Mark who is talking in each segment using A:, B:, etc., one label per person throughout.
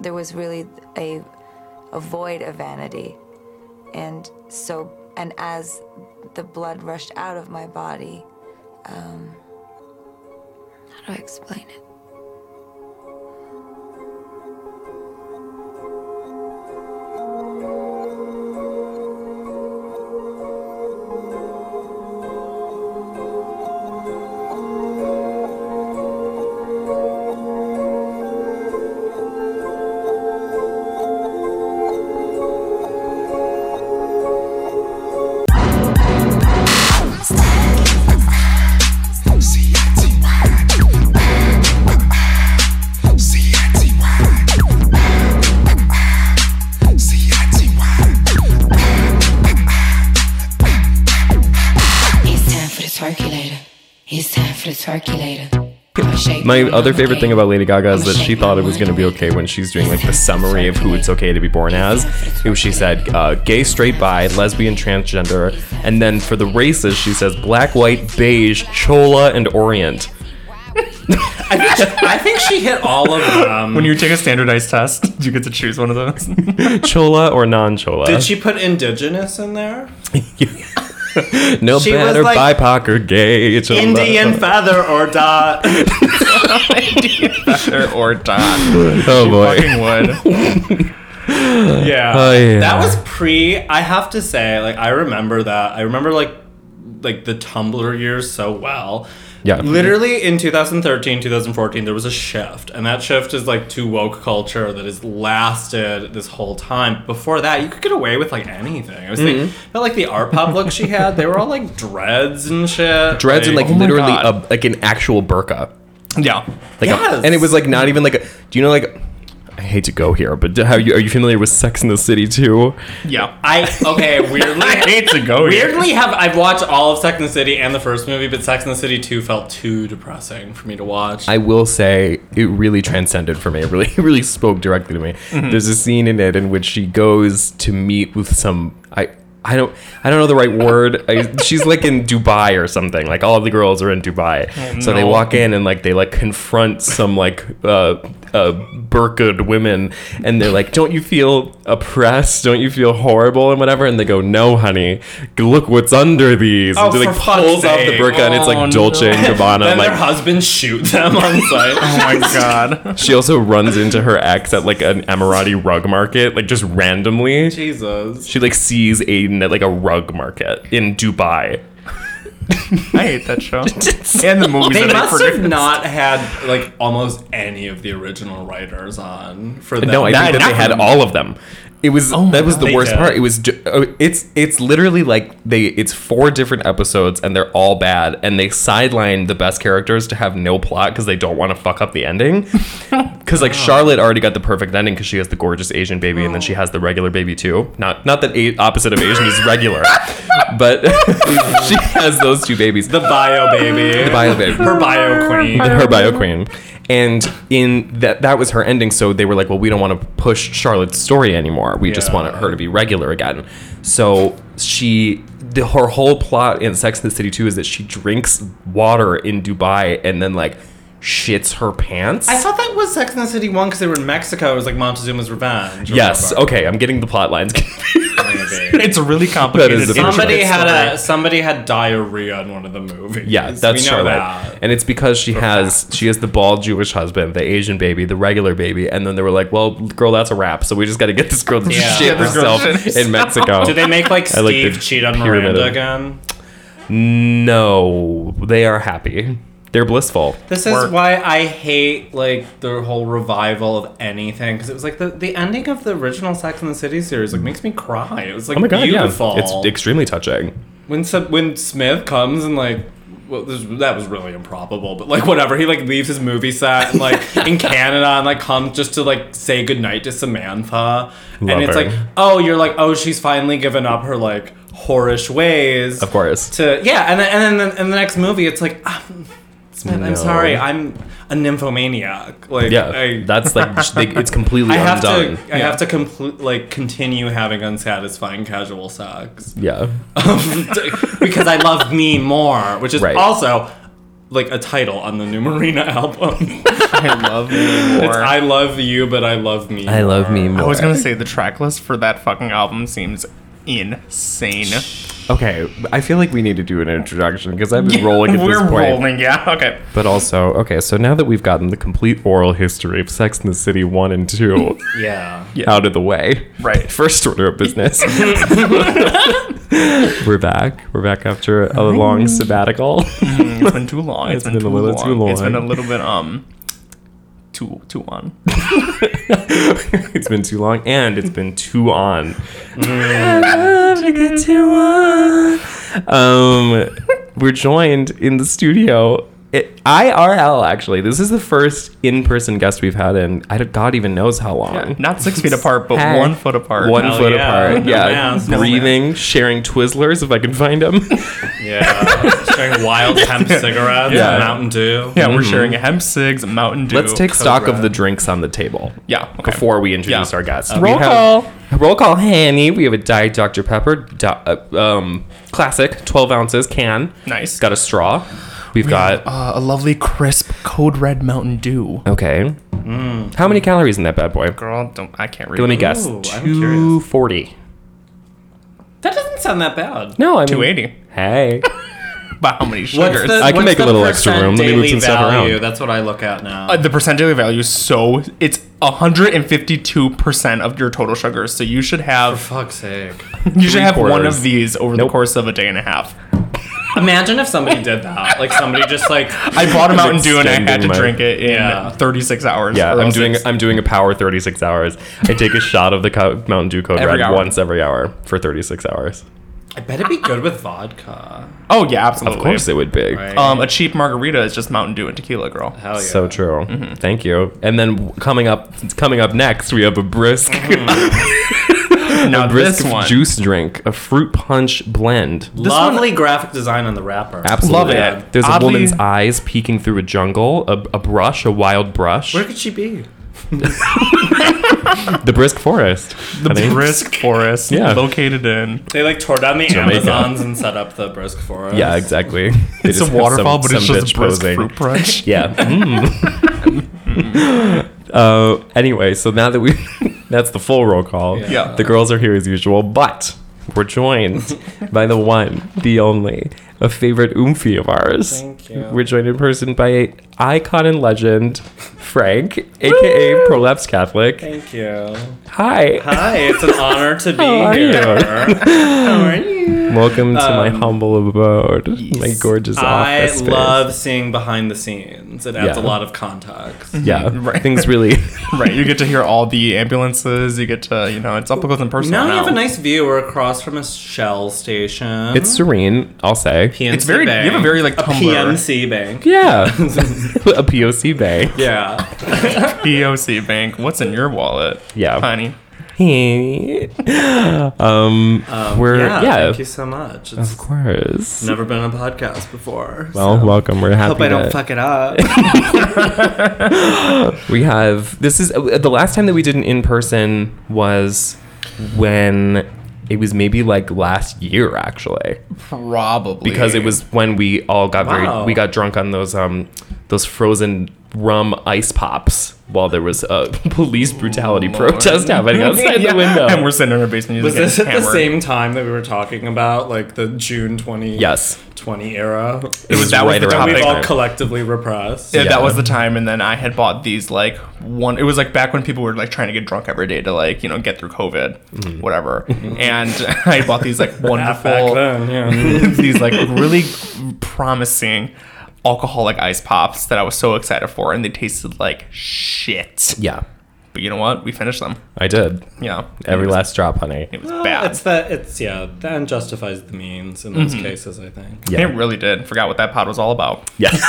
A: there was really a, a void of vanity. And so, and as the blood rushed out of my body, um, how do I explain it?
B: My other favorite thing about Lady Gaga is that she thought it was going to be okay when she's doing like the summary of who it's okay to be born as. It was, she said uh, gay, straight, bi, lesbian, transgender, and then for the races she says black, white, beige, chola, and orient.
C: I think, she, I think she hit all of them.
D: When you take a standardized test, did you get to choose one of those?
B: chola or non-chola?
C: Did she put indigenous in there?
B: no
C: She was
B: better
C: like,
B: BIPOC or gay. Chola.
C: Indian feather or dot.
D: or, or dot.
B: Oh boy.
D: Fucking would. yeah.
B: Oh, yeah.
C: That was pre. I have to say, like I remember that. I remember like like the Tumblr years so well.
B: Yeah.
C: Literally in 2013, 2014, there was a shift, and that shift is like to woke culture that has lasted this whole time. Before that, you could get away with like anything. I was thinking,
B: Mm-hmm.
C: felt like the art pop look she had, they were all like dreads and shit.
B: Dreads are like
D: Oh my
B: literally a,
D: God.
B: like an actual burqa.
D: Yeah.
B: Like a-
C: Yes.
B: and it was like not even like a. Do you know like? I hate to go here, but how you, are you familiar with Sex in the City too?
D: Yeah.
C: I okay weirdly.
D: I hate to go here.
C: Weirdly, have I've watched all of Sex and the City and the first movie, but Sex and the City two felt too depressing for me to watch.
B: I will say it really transcended for me. It really, it really spoke directly to me.
C: Mm-hmm.
B: There's a scene in it in which she goes to meet with some. I I don't I don't know the right word. I, she's like in Dubai or something. Like all the girls are in Dubai,
C: Mm-hmm.
B: so they
D: no.
B: walk in and like they like confront some like uh, uh burqa'd women, and they're like, "Don't you feel oppressed? Don't you feel horrible and whatever?" And they go, "No, honey. Look what's under these."
C: Oh,
B: and she like
C: for fuck's
B: pulls off the
C: sake.
B: burqa, and it's
D: Oh,
B: like Dolce and Gabbana.
C: then
B: like
C: their husbands shoot them on
D: Oh
C: site.
D: my god.
B: She also runs into her ex at like an Emirati rug market, like just randomly.
C: Jesus.
B: She like sees Aiden at like a rug market in Dubai.
D: I hate that show. and the movies
C: They
D: that I
C: must
D: forget.
C: have not had like almost any of the original writers on for that. Oh
B: No, I think that they had all of them. It was that was the
C: They
B: worst
C: did.
B: part. It was ju- oh, it's it's literally like they it's four different episodes and they're all bad and they sideline the best characters to have no plot because they don't want to fuck up the ending. Because like Charlotte already got the perfect ending because she has the gorgeous Asian baby and then
C: Oh.
B: she has the regular baby too. Not not that a- opposite of Asian is regular, but she has those two babies.
C: the bio baby. The
B: bio baby.
C: Her bio queen.
B: her bio queen. And in that that was her ending, so they were like, "Well, we don't want to push Charlotte's story anymore. We just
C: Yeah.
B: want her to be regular again." So she, the, her whole plot in Sex and the City Two is that she drinks water in Dubai and then like shits her pants.
C: I thought that was Sex and the City one because they were in Mexico. It was like Montezuma's Revenge. or
B: yes.
C: whatever.
B: Okay, I'm getting the plot lines.
C: Maybe.
D: It's really complicated.
B: That is the
D: internet
C: Somebody had
D: story.
C: a somebody had diarrhea in one of the movies.
B: Yeah,
C: we
B: that's
C: know
B: Charlotte,
C: that.
B: and it's because she has she has the bald Jewish husband, the Asian baby, the regular baby, and then they were like, "Well, girl, that's a wrap. So we just got to get this girl to
C: Yeah.
B: shit
C: Yeah, this
D: girl
B: herself
D: shit
B: in Mexico."
C: Did they make like
B: I like the
C: Steve cheat on
B: pyramid
C: Miranda
B: of-
C: again?
B: no, they are happy. They're blissful.
C: This
D: Work.
C: is why I hate like the whole revival of anything because it was like the, the ending of the original Sex and the City series like makes me cry. It was like
B: Oh my god,
C: beautiful.
B: yeah, it's extremely touching.
C: when some, when Smith comes and like. Well, this, that was really improbable, but like whatever. He like leaves his movie set and like in Canada and like comes just to like say goodnight to Samantha,
B: Love
C: and it's
B: her.
C: like, oh, you're like, oh, she's finally given up her like whorish ways.
B: Of course.
C: To yeah, and then and then in the next movie, it's like, um, Smith,
B: No.
C: I'm sorry, I'm a nymphomaniac. Like,
B: Yeah,
C: I,
B: that's like sh- they, it's completely
C: I have
B: undone.
C: to, I have to complete like continue having unsatisfying casual sex
B: Yeah,
C: because I love me more, which is
B: Right.
C: also like a title on the New Marina album.
D: I love me
C: it's
D: more.
C: I love you, but I love me.
B: I love me
C: more.
B: more.
D: I was gonna say the track list for that fucking album seems insane.
B: Okay, I feel like we need to do an introduction because I've been rolling at this
D: We're
B: point.
D: rolling, yeah. Okay.
B: But also, okay, so now that we've gotten the complete oral history of Sex in the City 1 and 2
C: Yeah.
B: out of the way,
D: Right.
B: first order of business, we're back. We're back after a long sabbatical.
D: It's been too long. it's been, too, a little long.
B: too
D: It's
B: long.
D: been a little bit um too too on.
B: it's been too long, and it's been too on. I love to get too on. Um, we're joined in the studio. It, IRL, actually. This is the first in person guest we've had in, I don't, God even knows how long.
D: Not six feet apart, but
B: Hey.
D: one foot apart.
B: One
C: Hell
B: foot
C: yeah.
B: apart.
C: No
B: yeah.
C: mask. No
B: Breathing, sharing Twizzlers if I can find them.
C: Yeah. Sharing wild hemp cigarettes,
B: Yeah.
C: and Mountain Dew.
D: yeah, we're sharing a hemp cigs, a Mountain Dew.
B: Mm-hmm. Let's take stock of
C: Cobra.
B: the drinks on the table.
D: yeah okay.
B: Before we introduce
D: Yeah.
B: our guests,
D: Uh,
B: We
D: roll
B: have-
D: call.
B: Roll call, honey. We have a Diet Dr. Pepper, do- uh, um, classic, 12 ounces can.
D: Nice.
B: It's got a straw. We've got,
D: uh, a lovely crisp code red Mountain Dew.
B: okay. How many calories in that bad boy?
D: Girl, don't I can't read.
B: Let me guess.
C: Ooh, I'm curious.
B: 240.
C: That doesn't sound that bad.
B: No, I mean.
D: two eighty.
B: Hey.
D: By how many
C: What's
D: sugars?
C: the,
B: I can
C: what's
B: make a
C: the
B: little extra
C: percent
B: room. Let me move
C: daily
B: some stuff
C: value?
B: around.
C: That's what I look at now.
D: Uh, the percent daily value is so it's 152% of your total sugars so you should have
C: Fuck's sake.
D: you should have one
B: quarters.
D: of these over
B: Nope.
D: the course of a day and a half
C: Imagine if somebody did that. Like somebody just like
D: i bought a mountain dew and i had to
B: extending my-
D: drink it in
C: Yeah.
D: 36 hours
B: Yeah,
D: or
B: I'm
D: else
B: doing
D: it's-
B: I'm doing a power 36 hours. I take a shot of the co- Mountain Dew Code
D: Every
B: Red
D: hour.
B: once every hour for 36 hours.
C: I bet it'd be good with vodka.
D: oh yeah
B: Of
D: absolutely
B: course, it would be.
C: Right?
D: um a cheap margarita is just mountain dew and tequila girl
C: Hell yeah.
B: So true.
D: Mm-hmm.
B: Thank you. And then w- coming up coming up next, we have a brisk
D: Mm-hmm. now
B: brisk
D: this one
B: juice drink, a fruit punch blend.
D: one-
C: Lovely graphic design on the wrapper.
B: Absolutely.
D: Love it.
B: There's a
D: Oddly-
B: woman's eyes peeking through a jungle, a, a brush, a wild brush,
C: Where could she be?
B: the brisk forest.
D: the
B: honey.
D: brisk forest
B: Yeah.
D: located in
C: They like tore down the
B: Jamaica.
C: Amazons and set up the brisk forest.
B: Yeah, exactly. They
D: it's
B: just
D: a
B: have
D: waterfall
B: some-
D: but it's
B: some
D: just
B: bitch
D: a brisk
B: posing.
D: fruit punch
B: Yeah. Mm. uh, anyway, so now that we that's the full roll call.
C: Yeah.
D: Yeah.
B: The girls are here as usual, but we're joined by the one, the only, a favorite oomphy of ours.
C: Thank you.
B: We're joined in person by icon and legend, Frank, aka Prolapse Catholic.
C: Thank you.
B: Hi.
C: Hi, it's an honor to be
B: are you?
C: here. How are you?
B: Welcome to my
C: Um,
B: humble abode, my gorgeous
C: I
B: office. space.
C: love seeing behind the scenes. It adds
B: Yeah.
C: a lot of context.
B: Yeah,
D: Right.
B: things really.
D: right you get to hear all the ambulances you get to you know it's up close and personal
C: Now you have a
D: now.
C: nice view. We're across from a Shell station.
B: It's serene, I'll say.
C: PNC
D: It's very- you have a
C: bank.
D: very, like,
C: a
D: Tumblr.
C: PNC bank.
B: Yeah. a POC bay.
C: Yeah.
D: POC Bank. What's in your wallet?
B: Yeah.
D: honey.
B: um, we're, yeah.
C: yeah. Thank you so much. It's
B: of course.
C: never been on a podcast before.
B: Well, welcome. We're happy.
C: hope I don't
B: that
C: fuck it up.
B: we have this is uh, the last time that we did an in person was when it was maybe like last year actually
D: Probably
B: because it was when we all got
C: Wow.
B: very we got drunk on those um those frozen rum ice pops while there was a police brutality protest happening outside
D: Yeah.
B: the window
D: and we're sitting in our basement.
C: Was
D: just
C: this at
D: getting
C: the
D: hammered.
C: same time that we were talking about like the June 20
B: yes
C: 20 era?
D: It was that was
B: right
D: the
B: around
D: topic.
B: that
C: We've all
B: time.
C: collectively repressed.
D: Yeah,
B: Yeah.
D: that was the time, and then I had bought these like one. It was like back when people were like trying to get drunk every day to like you know get through COVID, whatever. And I bought these like
C: Back back
D: wonderful,
C: then, yeah.
D: these like really promising alcoholic ice pops that I was so excited for, and they tasted like shit.
B: yeah
D: But you know what? We finished them.
B: i did
D: Yeah,
B: every last drop honey
D: it was
C: Well,
D: bad.
C: It's the it's yeah, the end justifies the means in those cases, I think.
B: yeah
D: It really did. Forgot what that pod was all about.
B: Yes.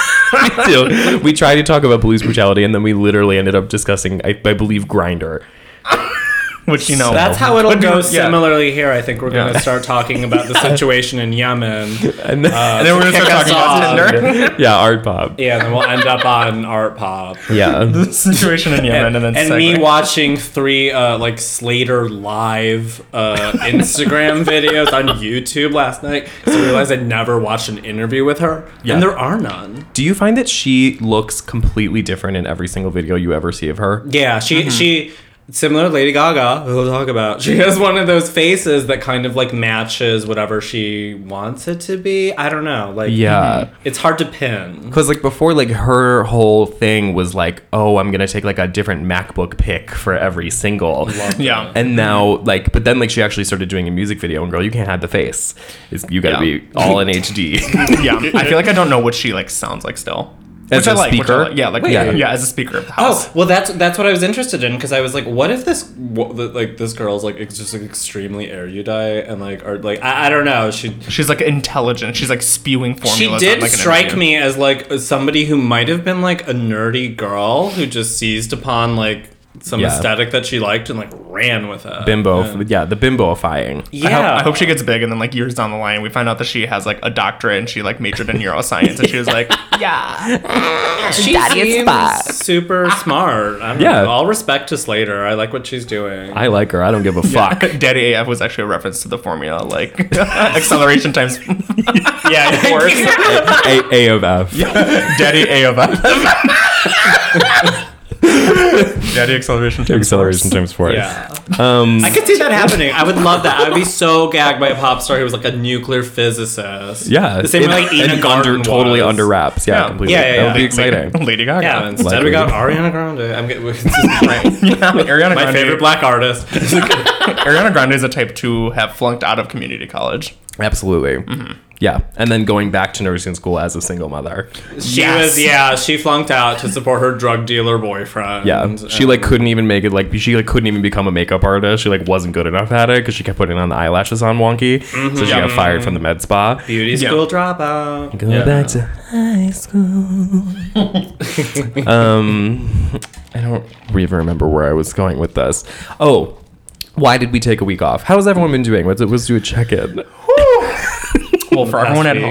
B: we do. We tried to talk about police brutality and then we literally ended up discussing, I, I believe, Grinder.
D: which you know
C: That's how it'll
D: could be-
C: go.
D: yeah.
C: Similarly, here, I think we're going to
D: Yeah.
C: start talking about the situation in Yemen.
B: And then,
D: And then we're gonna start
C: Kick
D: talking
C: us off.
D: about Tinder.
B: Uh, yeah, art pop.
C: Yeah, and then we'll end up on art pop.
B: Yeah.
D: the situation in Yemen, and, then segue.
C: me watching three uh, like Slater live uh, Instagram videos on YouTube last night 'cause I realized I never watched an interview with her,
B: Yeah.
C: and there are none.
B: Do you find that she looks completely different in every single video you ever see of her?
C: Yeah, she she similar to Lady Gaga, who we'll talk about. She has one of those faces that kind of like matches whatever she wants it to be. I don't know, like
D: Mm-hmm.
B: Yeah.
C: it's hard to pin.
B: Because like before, like her whole thing was like, oh, I'm gonna take like a different MacBook pick for every single.
D: Yeah.
B: And now, like, but then, like, she actually started doing a music video, and girl, you can't hide the face. It's, you gotta
D: Yeah.
B: be all in HD.
D: yeah, I feel like I don't know what she like sounds like still.
B: As
D: which I
B: a
D: like, Which I
B: speaker?
D: like. Yeah, like
B: Wait.
D: yeah, yeah, as a speaker of the house.
C: Oh well, that's that's what I was interested in because I was like, what if this wha- the- like this girl's like ex- just like, extremely erudite and like or like I, I don't know she
D: She's like intelligent. She's like spewing
C: she
D: formulas.
C: did
D: on, like, an
C: strike
D: interview.
C: me as like somebody who might have been like a nerdy girl who just seized upon like some
B: Yeah.
C: aesthetic that she liked and like ran with it.
B: Bimbo, yeah, the bimboifying.
D: I
C: yeah.
D: hope, I hope she gets big, and then like years down the line, we find out that she has like a doctorate and she like majored in neuroscience, and she was like,
C: she
A: Daddy is
C: seems
A: back.
C: super
D: Ah.
C: smart. I don't
B: Yeah.
C: know. All respect to Slater. I like what she's doing.
B: I like her. I don't give a fuck.
D: "Daddy AF" was actually a reference to the formula, like acceleration times. yeah, of course.
B: A, a of F.
D: Daddy AF. Daddy acceleration times.
B: Acceleration times force.
C: Yeah.
B: Um,
C: I could see that happening. I would love that. I'd be so gagged by a pop star who was like a nuclear physicist.
B: Yeah.
C: The same way
B: And-
C: like Ina
B: and
C: Garten
B: under, totally
C: was.
B: under wraps. Yeah,
D: Yeah.
B: completely.
C: Yeah, yeah,
B: That would be
C: yeah.
B: exciting.
D: Lady Gaga.
C: Yeah, but instead
B: Like
C: we got
B: we-
C: Ariana Grande. I'm getting this is great.
D: Yeah, Ariana
C: my
D: Grande.
C: favorite black artist.
D: Ariana Grande is a type to have flunked out of community college.
B: Absolutely. Yeah. Mm-hmm. And then going back to nursing school as a single mother.
C: she
D: Yes.
C: was yeah, she flunked out to support her drug dealer boyfriend.
B: Yeah. she
C: And-
B: like couldn't even make it like she like couldn't even become a makeup artist. She like wasn't good enough at it because she kept putting on the eyelashes on wonky. So she got fired from the med spa.
C: beauty
D: Yeah.
C: school dropout.
B: Go back to high school. um, I don't even remember where I was going with this. Oh, why did we take a week off? How has everyone been doing? Let's, let's do a check in.
D: Well, for
C: Last
D: everyone at
C: week.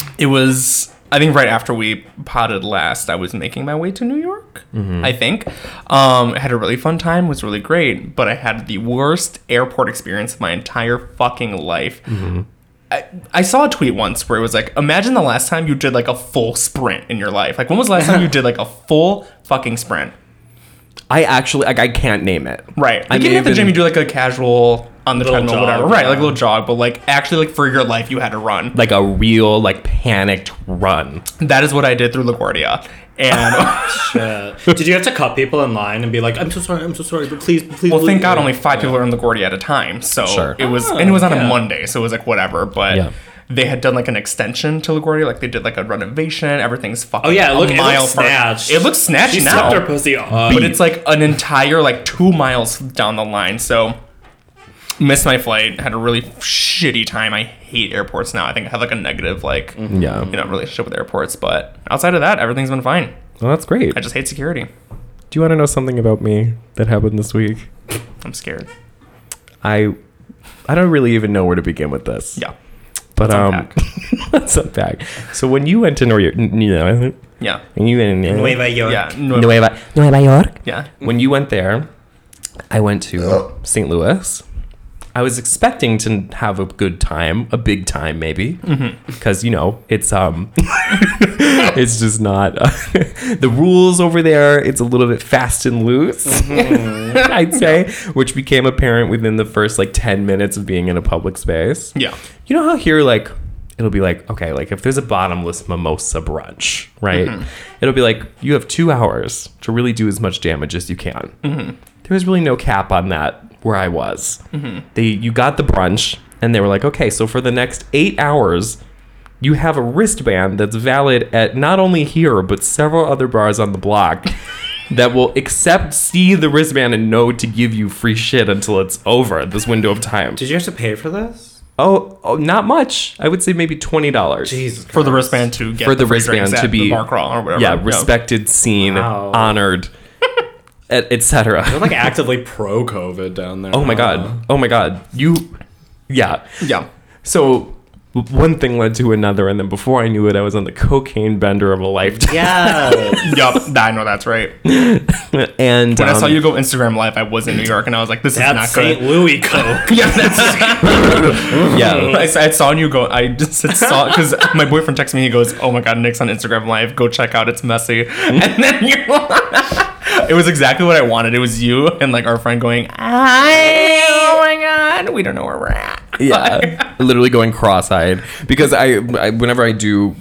D: home, it was. I think right after we potted last, I was making my way to New York. I think um, I had a really fun time. Was really great, but I had the worst airport experience of my entire fucking life. I, I saw a tweet once where it was like, imagine the last time you did like a full sprint in your life. Like, when was the last time you did like a full fucking sprint?
B: I actually like I can't name it.
D: Right.
B: I
D: Like even
B: may
D: at the
B: have
D: gym, you
B: been-
D: do like a casual on the
C: Little
D: treadmill,
C: jog,
D: whatever. Right, like a
C: yeah.
D: little jog, but like actually, like for your life, you had to run.
B: like a real like panicked run.
D: That is what I did through LaGuardia, and
C: Yeah. Did you have to cut people in line and be like, I'm so sorry, I'm so sorry, but please, please.
D: well, thank
C: leave."
D: God, only five people are in LaGuardia at a time. So
B: Sure.
D: it was,
C: Ah,
D: and it was on
C: yeah.
D: a Monday, so it was like whatever. But
B: Yeah.
D: they had done like an extension to LaGuardia, like they did like a renovation. Everything's fucking.
C: Oh yeah, it
D: a
C: look, it
D: mile
C: looks
D: far-
C: snatched.
D: It looks snatched
C: She
D: now.
C: slipped her pussy off.
D: Uh, but it's like an entire like two miles down the line. So missed my flight. Had a really shitty time. I hate airports now. I think I have like a negative like
B: Yeah.
D: you know relationship with airports. But outside of that, everything's been fine.
B: Well, that's great.
D: I just hate security.
B: Do you want to know something about me that happened this week?
D: I'm scared.
B: I I don't really even know where to begin with this.
D: Yeah.
B: But um
D: unpack.
B: that's a fact. So when you went to New York, n- you know,
D: Yeah.
B: when you went in
C: Nueva York.
D: Yeah. no-
B: Nueva, Nueva York.
D: Yeah.
B: When you went there, I went to St. Louis. I was expecting to have a good time, a big time maybe,
D: Mm-hmm.
B: because you know it's um, it's just not the rules over there. It's a little bit fast and loose,
D: Mm-hmm.
B: I'd say, which became apparent within the first like ten minutes of being in a public space.
D: Yeah.
B: You know how here, like, it'll be like, okay, like if there's a bottomless mimosa brunch, right? It'll be like, you have two hours to really do as much damage as you can. There was really no cap on that where I was. They, you got the brunch, and they were like, okay, so for the next eight hours, you have a wristband that's valid at not only here, but several other bars on the block. That will accept, see the wristband, and know to give you free shit until it's over this window of time.
C: Did you have to pay for this?
B: Oh, oh, not much. I would say maybe twenty dollars.
C: Jesus Christ.
D: For the wristband to get
B: For the
D: free drinks
B: wristband
D: at
B: to be-
D: the bar crawl or whatever.
B: Yeah, respected, seen,
C: Wow.
B: honored. etc.
C: They're like actively pro COVID down there.
B: oh my
C: now.
B: god. Oh my god. You, yeah.
D: Yeah.
B: So w- one thing led to another, and then before I knew it, I was on the cocaine bender of a lifetime.
C: Yeah.
D: Yup. I know that's right. When
B: and
D: I saw
B: um,
D: you go Instagram live, I was in New York and I was like, this is not
C: That's St.
D: good.
C: Louis Coke.
D: Yeah, that's
B: yeah.
D: I, s- I saw you go. I just saw because my boyfriend texted me. He goes, "Oh my god, Nick's on Instagram Live. Go check out. It's messy." And then you, it was exactly what I wanted. It was you and like our friend going, "Hi, oh my god, we don't know where we're at."
B: yeah literally going cross-eyed because I, I whenever i do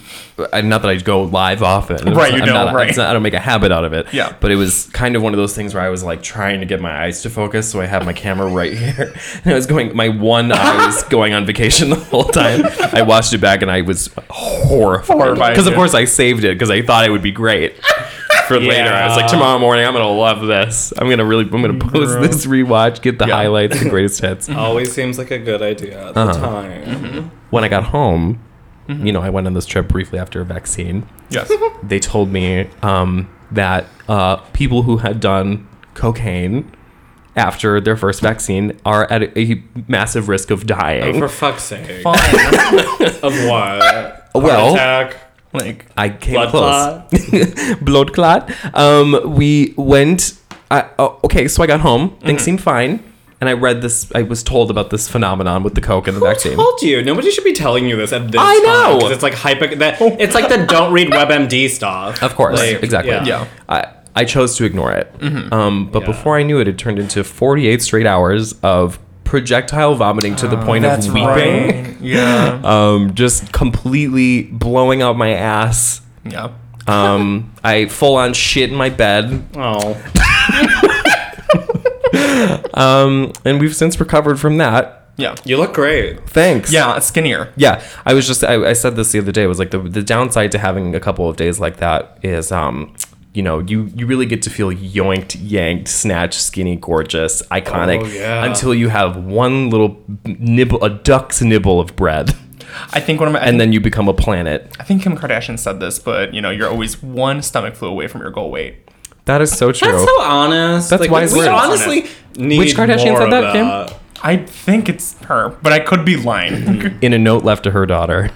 B: I, not that i go live often It's
D: Right,
B: not-
D: you
B: I'm
D: don't,
B: not,
D: right.
B: it's not- i don't make a habit out of it
D: Yeah.
B: but it was kind of one of those things where i was like trying to get my eyes to focus so i have my camera right here and i was going my one eye was going on vacation the whole time i watched it back and i was horrified
D: Horrified,
B: because of
D: yeah.
B: course i saved it because i thought it would be great for later i was like
C: Yeah.
B: tomorrow morning i'm gonna love this i'm gonna really i'm gonna post this rewatch get the
D: Mm, Yeah.
B: highlights the greatest hits
C: Always seems like a good idea at the
B: Uh-huh.
C: time.
B: when I got home,
C: Mm-hmm.
B: you know, I went on this trip briefly after a vaccine.
D: Yes.
B: They told me um, that uh, people who had done cocaine after their first vaccine are at a, a massive risk of
C: Oh,
B: dying.
C: For fuck's sake.
D: Fine.
C: Of what?
B: Uh, Well-
C: Heart attack,
D: like
B: I came
C: blood
B: close.
C: clot.
B: blood clot. Um, we went. I, oh, okay, so I got home.
C: Mm-hmm.
B: Things seemed fine, and I read this. I was told about this phenomenon with the coke and the vaccine.
C: Told you. Nobody should be telling you this at this
B: I
C: time,
B: know.
C: 'cause It's like hyper. That, it's like the don't read WebMD stuff.
B: Of course,
C: Like,
B: exactly.
C: yeah. Mm-hmm.
D: Yeah.
B: I, I chose to ignore it. Um, but
C: Yeah.
B: before I knew it, it turned into 48 straight hours of projectile vomiting to the
C: Oh,
B: point of weeping,
D: Yeah.
B: um, just completely blowing out my ass.
D: yeah.
B: Um, I full on shit in my bed,
C: Oh.
B: and we've since recovered from that.
D: Yeah.
C: You look great.
B: Thanks.
D: Yeah. Skinnier.
B: Yeah, I was just I, I said this the other day. It was like the the downside to having a couple of days like that is um you know you you really get to feel yoinked, yanked, snatched, skinny, gorgeous, iconic
C: Oh, yeah.
B: until you have one little nibble, a duck's nibble of bread,
D: I think one of my. I
B: and
D: think,
B: then you become a planet.
D: I think Kim Kardashian said this, but you know, you're always one stomach flu away from your goal weight.
B: That is so true.
C: That's so honest.
B: That's
C: like,
B: wise
C: we
B: words.
C: honestly need
B: Which Kardashian
C: more
B: said
C: of
B: that, Kim?
D: I think it's her, but I could be lying.
B: In a note left to her daughter.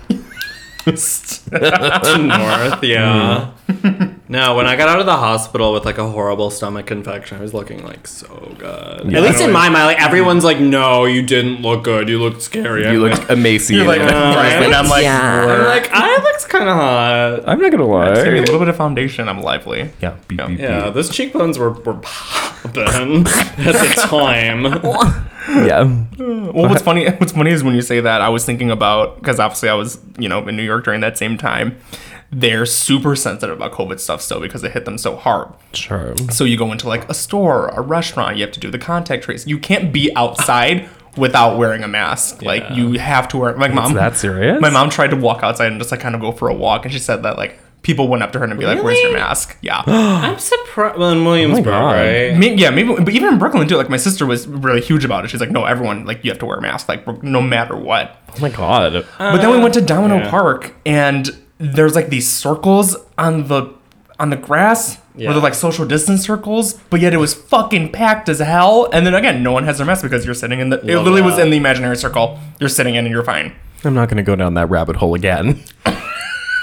C: To North, yeah.
D: Mm-hmm.
C: no, when I got out of the hospital with like a horrible stomach infection, I was looking like so good. At least in my mind, like everyone's
D: Mm-hmm.
C: like, "No, you didn't look good. You looked scary."
B: You
C: I'm
B: look
D: You're
B: emaciated.
D: like, right? And I'm like,
A: Yeah.
C: I'm like, I looks kind of hot.
B: I'm not gonna
D: Just give me a
B: lie.
D: little bit of foundation. I'm lively.
B: Yeah, beep,
D: Yeah.
B: beep,
C: Yeah, those cheekbones were were popping at the time.
B: beep. yeah.
D: Well, what's funny? What's funny is when you say that, I was thinking about because obviously I was, you know, in New York during that same time. They're super sensitive about COVID stuff still because it hit them so hard.
B: Sure.
D: So you go into like a store, a restaurant, you have to do the contact trace. You can't be outside without wearing a mask. Like you have to wear. My mom.
B: that serious?
D: My mom tried to walk outside and just like kind of go for a walk, and she said that like people went up to her and be like, "Where's your
C: Really?
D: mask?" Yeah.
C: I'm surprised.
D: Oh
C: Well, in Williamsburg,
B: God.
C: right?
D: Maybe, yeah, maybe, but even in Brooklyn too. Like my sister was really huge about it. She's like, no, everyone, like you have to wear a mask, like no matter what.
B: Oh my god.
D: but
C: Uh,
D: then we went to Domino
C: yeah.
D: Park, and there's like these circles on the on the grass where
C: Yeah.
D: they're like social distance circles, but yet it was fucking packed as hell. And then again, no one has their mask because you're sitting in the. it
C: Love
D: literally was
C: that.
D: in the imaginary circle. You're sitting in, and you're fine.
B: I'm not going to go down that rabbit hole again.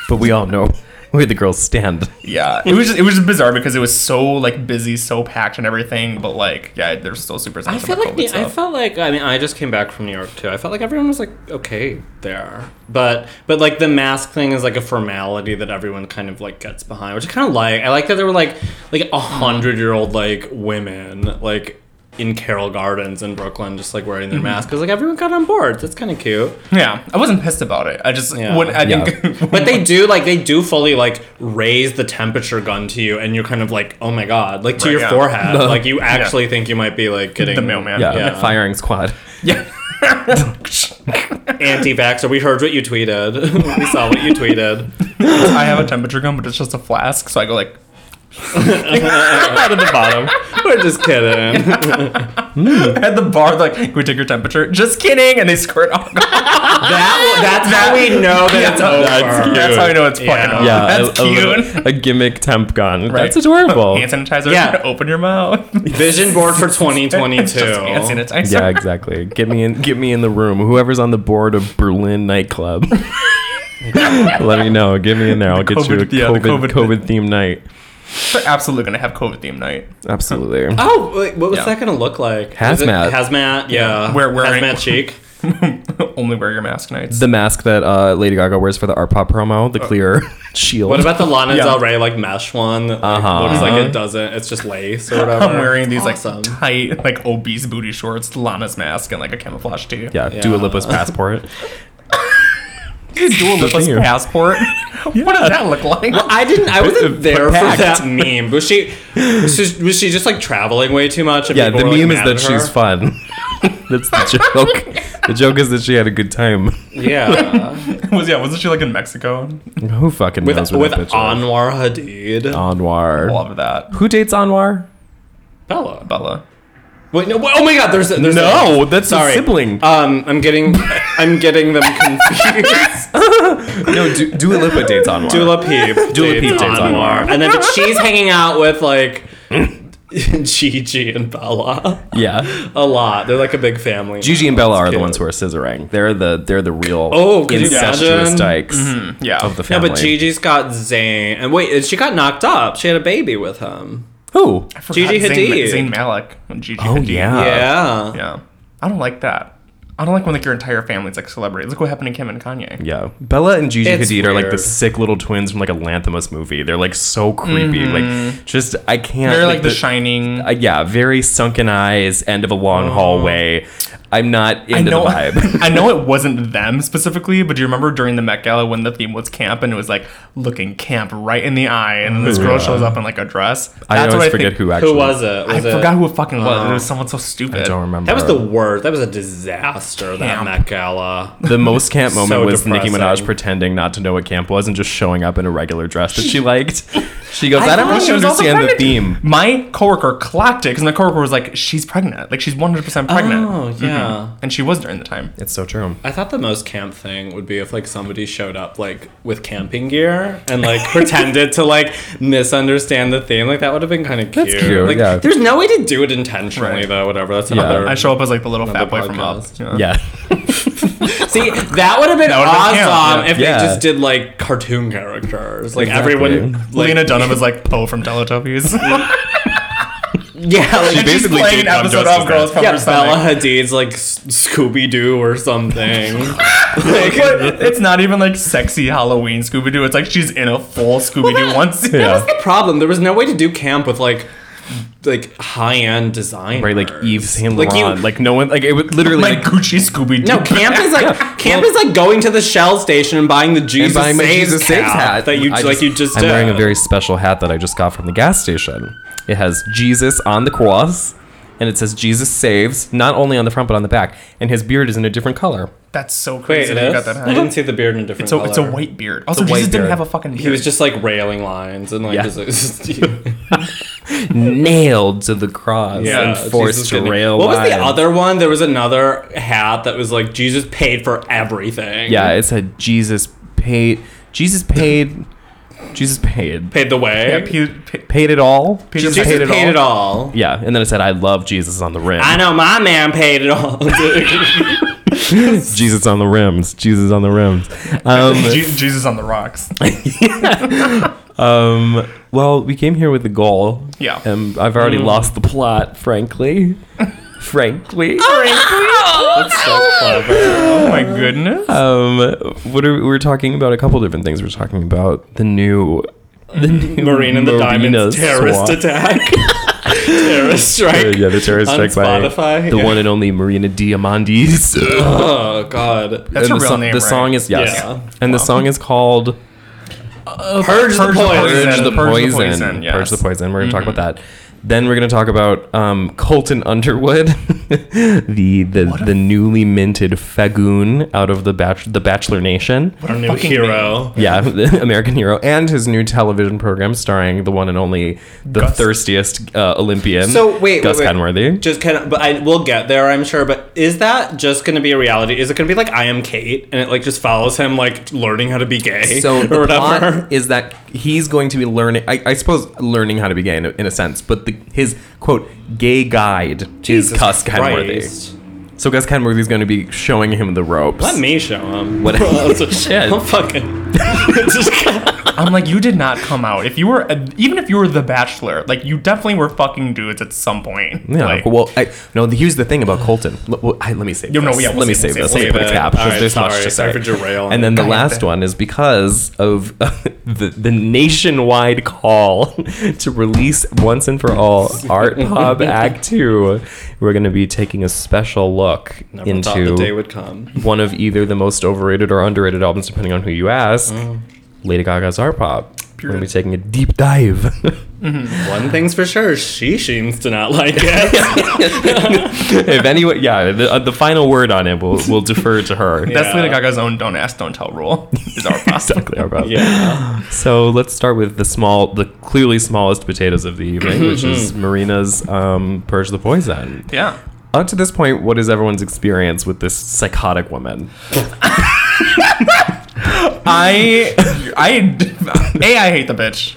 B: but we all know where the girls stand.
D: Yeah, it was just, it was just bizarre because it was so like busy, so packed, and everything. But like, yeah, they're still super.
C: I
D: sensitive
C: feel
D: about
C: like
D: COVID
C: the, I
D: stuff.
C: felt like I mean I just came back from New York too. I felt like everyone was like okay there, but but like the mask thing is like a formality that everyone kind of like gets behind, which I kind of like. I like that there were like like a hundred year old like women like in Carroll Gardens in Brooklyn just like wearing their
D: Mm-hmm.
C: mask because like everyone got on board. That's kind of cute.
D: yeah, I wasn't pissed about it. I just
C: Yeah.
D: when I
B: Yeah.
D: think,
C: But they do like they do fully like raise the temperature gun to you, and you're kind of like oh my god, like to
D: Right,
C: your
D: yeah.
C: forehead, like you actually think you might be like getting
D: The mailman.
B: Yeah,
C: Yeah.
B: uh, firing squad.
D: yeah.
C: anti-vaxxer. We heard what you tweeted. we saw what you tweeted.
D: I have a temperature gun, but it's just a flask. So I go like,
B: out of the bottom.
C: We're just kidding.
D: At the bar, like, can we take your temperature? Just kidding. And they squirt alcohol.
C: That, that's how we know that it's over.
D: that's, that's how I know it's
C: Yeah.
D: fucking over.
B: Yeah,
D: that's
B: a, a
D: cute.
B: little- A, gimmick temp gun.
D: Right.
B: That's adorable.
D: Hand sanitizer.
C: Yeah.
D: Open your mouth.
C: Vision board for 2022.
D: Just hand sanitizer.
B: yeah, exactly. Get me in. Get me in the room. Whoever's on the board of Berlin nightclub, let me know. Get me in there. I'll get
D: COVID-
B: you
D: yeah,
B: a
D: the
B: COVID,
D: COVID
B: COVID themed night.
D: They're absolutely gonna have COVID theme night.
B: Absolutely.
C: Oh, wait, what was
D: Yeah.
C: that going to look like?
B: Hazmat.
C: Was it Hazmat, yeah.
D: We're wearing-
C: Hazmat chic.
D: Only wear your mask nights.
B: the mask that uh, Lady Gaga wears for the Art Pop promo, the clear shield.
C: What about the Lana
D: Yeah.
C: Del Rey like mesh one that like,
B: Uh-huh.
C: looks like it doesn't? It's just lace or whatever.
D: I'm wearing these
C: Awesome.
D: like tight, like obese booty shorts, Lana's mask, and like a camouflage tee.
B: yeah,
C: Yeah.
B: Dua Lipa's passport?
D: dual lipless
B: Continue.
D: passport. What does that look like?
C: I didn't. I wasn't
B: Uh,
C: there for
B: packed.
C: that meme. Was she? Was she, was she just like traveling way too much? and
B: yeah,
C: people
B: the
C: were, like,
B: meme is
C: mad
B: that
C: at her?
B: she's fun. That's the joke. the joke is that she had a good time.
C: Yeah,
D: was yeah, wasn't she like in Mexico?
B: Who fucking
C: with
B: knows?
C: with
B: What that bitch Uh. is?
C: Anwar Hadid.
B: Anwar.
D: Love that.
B: Who dates Anwar?
C: Bella.
D: Bella.
C: Wait, no. wait, Oh my God. There's a- there's Oh, a-
B: No, that's a
C: Sorry.
B: sibling.
C: Um, I'm getting I'm getting them confused.
B: No, du- Dua Lipa dates Anwar.
C: Dula Peep.
B: Dula Peep dates Anwar.
C: And then but she's hanging out with like Gigi and Bella
B: Yeah,
C: a lot. They're like a big family.
B: Gigi and Bella are the
C: cute.
B: ones who are scissoring. They're the they're the real
C: Oh, could you
B: incestuous
C: imagine?
B: dykes
D: Yeah.
B: of the
C: Yeah,
B: family.
C: but Gigi's got Zayn. And wait, and she got knocked up. She had a baby with him.
B: who?
D: I forgot
C: Gigi
D: Zayn-
C: Hadid.
D: Zayn Malik. and Gigi
B: Oh
D: Hadid.
B: yeah.
C: yeah.
D: Yeah. I don't like that. I don't like when like your entire family's like celebrities. Look what happened to Kim and Kanye.
B: Yeah, Bella and Gigi
C: It's
B: Hadid are like the
C: weird.
B: sick little twins from like a Lanthimos movie. They're like so creepy. Like just I can't.
D: They're like the,
B: the-
D: shining.
B: uh, yeah, very sunken eyes, end of a long hallway. I'm not into the vibe.
D: I know it wasn't them specifically, but do you remember during the Met Gala when the theme was camp and it was like looking camp right in the eye, and then this girl shows up in like a dress? That's
B: I always forget
D: think-
B: who actually.
C: Who was it?
D: I
C: Was it?
D: forgot who it fucking was. It was someone so stupid.
B: I don't remember.
C: That was the worst. That was a disaster. That
D: Camp.
C: Met Gala.
B: the most camp moment
C: So
B: was Nicki Minaj
C: depressing.
B: pretending not to know what camp was and just showing up in a regular dress that she liked. She goes, I,
D: I
B: don't
D: thought
B: really
D: she was also
B: understand the
D: pregnant.
B: theme.
D: My coworker clocked it because my coworker was like, "She's pregnant. Like she's 100 percent pregnant."
C: Oh,
B: Mm-hmm.
C: yeah.
D: And she was during the time.
B: It's so true.
C: I thought the most camp thing would be if like somebody showed up like with camping gear and like pretended to like misunderstand the theme. Like that would have been kind of cute.
B: cute,
C: Like
B: yeah.
C: there's no way to do it intentionally
D: Right.
C: though. Whatever. That's
B: Yeah.
C: another.
D: I show up as like the little fat
C: Another
D: boy from Up.
C: podcast.
D: Yeah.
B: Yeah.
C: See, that would have been
D: would've been
C: awesome
D: camp, yeah.
C: if
B: Yeah.
C: they just did like cartoon characters. Like
B: Exactly.
C: everyone. Like,
D: Lena Dunham is like Poe from Teletubbies.
C: Yeah. Like,
B: She basically
D: played
B: did come
D: episode
B: dressed
D: of
B: as
D: Girls
B: that.
D: from
C: yeah,
D: her
C: Bella
D: stomach.
C: Hadid's like Scooby Doo or something. like,
D: But it's not even like sexy Halloween Scooby Doo. It's like she's in a full Scooby Doo once.
B: Yeah.
C: the problem. There was no way to do camp with like like high end design.
B: Right, like Yves Saint
C: Like
B: Laurent.
C: you-
B: Like, no one, like it was literally
D: My
B: like
D: Gucci Scooby Doo.
C: No, camp is like camp is like going to the Shell station and buying the Jesus
B: buying my
C: Saves
B: Jesus Saves
C: cap
B: hat
C: that you
B: I
C: like. You just uh,
B: I'm
C: did.
B: wearing a very special hat that I just got from the gas station. It has Jesus on the cross, and it says Jesus saves not only on the front but on the back. And his beard is in a different color.
D: That's so
C: Wait,
D: crazy.
C: it
D: that you
C: is?
D: got that
C: I
D: hat.
C: didn't see the beard in a different
D: So it's a
C: color.
D: white beard. Also,
B: white
D: Jesus didn't
B: beard.
D: have a fucking beard.
C: He was just like railing lines and like
B: Yeah.
C: just- just-
B: Nailed to the cross and forced
C: Jesus
B: to
C: didn't-
B: rail.
C: What was the
B: lines.
C: other one? There was another hat that was like Jesus paid for everything.
B: Yeah, it said Jesus paid. Jesus paid. Jesus paid.
C: paid the way.
D: Yeah, Pe- Pe-
B: Paid it all.
D: Jesus
C: Jesus paid, it, all.
B: Yeah, and then it said, "I love Jesus on the rim."
C: I know my man paid it all.
B: Jesus on the rims. Jesus on the rims. Um,
D: Je- Jesus on the rocks.
B: Um, well, we came here with the goal.
D: Yeah.
B: Um, I've already
C: Mm.
B: lost the plot, frankly. frankly.
C: Oh, That's so clever.
D: Oh my goodness.
B: Um, what are we, we're talking about? A couple different things. We're talking about the new, the new
C: Marine Mm-hmm. and the Diamonds
B: Marina
C: terrorist
B: swap. Uh,
C: attack. terrorist strike.
B: Yeah, the terrorist
C: on
B: strike by
C: Spotify.
B: the
C: Yeah.
B: one and only Marina Diamandis. That's
C: Oh God.
D: That's her
B: the
D: real
B: so-
D: name,
B: The
D: right?
B: song is yes,
C: Yeah.
B: and the song is called
C: Purge, the
D: Purge the
C: poison.
B: Purge the
D: Purge the
B: Poison.
D: Poison, yes. Mm-hmm.
B: Purge the Poison. We're gonna talk about that. Then we're gonna talk about um, Colton Underwood, the the, the newly minted fagoon out of the batch the Bachelor Nation.
C: Our new
D: Fucking
C: hero.
B: Yeah, the American Hero, and his new television program starring the one and only the
D: Gus.
B: thirstiest uh, Olympian.
C: So wait,
B: Gus
C: wait, wait.
B: Kenworthy.
C: Just kind of, but I will get there, I'm sure. But is that just going to be a reality? Is it going to be like I am Kate, and it like just follows him like learning how to be gay
B: So the
C: or whatever?
B: plot is that he's going to be learning. I, I suppose learning how to be gay in a, in a sense, but the, his quote gay guide is Gus Kenworthy.
C: Christ.
B: So Gus Kenworthy is going to be showing him the ropes.
C: Let me show him.
B: What-
C: shit. I'm fucking. Just-
D: I'm like, you did not come out. If you were, even if you were the Bachelor, like you definitely were fucking dudes at some point.
B: Yeah,
D: Like,
B: well, I, no. the- Here's the thing about Colton. L- well, I- let me save.
D: You know,
B: this.
D: yeah, we'll
B: let me
D: save-
B: save
D: we'll
B: this.
D: save-
B: Let me put
C: save
B: a
C: it.
B: cap because
C: Alright,
B: there's
C: sorry.
B: much to say.
C: Sorry for derailing.
B: And then the
D: God
B: last
D: damn.
B: one is because of the the nationwide call to release once and for all Art Pub Act Two. We're going to be taking a special look
C: Never thought the
B: into
C: day would come.
B: one of either the most overrated or underrated albums, depending on who you ask.
C: Mm.
B: Lady Gaga's Art Pop. We're going to be taking a deep dive.
C: One thing's for sure, she seems to not like it.
B: if anyone, yeah, the, uh, the final word on it, we'll we'll defer to her.
D: that's
C: Yeah.
D: Lady Gaga's own "Don't Ask, Don't Tell" rule. Is our
B: exactly our problem.
C: yeah.
B: So let's start with the small, the clearly smallest potatoes of the evening, which is Marina's um, "Purge the Poison."
D: Yeah.
B: Up to this point, what is everyone's experience with this psychotic woman?
D: I, I, a, I hate the bitch.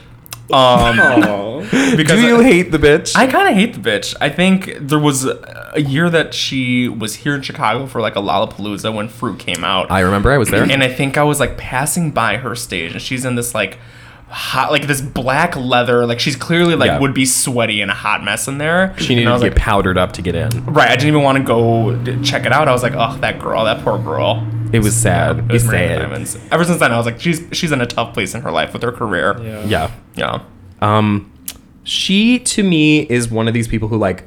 D: Um,
C: Oh.
D: because
B: Do you
D: I,
B: hate the bitch?
D: I kind of hate the bitch. I think there was a a year that she was here in Chicago for like a Lollapalooza when Fruit came out.
B: I remember I was there.
D: and I think I was like passing by her stage, and she's in this like hot, like this black leather, like she's clearly like
B: Yeah.
D: would be sweaty and a hot mess in there.
B: she needed
D: and I
B: to
D: was
B: get
D: like,
B: powdered up to get in.
D: right. I didn't even want to go d- check it out. I was like, oh, that girl, that poor girl.
B: It was sad.
D: It
B: It
D: was
B: was
D: Miranda
B: sad.
D: Diamonds. Ever since then, I was like, she's she's in a tough place in her life with her career. Yeah.
B: Yeah. Um, she to me is one of these people who like.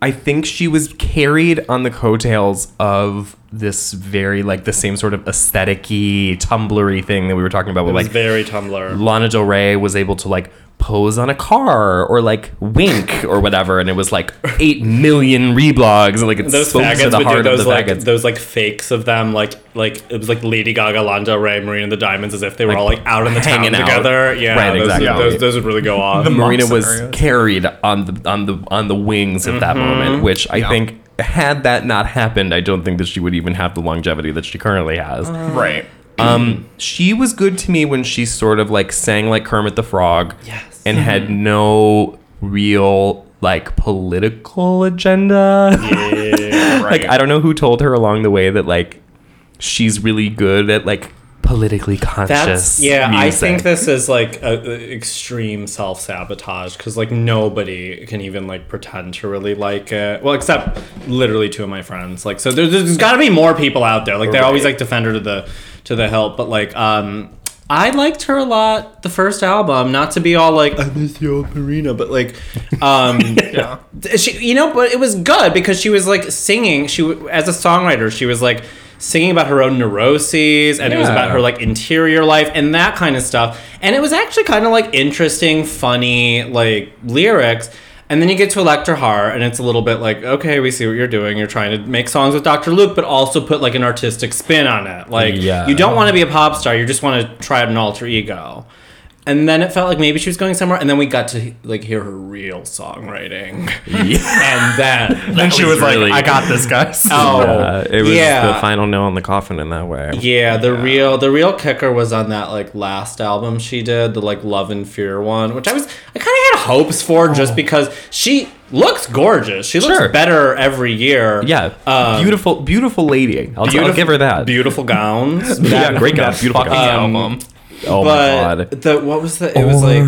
B: I think she was carried on the coattails of this very like the same sort of aestheticy, tumblery thing that we were talking about. With,
C: It was
B: like
C: very Tumblr.
B: Lana Del Rey was able to like pose on a car or like wink or whatever, and it was like eight million reblogs and like it
C: Those
B: spoke to
C: faggots
B: the
C: would do
B: heart of
C: those
B: the
C: like
B: faggots.
C: those like fakes of them like like it was like Lady Gaga, Lana Ray, Marina and the Diamonds as if they were
B: Like,
C: all like out in the town
B: hanging out.
C: together. Yeah,
B: Right,
C: those,
B: exactly.
C: those, those would really go off.
D: monk
B: Marina was
D: scenarios.
B: carried on the on the on the wings at
C: Mm-hmm.
B: that moment, which I think had that not happened, I don't think that she would even have the longevity that she currently has.
C: Uh-huh.
D: Right.
B: Um, she was good to me when she sort of like sang like Kermit the Frog,
C: Yes. Mm-hmm.
B: and had no real like political agenda.
C: yeah.
D: Right.
B: Like I don't know who told her along the way that like she's really good at like politically conscious.
C: That's yeah. I
B: music.
C: think this is like a, a extreme self sabotage because like nobody can even like pretend to really like it. Well, except literally two of my friends. Like, so there's, there's got to be more people out there. Like, they always like defend her to the to the hilt. But like, um, I liked her a lot. The first album, not to be all like I miss you, Marina, but like, um,
D: Yeah.
C: she you know but it was good because she was like singing she w- as a songwriter she was like singing about her own neuroses and it was
B: Yeah.
C: about her like interior life and that kind of stuff and it was actually kind of like interesting funny like lyrics and then you get to Electra Heart, and it's a little bit like, okay, we see what you're doing. You're trying to make songs with Dr. Luke, but also put like an artistic spin on it. Like,
B: Yeah.
C: you don't want to be a pop star. You just want to try an alter ego. And then it felt like maybe she was going somewhere. And then we got to like hear her real songwriting.
B: Yeah.
C: And then,
D: Then she was
B: really-
D: like, I got this, guys.
C: oh,
B: Uh, it was
C: yeah,
B: the final nail in the coffin in that way.
C: yeah. The real, the real kicker was on that like last album she did, the like Love and Fear one, which I was, I kind of had hopes for just because she looks gorgeous. She looks
B: Oh. Sure.
C: better every year.
B: Yeah,
C: Um,
B: beautiful, beautiful lady. I'll, I'll give her that.
C: Beautiful gowns.
B: Yeah,
C: That- um,
B: great guy,
D: That
B: beautiful
D: fucking
B: guy.
D: album.
B: oh my
C: But
B: god.
C: the what was the? It was like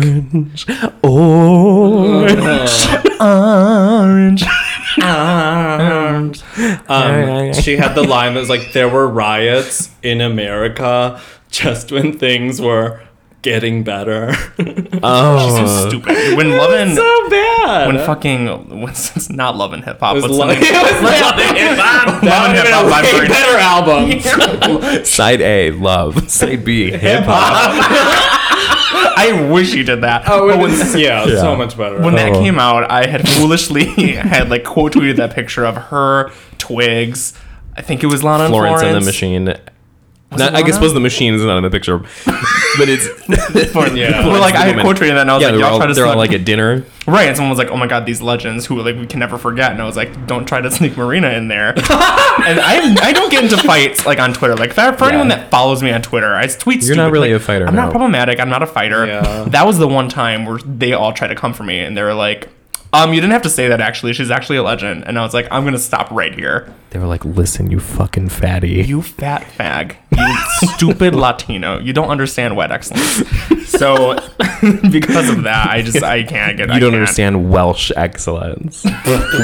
B: orange, orange,
D: Orange.
C: Um, she had the line that was like, "There were riots in America just when things were getting better."
B: Oh, Uh-huh.
D: so stupid. When Love and
C: so bad.
D: when fucking what's it's not Love and Hip Hop.
C: it was
D: What's
C: like,
D: the name?
C: love and hip hop. That
D: and
C: would
D: hip hop by
C: have been a way
D: Marina.
C: better album.
B: Side A, love. Side B, hip hop.
D: I wish you did that.
C: Oh,
D: But
C: it
D: when-
C: is, yeah,
B: Yeah.
C: so much better.
D: when that
B: Oh.
D: came out, I had foolishly had like quote tweeted that picture of her, Twigs. I think it was Lana and
B: Florence
D: Florence,
B: and the Machine. Not-
D: it
B: I guess
D: Lana?
B: was the machine is not in the picture, but it's
D: Florence,
C: Yeah.
D: Well, like I had
B: Woman.
D: quote tweeted that, and I was
B: yeah.
D: like,
B: They're,
D: "Y'all
B: all,
D: try to
B: they're all
D: sneak-
B: like at dinner.
D: right?" And someone was like, "Oh my god, these legends who like we can never forget." And I was like, "Don't try to sneak Marina in there." and I I don't get into fights like on Twitter. Like for, for anyone
B: Yeah.
D: that follows me on Twitter, I tweet.
B: You're not really a fighter,
D: I'm not
B: no.
D: problematic. I'm not a fighter.
C: Yeah.
D: That was the one time where they all tried to come for me, and they were like. Um, you didn't have to say that actually. She's actually a legend. And I was like, I'm gonna stop right here.
B: They were like, "Listen, you fucking fatty."
D: You fat fag. You stupid Latino. You don't understand wet excellence. So because of that, I just I can't get.
B: You
D: I
B: don't
D: can't.
B: understand Welsh excellence.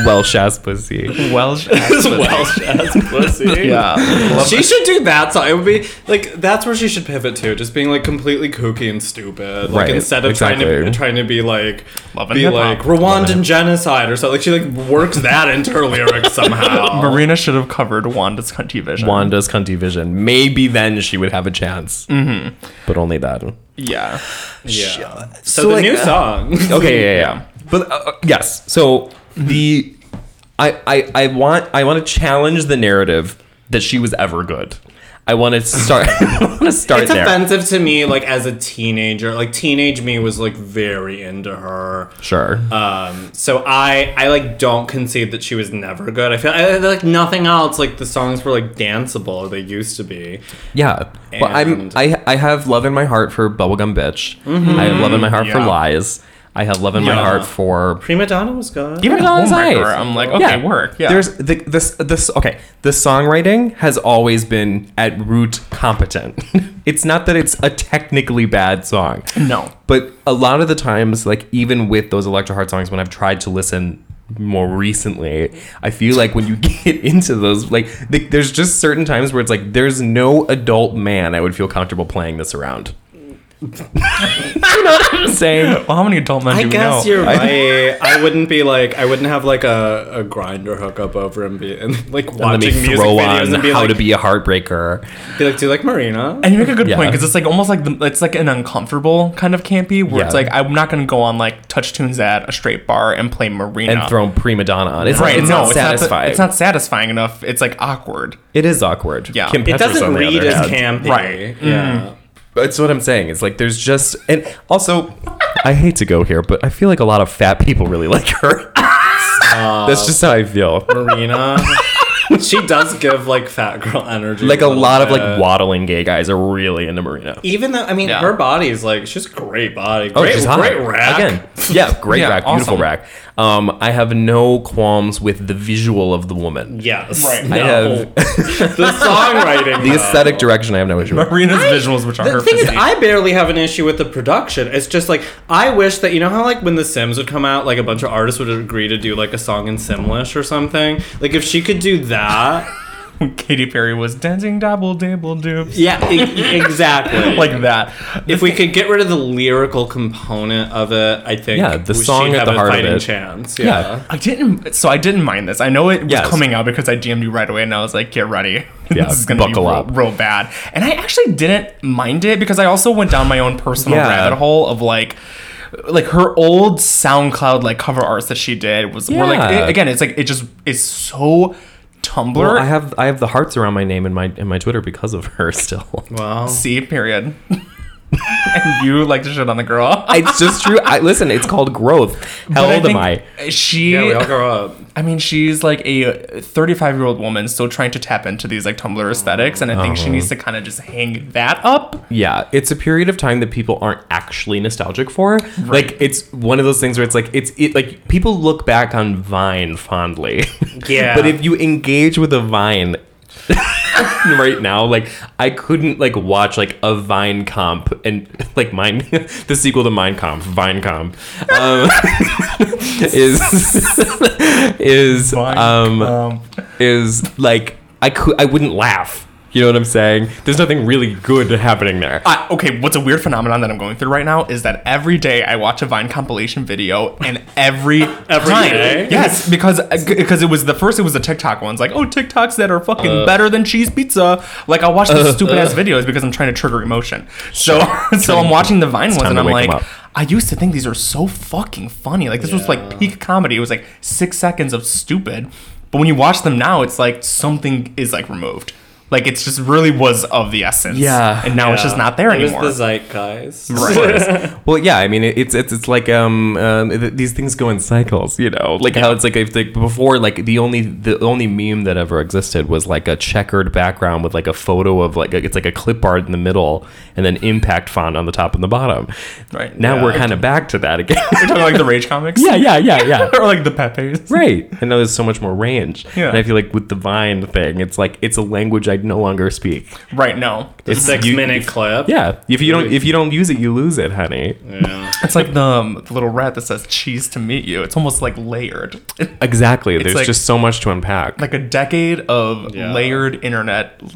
B: Welsh ass pussy.
D: Welsh.
C: This Welsh ass pussy.
D: Yeah.
C: She should do that song. It would be like that's where she should pivot to, just being like completely kooky and stupid. Like
B: Right,
C: instead of trying
B: exactly.
C: to trying to be like
D: Love and
C: be
D: hip hop.
C: like
B: Love
C: Rwandan
B: and-
C: genocide or something. Like she like works that into her lyrics somehow.
D: Marina should have covered Wanda's country vision.
B: Wanda's cunty vision. Maybe then she would have a chance. Mm-hmm. But only that.
D: Yeah.
C: yeah. So,
B: So,
C: the
B: like,
C: new
B: uh,
C: song.
B: Okay, yeah, yeah. yeah. But uh, uh, yes, so the I, I I want I want to challenge the narrative that she was ever good. I want to start. I want to start
C: It's
B: there.
C: offensive to me, like as a teenager. Like teenage me was like very into her.
B: Sure.
C: Um, so I, I like don't concede that she was never good. I feel I, like nothing else. Like the songs were like danceable, or they used to be.
B: yeah. But I'm
C: and-
B: I I have love in my heart for bubblegum bitch. I have love in my heart for
D: Yeah.
B: lies. I have love in my
D: Yeah.
B: heart for
C: Prima Donna was good.
D: Even
B: Prima Donna's
D: Homewrecker,
B: eyes.
D: I'm like, okay, work. Yeah.
B: There's the, this this okay. The songwriting has always been at root competent. it's not that it's a technically bad song.
D: no.
B: But a lot of the times, like even with those Electro Heart songs, when I've tried to listen more recently, I feel like when you get into those, like th- there's just certain times where it's like there's no adult man I would feel comfortable playing this around. you know what I'm saying?
D: Well, how many adult men
C: I
D: do we
C: guess
D: know?
C: you're right. I wouldn't be like I wouldn't have like a, a grinder hookup over and be and like
B: Let me
C: watching music
B: throw
C: videos
B: on
C: and be
B: how
C: like,
B: to be a heartbreaker.
C: be like, do you like Marina?
D: And you make a good point 'cause
B: Yeah.
D: point because it's like almost like the, it's like an uncomfortable kind of campy where it's
B: Yeah.
D: like I'm not gonna go on like touch tunes at a straight bar and play Marina
B: and throw prima donna on. It's
D: right.
B: It's
D: no,
B: not satisfying.
D: it's not satisfying enough. It's like awkward.
B: It is awkward.
D: Yeah.
B: Kim
D: It
C: It
B: Petras on
C: doesn't
B: the
C: read
B: other
C: as
B: hand.
C: campy.
D: Right.
C: Yeah.
B: That's what I'm saying. It's like there's just and also I hate to go here, but I feel like a lot of fat people really like her. That's just how I feel.
C: Marina. Mm. she does give like fat girl energy.
B: Like a
C: little
B: lot of like
C: bit.
B: waddling gay guys are really into Marina.
C: Even though I mean
D: Yeah.
C: her body is like she's a great body.
B: Oh,
C: Great,
B: she's hot.
C: great rack.
B: Again, yeah, great
D: Yeah,
B: rack, beautiful
D: awesome.
B: rack. Um, I have no qualms with the visual of the woman.
C: Yes.
D: Right. I
C: No.
B: have-
C: the songwriting.
B: The
C: though.
B: aesthetic direction, I have no issue with.
D: Marina's visuals, which are
C: The
D: her
C: thing
D: physique.
C: is, I barely have an issue with the production. It's just like I wish that you know how like when The Sims would come out, like a bunch of artists would agree to do like a song in Simlish or something. Like if she could do that,
D: Katy Perry was dancing double double doops.
C: yeah, e- exactly.
D: Like that.
C: if we could get rid of the lyrical component of it, I think
B: Yeah, the
C: we-
B: song
C: she'd
B: at
C: have
B: the
C: a
B: heart of
C: fighting
B: it.
C: chance.
B: Yeah.
C: Yeah.
D: I didn't so I didn't mind this. I know it was
B: Yes.
D: coming out because I DM'd you right away and I was like, get ready.
B: Yeah,
D: this is gonna
B: buckle
D: be real,
B: up.
D: real bad. And I actually didn't mind it because I also went down my own personal
B: Yeah.
D: rabbit hole of like like her old SoundCloud like cover arts that she did was were like
B: Yeah.
D: it- again, it's like it just is so Tumblr.
B: Well, I have I have the hearts around my name in my in my Twitter because of her still.
C: Well,
D: C period. and you like to shit on the girl.
B: it's just true. I listen. It's called growth. How
D: But
B: old am
D: think
B: I?
D: She
C: yeah, we all grow up.
D: I mean, she's like a 35 year old woman still trying to tap into these like Tumblr aesthetics, and I think
B: Uh-huh.
D: she needs to kind of just hang that up.
B: Yeah, it's a period of time that people aren't actually nostalgic for. Like it's one of those things where it's like it's it like people look back on Vine fondly.
C: Yeah.
B: but if you engage with a Vine right now, like I couldn't like watch like a Vine comp and like mine the sequel to Mine Comp, Vine Comp. Um, is is um
D: um,
B: is like I could I wouldn't laugh. You know what I'm saying? There's nothing really good happening there.
D: I, okay, what's a weird phenomenon that I'm going through right now is that every day I watch a Vine compilation video, and every
C: Every
D: time,
C: day?
D: yes, because because it was the first, it was the TikTok ones, like oh TikToks that are fucking
B: Uh.
D: better than cheese pizza. Like I watch those stupid ass videos because I'm trying to trigger emotion. So so I'm watching the Vine ones,
B: time
D: and
B: to
D: I'm
B: wake 'em
D: like.
B: up.
D: I used to think these are so fucking funny. Like this was like peak comedy. It was like six seconds of stupid. But when you watch them now, it's like something is like removed. Like it's just really was of the essence.
B: Yeah.
D: And now it's just
C: Yeah.
D: not there
C: it
D: anymore.
C: Was the zeitgeist.
B: well, yeah, I mean, it- it's it's it's like um, um th- these things go in cycles, you know, like how it's like if like before, like the only the only meme that ever existed was like a checkered background with like a photo of like a, it's like a clip art in the middle and then impact font on the top and the bottom.
D: Right.
B: Now
D: Yeah.
B: we're kind of back to that again.
D: You're talking like the Rage comics?
B: yeah, yeah, yeah, yeah.
D: or like the Pepe's.
B: Right. I know there's so much more range.
D: Yeah.
B: And I feel like with the Vine thing, it's like it's a language I no longer speak.
D: Right, no.
B: It's
C: Six
B: you-
C: minute clip.
B: Yeah. If you don't if you don't use it, you lose it, honey.
C: Yeah.
D: It's like the, um, the little rat that says cheese to meet you. It's almost like layered.
B: Exactly. There's
D: like-
B: just so much to unpack.
D: Like a decade of
C: Yeah.
D: layered internet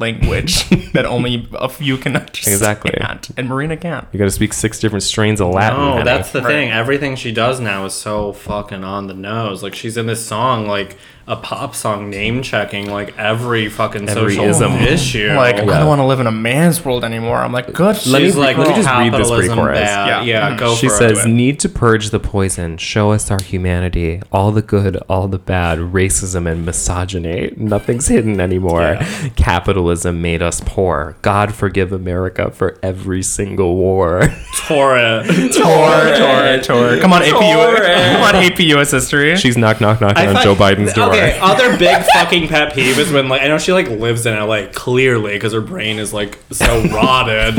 D: language that only a few can understand.
B: Exactly.
D: And Marina can't.
B: you got to speak six different strains of Latin.
C: No,
B: honey.
C: Oh, that's the
D: Right.
C: thing. Everything she does now is so fucking on the nose. Like she's in this song, like a pop song, name checking like every fucking
B: Every
C: social
B: ism.
C: issue.
D: Like, I
B: Yeah.
D: don't want to live in a man's world anymore. I'm like, good.
C: she's
B: me-
D: shit.
C: like,
B: let me just read this
C: capitalism
B: pre-chorus.
C: bad.
D: Yeah. Mm-hmm.
C: Yeah, go
B: She
C: for
B: says,
C: it.
B: "Need to purge the poison. Show us our humanity, all the good, all the bad, racism and misogyny. Nothing's hidden anymore. Capitalism made us poor. God forgive America for every single war."
C: Tore it.
D: Tor, Tor, Tor. Come on, APU. Come on, APUS history.
B: She's knock knock knocking on
C: thought-
B: Joe Biden's door.
C: Okay, uh, other big fucking pet peeve is when like I know she like lives in LA clearly because her brain is like so rotted,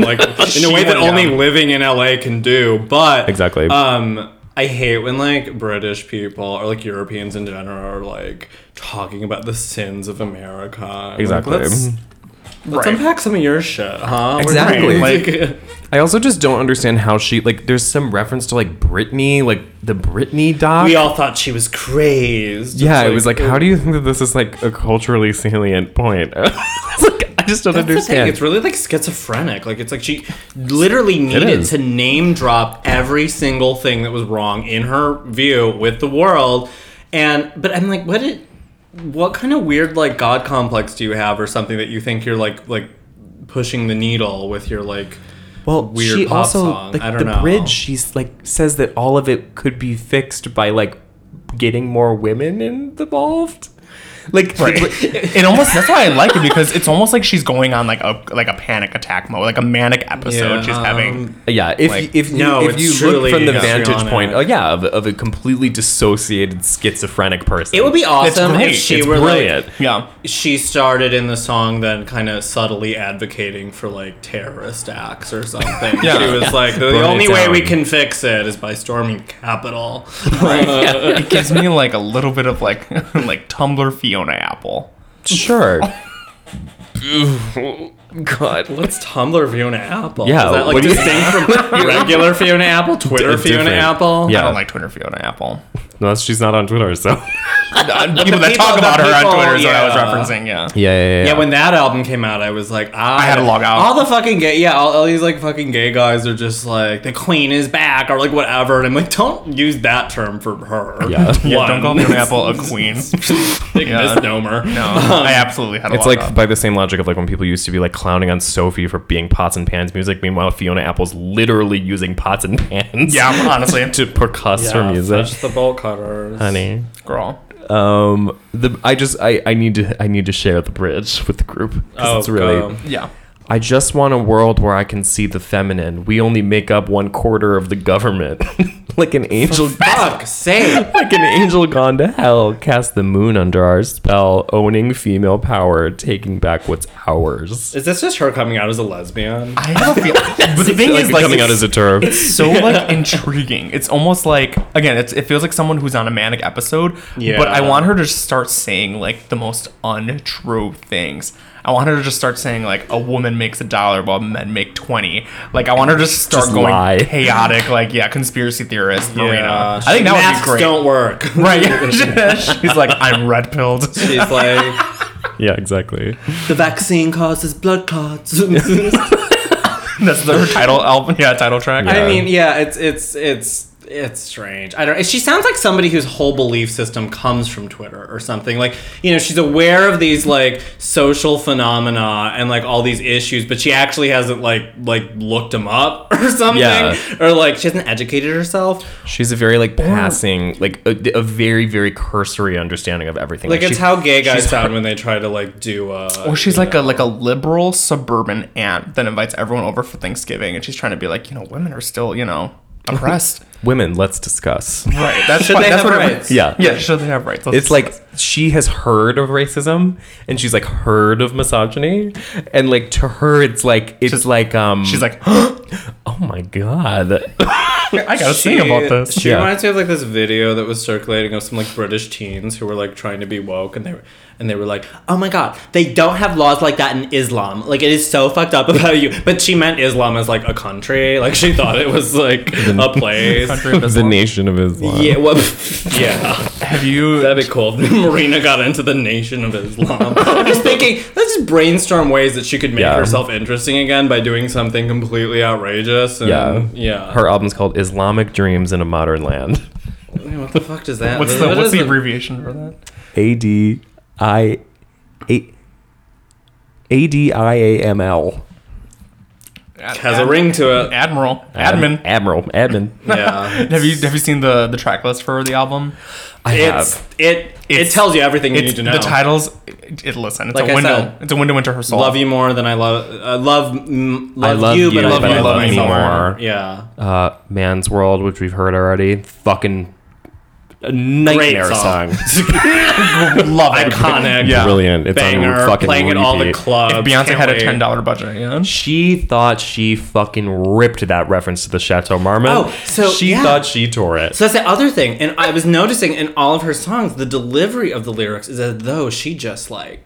C: like in a way that
D: went
C: only
D: down.
C: living in LA can do. But
B: Exactly.
C: Um, I hate when like British people or like Europeans in general are like talking about the sins of America. I'm like,
B: Exactly. Mhm.
C: let's let's
D: Right.
C: unpack some of your shit, huh? We're
B: Exactly.
C: Like,
B: I also just don't understand how she like. There's some reference to like Britney, like the Britney doc.
C: we all thought she was crazed.
B: yeah, it was like, how do you think that this is like a culturally salient point? It's like, I just don't
C: That's the thing.
B: understand.
C: It's really like schizophrenic. Like it's like she literally needed
B: is.
C: to name drop every single thing that was wrong in her view with the world, and but I'm like, what did, what kind of weird like god complex do you have or something that you think you're like like pushing the needle with your like
B: well,
C: weird
B: she
C: pop
B: also
C: song.
B: like
C: I don't
B: the
C: know.
B: bridge. She's like says that all of it could be fixed by like getting more women involved. Like,
D: it almost that's why I like it because it's almost like she's going on like a like a panic attack mode, like a manic episode she's
C: um,
D: having.
B: Yeah, um, if
D: Like,
B: if you,
C: no,
B: if
C: it's
B: you
C: truly
B: look from the
C: histrionic.
B: vantage point, oh yeah, of, of a completely dissociated schizophrenic person,
C: It would be awesome
D: great.
C: if she
B: It's
C: were
B: brilliant.
C: like
D: Yeah.
C: she started in the song then kind of subtly advocating for like terrorist acts or something.
D: Yeah.
C: She was like, the,
B: Burn it
C: only way
B: down."
C: we can fix it is by storming Capitol.
D: It gives me like a little bit of like like Tumblr Fiona Apple.
B: sure. God,
C: What's Tumblr Fiona Apple?
B: Yeah,
C: Is that like
B: what do you-
C: distinct from regular Fiona Apple, Twitter
B: It's
C: Fiona
B: different.
C: Apple?
D: I
B: Yeah.
D: don't like Twitter Fiona Apple.
B: unless she's not on Twitter, so
D: people that
C: people-
D: talk
C: the
D: about her on
C: people-
D: Twitter is what I
C: yeah.
D: was referencing. Yeah.
B: yeah, yeah, yeah.
C: Yeah, when that album came out, I was like, ah,
D: had to log out.
C: All the fucking gay, yeah, all, all these like fucking gay guys are just like the queen is back or like whatever, and I'm like, don't use that term for her.
B: Yeah.
D: Yeah,
C: One.
D: don't call Fiona Apple a queen.
C: Big
D: Yeah.
C: misnomer.
D: No, I absolutely had a
B: it's
D: lot
B: like
D: of-
B: by the same logic of like when people used to be like clowning on Sophie for being pots and pans music. Meanwhile, Fiona Apple's literally using pots and pans.
D: yeah, honestly,
B: to percuss her music,
C: Fetch the bolt Ah, cutters.
B: honey.
D: girl.
B: Um, the I just I I need to I need to share the bridge with the group 'cause
C: Oh,
B: it's really.
C: go.
D: Yeah.
B: I just want a world where I can see the feminine. We only make up one quarter of the government. like an angel
C: Fuck, say
B: like an angel gone to hell. Cast the moon under our spell, owning female power, taking back what's ours.
C: Is this just her coming out as a lesbian?
D: I have a feel. but the thing is, like,
B: coming
D: it's-
B: out as a term.
D: so like intriguing. It's almost like again, it's, it feels like someone who's on a manic episode.
C: Yeah.
D: But I want her to just start saying like the most untrue things. I want her to just start saying like a woman makes a dollar while men make twenty. Like I want her to just start
B: Just
D: going
B: lie.
D: chaotic. Like yeah, conspiracy theorist
C: uh,
D: Marina. I think that
C: Masks
D: would be great.
C: don't work.
D: Right? Yeah. She's like I'm red pilled.
C: She's like,
B: Yeah, exactly.
C: The vaccine causes blood clots.
D: That's their title album. Yeah, title track.
B: Yeah.
C: I mean, yeah, it's it's it's it's strange. I don't. She sounds like somebody whose whole belief system comes from Twitter or something. Like you know, she's aware of these like social phenomena and like all these issues, but she actually hasn't like like looked them up or something,
B: Yeah.
C: or like she hasn't educated herself.
B: She's a very like passing, like a, a very very cursory understanding of everything.
C: Like it's
B: she-
C: how gay guys sound when they try to like do. Uh,
D: Or she's like a like a liberal suburban aunt that invites everyone over for Thanksgiving, and she's trying to be like, you know, women are still, you know, oppressed.
B: women. Let's discuss.
D: right. That's
C: Should
D: why-
C: they
D: that's
C: have
D: what it-
C: rights?
B: Yeah.
D: Yeah. Should they have rights? Let's
B: It's like she has heard of racism and she's like heard of misogyny and like to her it's like it's
D: She's-
B: like um
D: She's like,
B: oh my god
D: I gotta sing about this.
C: She
B: Yeah.
C: reminds me of like this video that was circulating of some like British teens who were like trying to be woke and they were and they were like, Oh my god, they don't have laws like that in Islam. Like it is so fucked up about you. But she meant Islam as like a country. Like she thought it was like a place.
B: the nation of Islam
C: Yeah, well, yeah.
D: Have you?
C: That'd be cool. if Marina got into the Nation of Islam. I'm just thinking, let's just brainstorm ways that she could make
B: Yeah.
C: herself interesting again by doing something completely outrageous. And,
B: yeah
C: yeah, yeah.
B: her album's called Islamic Dreams in a Modern Land
C: what the fuck does that?
D: What's
C: what
D: the
C: is
D: what's the
C: it?
D: abbreviation for that?
B: A D I A A D I A M L
C: has a ring to it.
D: Admiral. Admin.
B: Admiral Admin
C: Yeah.
D: Have you have you seen the the track list for the album?
B: I
C: It's
B: have
C: it it tells you everything you need
D: It's
C: to know.
D: the titles. It, it- listen. It's
C: Like I
D: a window.
C: said,
D: it's a window into her soul.
C: Love you more than I love uh, love mm, love,
B: I love
C: you,
B: you,
C: but I love,
D: but
C: you,
D: I
C: love
D: love
C: me
D: me
C: more.
B: more.
C: Yeah.
B: uh Man's World which we've heard already fucking a nightmare
C: song.
B: song.
D: Love it.
C: Iconic.
D: Yeah.
B: Brilliant. It's
C: Banger,
B: on fucking
C: playing at all the
B: repeat.
C: clubs.
D: If Beyonce
C: can't
D: had a
C: wait.
D: ten dollar budget. Yeah.
B: She thought she fucking ripped that reference to the Chateau Marmont.
C: Oh, so,
B: she
C: yeah.
B: thought she tore it.
C: So that's the other thing, and I was noticing in all of her songs, the delivery of the lyrics is as though she just like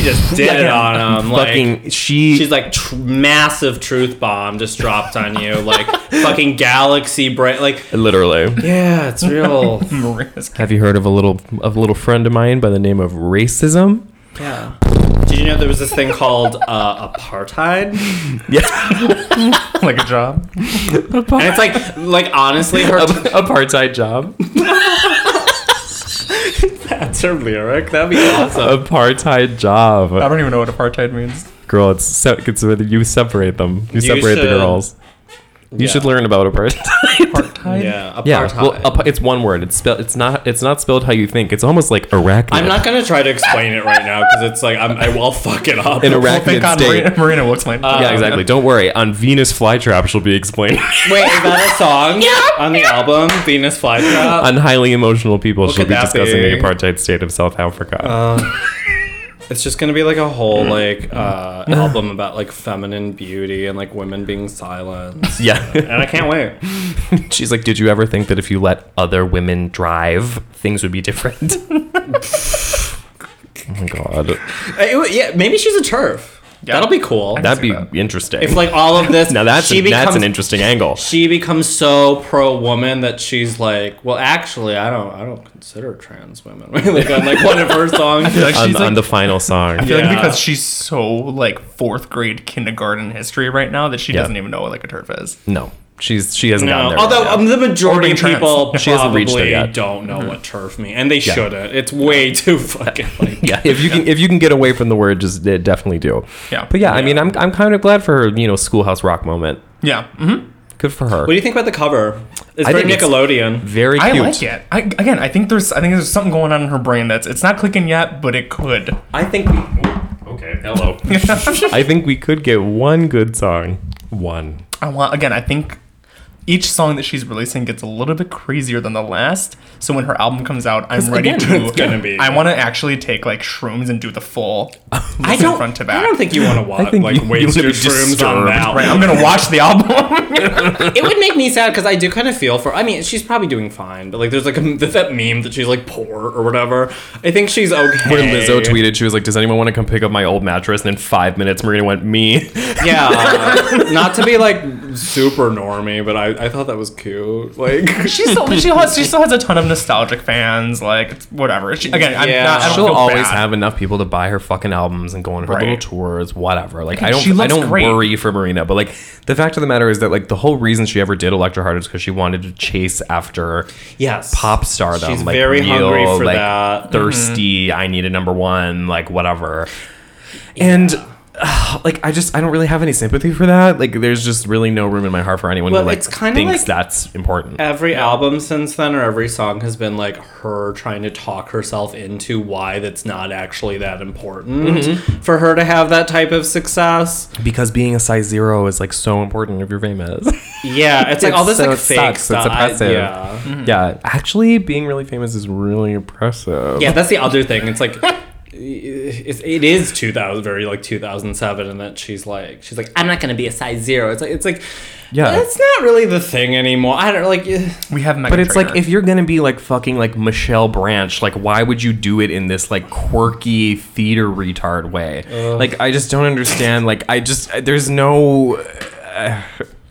C: just did it on them. Like,
B: fucking she
C: She's like tr- massive truth bomb just dropped on you, like fucking galaxy bright, like
B: literally.
C: yeah, it's real.
D: Maria's
B: Have you heard of a little of a little friend of mine by the name of racism?
C: Yeah. Did you know there was this thing called uh, apartheid?
D: like a job.
C: And it's like, like honestly, her
B: apartheid job.
C: that's her lyric. That'd be awesome.
B: Apartheid
D: I
B: job.
D: don't even know what apartheid means.
B: Girl, it's se- it's whether you separate them. You, separate the
C: should-
B: girls. You should learn about apartheid.
D: Apartheid.
C: Yeah, uh, apartheid.
B: yeah, well, apa- it's one word. It's spelled. It's not. It's not spelled how you think. It's almost like arachnid.
C: I'm not gonna try to explain it right now because it's like I'm, I will fuck it up.
B: an
D: Well, thank
B: arachnid
D: God
B: state.
D: Marina, Marina will explain.
B: Uh,
C: Um,
B: yeah, exactly. Don't worry. On Venus flytrap, she'll be explaining.
C: Wait, is that a song on the album Venus Flytrap?
B: on highly emotional people
C: Look
B: she'll
C: at
B: be
C: that
B: discussing
C: thing. Uh,
B: the apartheid state of South Africa.
C: It's just gonna be like a whole like uh, album about like feminine beauty and like women being silent.
B: yeah.
C: And I can't wait.
B: She's like, Did you ever think that if you let other women drive, things would be different? oh my god.
C: Uh, it would- yeah, maybe she's a turf. That'll be cool.
B: That'd be
D: that.
B: interesting.
C: if like all of this
B: now that's
C: she
B: a,
C: becomes
B: that's an interesting angle.
C: she becomes so pro woman that she's like, well, actually, I don't, I don't consider trans women. like on like one of her songs,
D: Like she's
B: on,
D: like,
B: on the final song.
D: I feel like
C: Yeah.
D: because she's so like fourth grade kindergarten history right now that she
B: Yeah.
D: doesn't even know what like a turf is.
B: No. She's she hasn't gotten
C: no.
B: there.
C: Although
B: yet.
C: um, the majority
D: being
C: of
D: trans.
C: people
B: She hasn't reached there
C: probably
B: yet. Mm-hmm.
C: don't know what turf means, and they shouldn't. It's way too fucking. Like,
B: yeah, if you can if you can get away from the word, just uh, definitely do.
D: Yeah.
B: But yeah, I mean I'm I'm kind of glad for her, you know, schoolhouse rock moment.
D: Yeah. hmm
B: Good for her.
C: What do you think about the cover? It's
B: I
C: very
B: think it's-
C: Nickelodeon.
B: Very
D: I
B: cute.
D: like it. I, again, I think there's I think there's something going on in her brain that's it's not clicking yet, but it could.
C: I think.
B: Okay, hello. I think we could get one good song. One.
D: I want again. I think each song that she's releasing gets a little bit crazier than the last. So when her album comes out, I'm ready
C: again,
D: to.
C: it's gonna be-
D: I want to actually take like shrooms and do the full.
C: I
D: listen
C: don't.
D: front to back.
C: I don't think you want to watch
B: think
C: like
B: you- you
C: waste
B: wanna
C: your
B: be
C: shrooms on
B: disturbed.
C: that.
D: Right, I'm gonna watch the album.
C: it would make me sad because I do kind of feel for. I mean, she's probably doing fine, but like, there's like a, that meme that she's like poor or whatever. I think she's okay.
B: When Lizzo tweeted, she was like, "Does anyone want to come pick up my old mattress?" And in five minutes, Marina went, "Me."
C: yeah, not to be like super normy, but I, I thought that was cute. Like
D: She still, she has, she still has a ton of nostalgic fans. Like it's whatever. She, again, I'm
C: Yeah.
D: not. I don't
B: She'll
D: feel
B: always
D: bad.
B: have enough people to buy her fucking albums and go on her
D: Right.
B: little tours, whatever. Like I
D: And
B: don't,
D: she
B: I
D: looks
B: don't
D: great.
B: worry for Marina, but like the fact of the matter is that like the whole reason she ever did Electro Heart is because she wanted to chase after
C: yes,
B: pop stardom.
C: She's
B: like,
C: very
B: real,
C: hungry for
B: like,
C: that. Mm-hmm.
B: Thirsty. I need a number one. Like whatever. And ugh, like I just I don't really have any sympathy for that. Like there's just really no room in my heart for anyone
C: Well,
B: who like
C: it's kinda
B: thinks
C: like-
B: that's important.
C: Every album since then, or every song, has been like her trying to talk herself into why that's not actually that important
B: Mm-hmm.
C: for her to have that type of success.
B: because being a size zero is like so important if you're famous.
C: Yeah, it's like all this
B: so
C: like
B: it
C: fake
B: sucks.
C: stuff.
B: It's oppressive.
C: Yeah.
B: Yeah, actually, being really famous is really impressive.
C: yeah, that's the other thing. It's like it's, it is 2000, very like 2007, and that she's like she's like I'm not gonna be a size zero. It's like it's like
B: Yeah.
C: that's not really the thing anymore. I don't like. eh.
D: We have, Meghan
B: But it's like
D: Trainor.
B: if you're gonna be like fucking like Michelle Branch, like why would you do it in this like quirky theater retard way? Like I just don't understand. Like I just I- there's no, uh,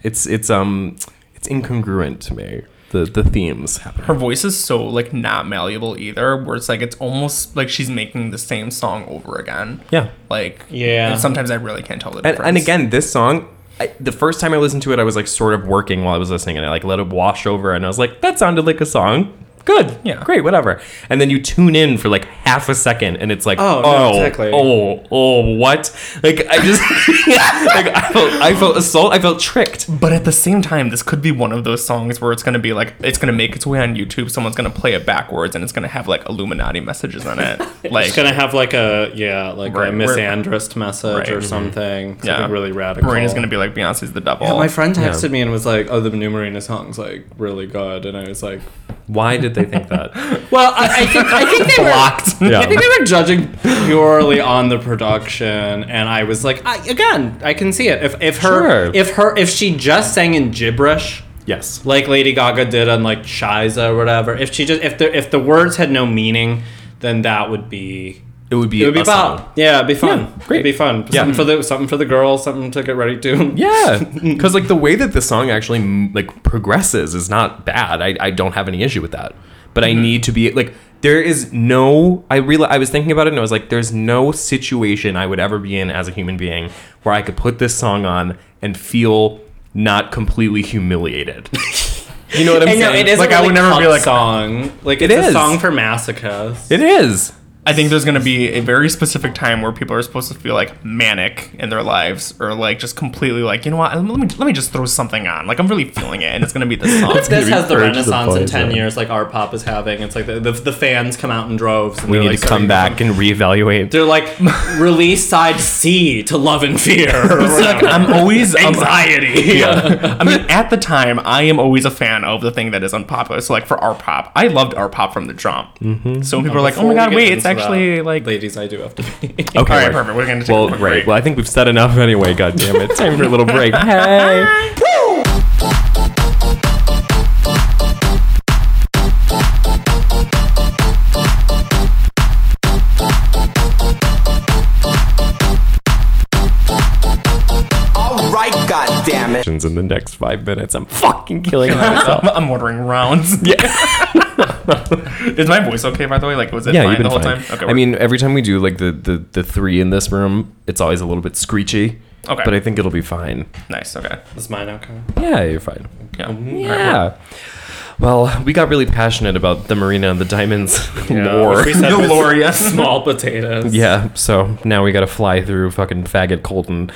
B: it's it's um it's incongruent to me. The the themes happen.
D: her voice is so like not malleable either where it's like it's almost like she's making the same song over again
B: Yeah.
D: like
C: Yeah.
D: and sometimes i really can't tell the
B: And,
D: difference
B: and again, this song, I, the first time I listened to it, I was like sort of working while I was listening, and I like let it wash over, and I was like, that sounded like a song. Good,
D: Yeah.
B: great, whatever. And then you tune in for like half a second, and it's like,
C: Oh,
B: oh,
C: no,
B: oh,
C: exactly.
B: oh, what? Like I just, like I felt, I felt assault, I felt tricked.
D: but at the same time this could be one of those songs where it's going to be like it's going to make its way on youtube someone's going to play it backwards and it's going to have like illuminati messages on it like
C: It's gonna have like a yeah, like
D: Right,
C: a misandrist
D: we're-
C: message
D: Right,
C: or
D: mhm.
C: something. Something
D: Yeah.
C: really radical.
D: Marina's gonna be like Beyonce's the devil.
C: Yeah, my friend texted
B: Yeah.
C: me and was like, "Oh, the new Marina song's like really good," and I was like,
B: Why did they think that?
C: "Well, I, I think I think they blocked."
B: Yeah.
C: I think they were judging purely on the production, and I was like, I, "Again, I can see it. If if her
B: Sure.
C: if her if she just sang in gibberish."
B: yes.
C: like Lady Gaga did on like Shiza or whatever. If she just if the if the words had no meaning, then that would be
B: It would be.
C: it would be
B: a song.
C: about yeah, it'd be fun.
B: Yeah, great.
C: It'd be fun.
B: Yeah.
C: Something for the something for the girls, something to get ready to.
B: Yeah, because like the way that the song actually mm, like progresses is not bad. I, I don't have any issue with that, but
C: Mm-hmm.
B: I need to be like there is no. I real I was thinking about it and I was like, there's no situation I would ever be in as a human being where I could put this song on and feel not completely humiliated. you know what I'm
C: And no,
B: saying?
C: it is
D: Like,
C: a
D: I
C: really
D: would never
C: pop
D: be like-
C: song. Like
B: It
C: it's a
B: is.
C: song for masochists.
B: It is.
D: I think there's gonna be a very specific time where people are supposed to feel like manic in their lives, or like just completely like, you know what? Let me let me just throw something on. Like I'm really feeling it, and it's gonna be this song.
B: It's gonna
C: This
B: be
C: has the
B: urges of
C: renaissance in
B: poison.
C: ten years, like our pop is having. It's like the, the, the fans come out in droves. And
B: We
C: they're
B: need
C: like,
B: to come
C: sorry,
B: back and reevaluate.
C: They're like release side C to love and fear. or
D: Like,
C: whatever.
D: I'm always I'm-
C: Anxiety.
D: I mean, at the time, I am always a fan of the thing that is unpopular. So, like for our pop, I loved our pop from the jump.
B: Mm-hmm.
D: So when people are like, "Oh my god, wait, it's actually like."
C: ladies, I do have to be.
B: Okay,
D: All right,
B: wait.
D: perfect. We're gonna take
B: Well,
D: a quick
B: right.
D: break.
B: Well, I think we've said enough anyway. God damn it! Time for a little break. Hey.
E: Alright, goddammit.
B: in the next five minutes. I'm fucking killing myself.
D: I'm, I'm ordering rounds.
B: yeah,
D: Is my voice okay? By the way, like was it
B: yeah,
D: fine
B: you've been
D: the whole
B: fine.
D: time? Okay.
B: I
D: we're-
B: mean, every time we do like the, the the three in this room, it's always a little bit screechy.
D: Okay.
B: but I think it'll be fine.
D: nice. Okay.
C: Is mine okay?
B: Yeah, you're fine.
D: Yeah.
B: Yeah. Well, we got really passionate about the Marina and the Diamonds lore.
C: Which we said
D: The
C: was
D: lore, yes.
C: Small potatoes.
B: yeah, so now we got to fly through fucking faggot Colton.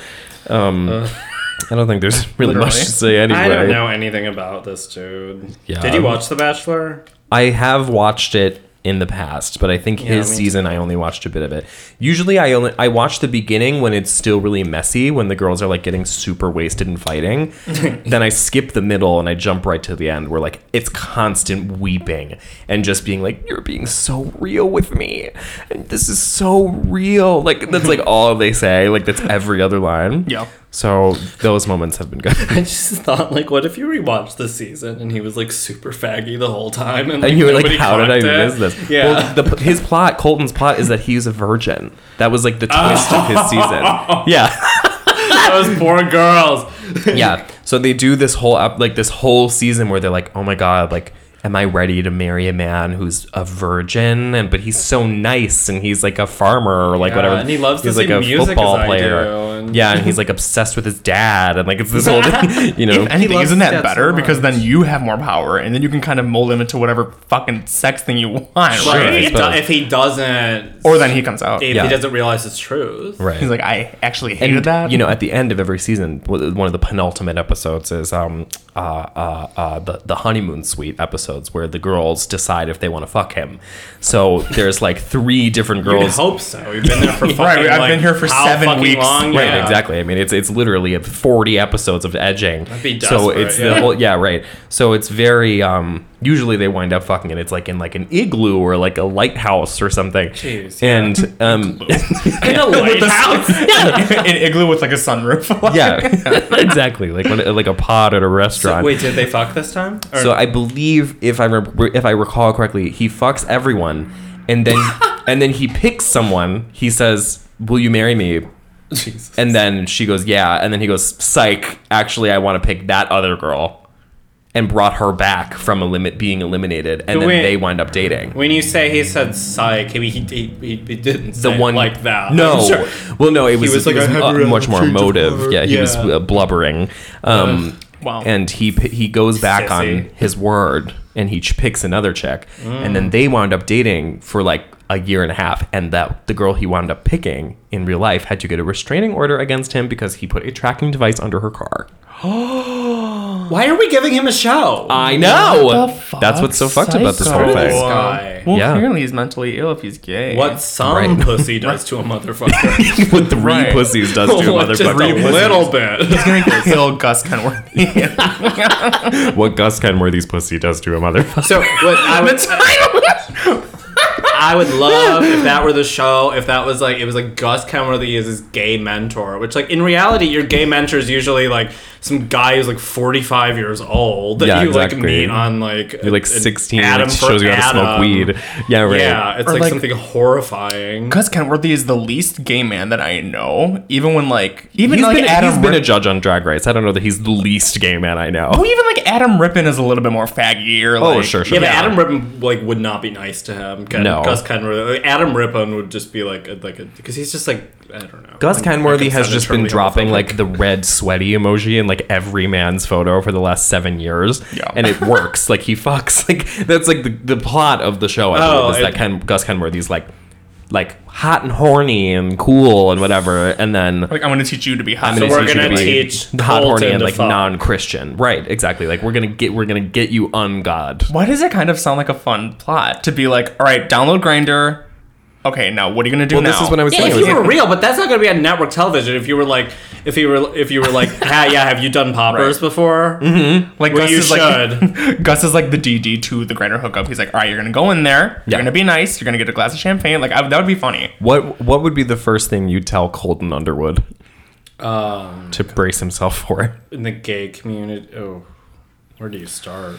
B: Um, I don't think there's really much
D: Literally.
B: to say anyway.
C: Uh. I don't know anything about this dude.
B: Yeah.
C: Did you watch The Bachelor?
B: I have watched it in the past, but I think his
C: me
B: season I only watched a bit of it. Usually I only I watch the beginning when it's still really messy, when the girls are like getting super wasted and fighting. then I skip the middle and I jump right to the end where like it's constant weeping and just being like, You're being so real with me. And this is so real. Like that's like all they say. Like that's every other line.
D: Yeah.
B: So those moments have been good.
C: I just thought, like, what if you rewatched the season and he was like super faggy the whole time, and,
B: And you were like,
C: nobody
B: how did I
C: clocked it?
B: miss this?
C: Yeah.
B: Well, the, his plot, Colton's plot, is that he's a virgin. That was like the twist of his season. Yeah.
C: Those poor girls.
B: yeah. So they do this whole ep- like this whole season where they're like, "Oh my god, like am I ready to marry a man who's a virgin and but he's so nice and he's like a farmer or like
C: Yeah,
B: whatever.
C: and he loves the
B: he's
C: same music as I do, and-
B: Yeah, and he's like obsessed with his dad and like it's this whole thing, you know.
D: If anything,
C: loves
D: isn't that
C: that so
D: better? because
C: much.
D: then you have more power, and then you can kind of mold him into whatever fucking sex thing you want,
C: Like,
B: Sure, I
C: if,
D: right?
C: he do-
B: suppose.
C: if he doesn't,
D: Or then he comes out.
C: if
B: Yeah.
C: he doesn't realize his truth,
B: Right.
D: He's like, I actually hated
B: and
D: that.
B: you know, at the end of every season, w- one of the penultimate episodes is um uh uh, uh the the honeymoon suite episodes where the girls decide if they want to fuck him. So there's like three different
C: You'd
B: girls.
C: hope so. We've been there for fucking,
D: Right, I've
C: like,
D: been here for
C: how
D: seven
C: fucking
D: weeks.
C: Long?
B: Right,
C: Yeah.
B: exactly. I mean, it's it's literally a 40 episodes of edging.
C: be
B: so
C: desperate,
B: it's the
C: yeah.
B: whole yeah, right. So it's very um usually they wind up fucking and it's like in like an igloo or like a lighthouse or something.
C: Jeez, yeah.
B: and um
C: In a lighthouse.
D: an igloo with like a sunroof.
B: yeah, exactly. Like when, like a pod at a restaurant.
C: Wait, did they fuck this time? Or-
B: So I believe if I re- if I recall correctly, he fucks everyone, and then and then he picks someone. He says, "Will you marry me?"
C: Jesus.
B: And then she goes, "Yeah." And then he goes, "Psych! Actually, I want to pick that other girl," and brought her back from elim- being eliminated, and
C: But
B: then
C: wait.
B: they wind up dating.
C: When you say he said psych, he, he, he, he didn't
B: The
C: say it
B: one
C: like that.
B: No,
C: I'm sure.
B: well, no, it was,
C: was
B: it
C: like, "I
B: was
C: have
B: mu-
C: a real
B: much more
C: change of
B: emotive.
C: heart."
B: Yeah, he was
C: Yeah.
B: uh, blubbering. Um,
D: Wow.
B: and he p- he goes back
C: Sissy.
B: on his word and he ch- picks another chick and then they wound up dating for like a year and a half and that the girl he wound up picking in real life had to get a restraining order against him because he put a tracking device under her car
C: Why are we giving him a show?
B: i know
D: What the fuck?
B: that's what's so fucked about this
D: Psycho.
B: whole
C: this
B: thing
C: guy.
D: Well,
B: Yeah.
D: clearly he's mentally ill if he's gay.
C: What some
B: Right.
C: pussy does to a motherfucker.
B: what three
D: Right.
B: pussies does to a
C: Just a
B: motherfucker
C: little bit.
D: He's gonna kill Gus Kenworthy.
B: what gus kenworthy's pussy does to a motherfucker
C: So what I would I would love if that were the show. If that was like it was like Gus Kenworthy is his gay mentor, which like in reality your gay mentor is usually like some guy who's like forty five years old that
B: Yeah,
C: you like
B: exactly.
C: meet on like
B: you're like
C: an
B: 16
C: Adam
B: like, shows
C: for
B: you how to
C: Adam.
B: smoke weed yeah right
C: Yeah, it's
D: Or,
C: like,
D: like-
C: something horrifying.
D: Gus Kenworthy is the least gay man that I know. Even when like, even
B: He's
D: like
B: been,
D: Adam
B: he's been a
D: Rip-
B: judge on Drag Race. I don't know that he's the least gay man I know.
D: well, even like Adam Rippon is a little bit more faggy or
B: Oh,
D: like,
B: sure, sure.
C: yeah, but
D: yeah.
C: Adam Rippon like would not be nice to him. Ken-
B: No.
C: Gus Kenworthy. like, Adam Rippon would just be like a, like a because he's just like I don't know.
B: Gus
C: Like,
B: Kenworthy
C: like,
B: has just been
C: semi-terminally
B: dropping
C: homophobic.
B: like the red sweaty emoji in like every man's photo for the last seven years,
D: Yeah.
B: and it works. like he fucks. Like that's like the, the plot of the show. I
C: Oh,
B: believe is that
C: it-
B: Ken, Gus Kenworthy's like like hot and horny and cool and whatever, and then
D: Like I'm gonna teach you to be hot.
B: I'm gonna
C: So we're
B: teach you to
C: gonna
B: be
C: teach
B: hot, horny,
C: Colton
B: and
C: to
B: like
C: fuck.
B: non-Christian. Right? Exactly. Like we're gonna get we're gonna get you ungod.
D: Why does it kind of sound like a fun plot to be like, all right, download Grinder. Okay, now what are you gonna do
B: Well,
D: now?
B: this is what I was
C: Yeah,
B: saying.
C: if
B: It was
C: you
B: like-
C: were real, but that's not going to be on network television. If you were like, if you were, if you were like, ah, yeah, have you done poppers
D: Right.
C: before?
B: Mm-hmm.
D: Like
C: Well,
D: Gus
C: you
D: is like Gus is like the DD to the grinder hookup. He's like, all right, you're gonna go in there.
B: Yeah.
D: You're gonna be nice. You're gonna get a glass of champagne. Like I, that would be funny.
B: What what would be the first thing you'd tell Colton Underwood
C: Um,
B: to brace himself for? it?
C: In the gay community, oh, where do you start?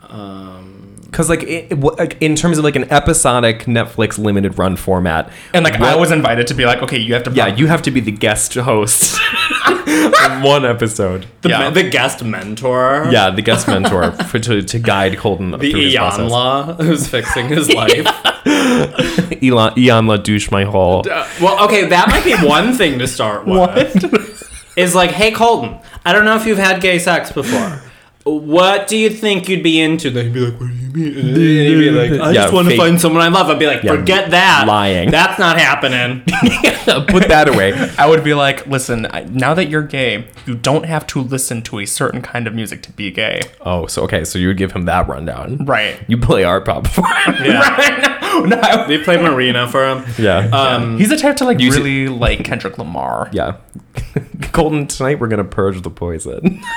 B: Because like, it, it- what- like, in terms of like an episodic Netflix limited run format,
D: And like I
B: what-
D: was invited to be like, okay, you have to.
B: yeah, you have to be the guest host in one episode.
C: The,
D: Yeah.
C: men- the guest mentor,
B: Yeah, the guest mentor for, to, to guide Colton
C: the
B: through his process.
C: Iyanla who's fixing his life.
B: Elon Ianla douche my hole.
C: Uh, well, okay, that might be one thing to start with. Is like, hey Colton, I don't know if you've had gay sex before. What do you think you'd be into? Then he'd be like, What do you mean? And he'd be like, I
B: Yeah,
C: just want to
B: fake-
C: find someone I love. I'd be like, forget that.
B: lying.
C: That's not happening.
B: Put that away.
D: I would be like, listen, I, now that you're gay, you don't have to listen to a certain kind of music to be gay.
B: Oh, so okay, so you would give him that rundown,
D: Right.
B: You play art pop for him.
D: No, no, I-
C: They played Marina for him.
B: Yeah.
C: Um,
D: he's the type to like
B: You see-
D: really like Kendrick Lamar.
B: Mm. Yeah. Colton, tonight we're gonna purge the poison.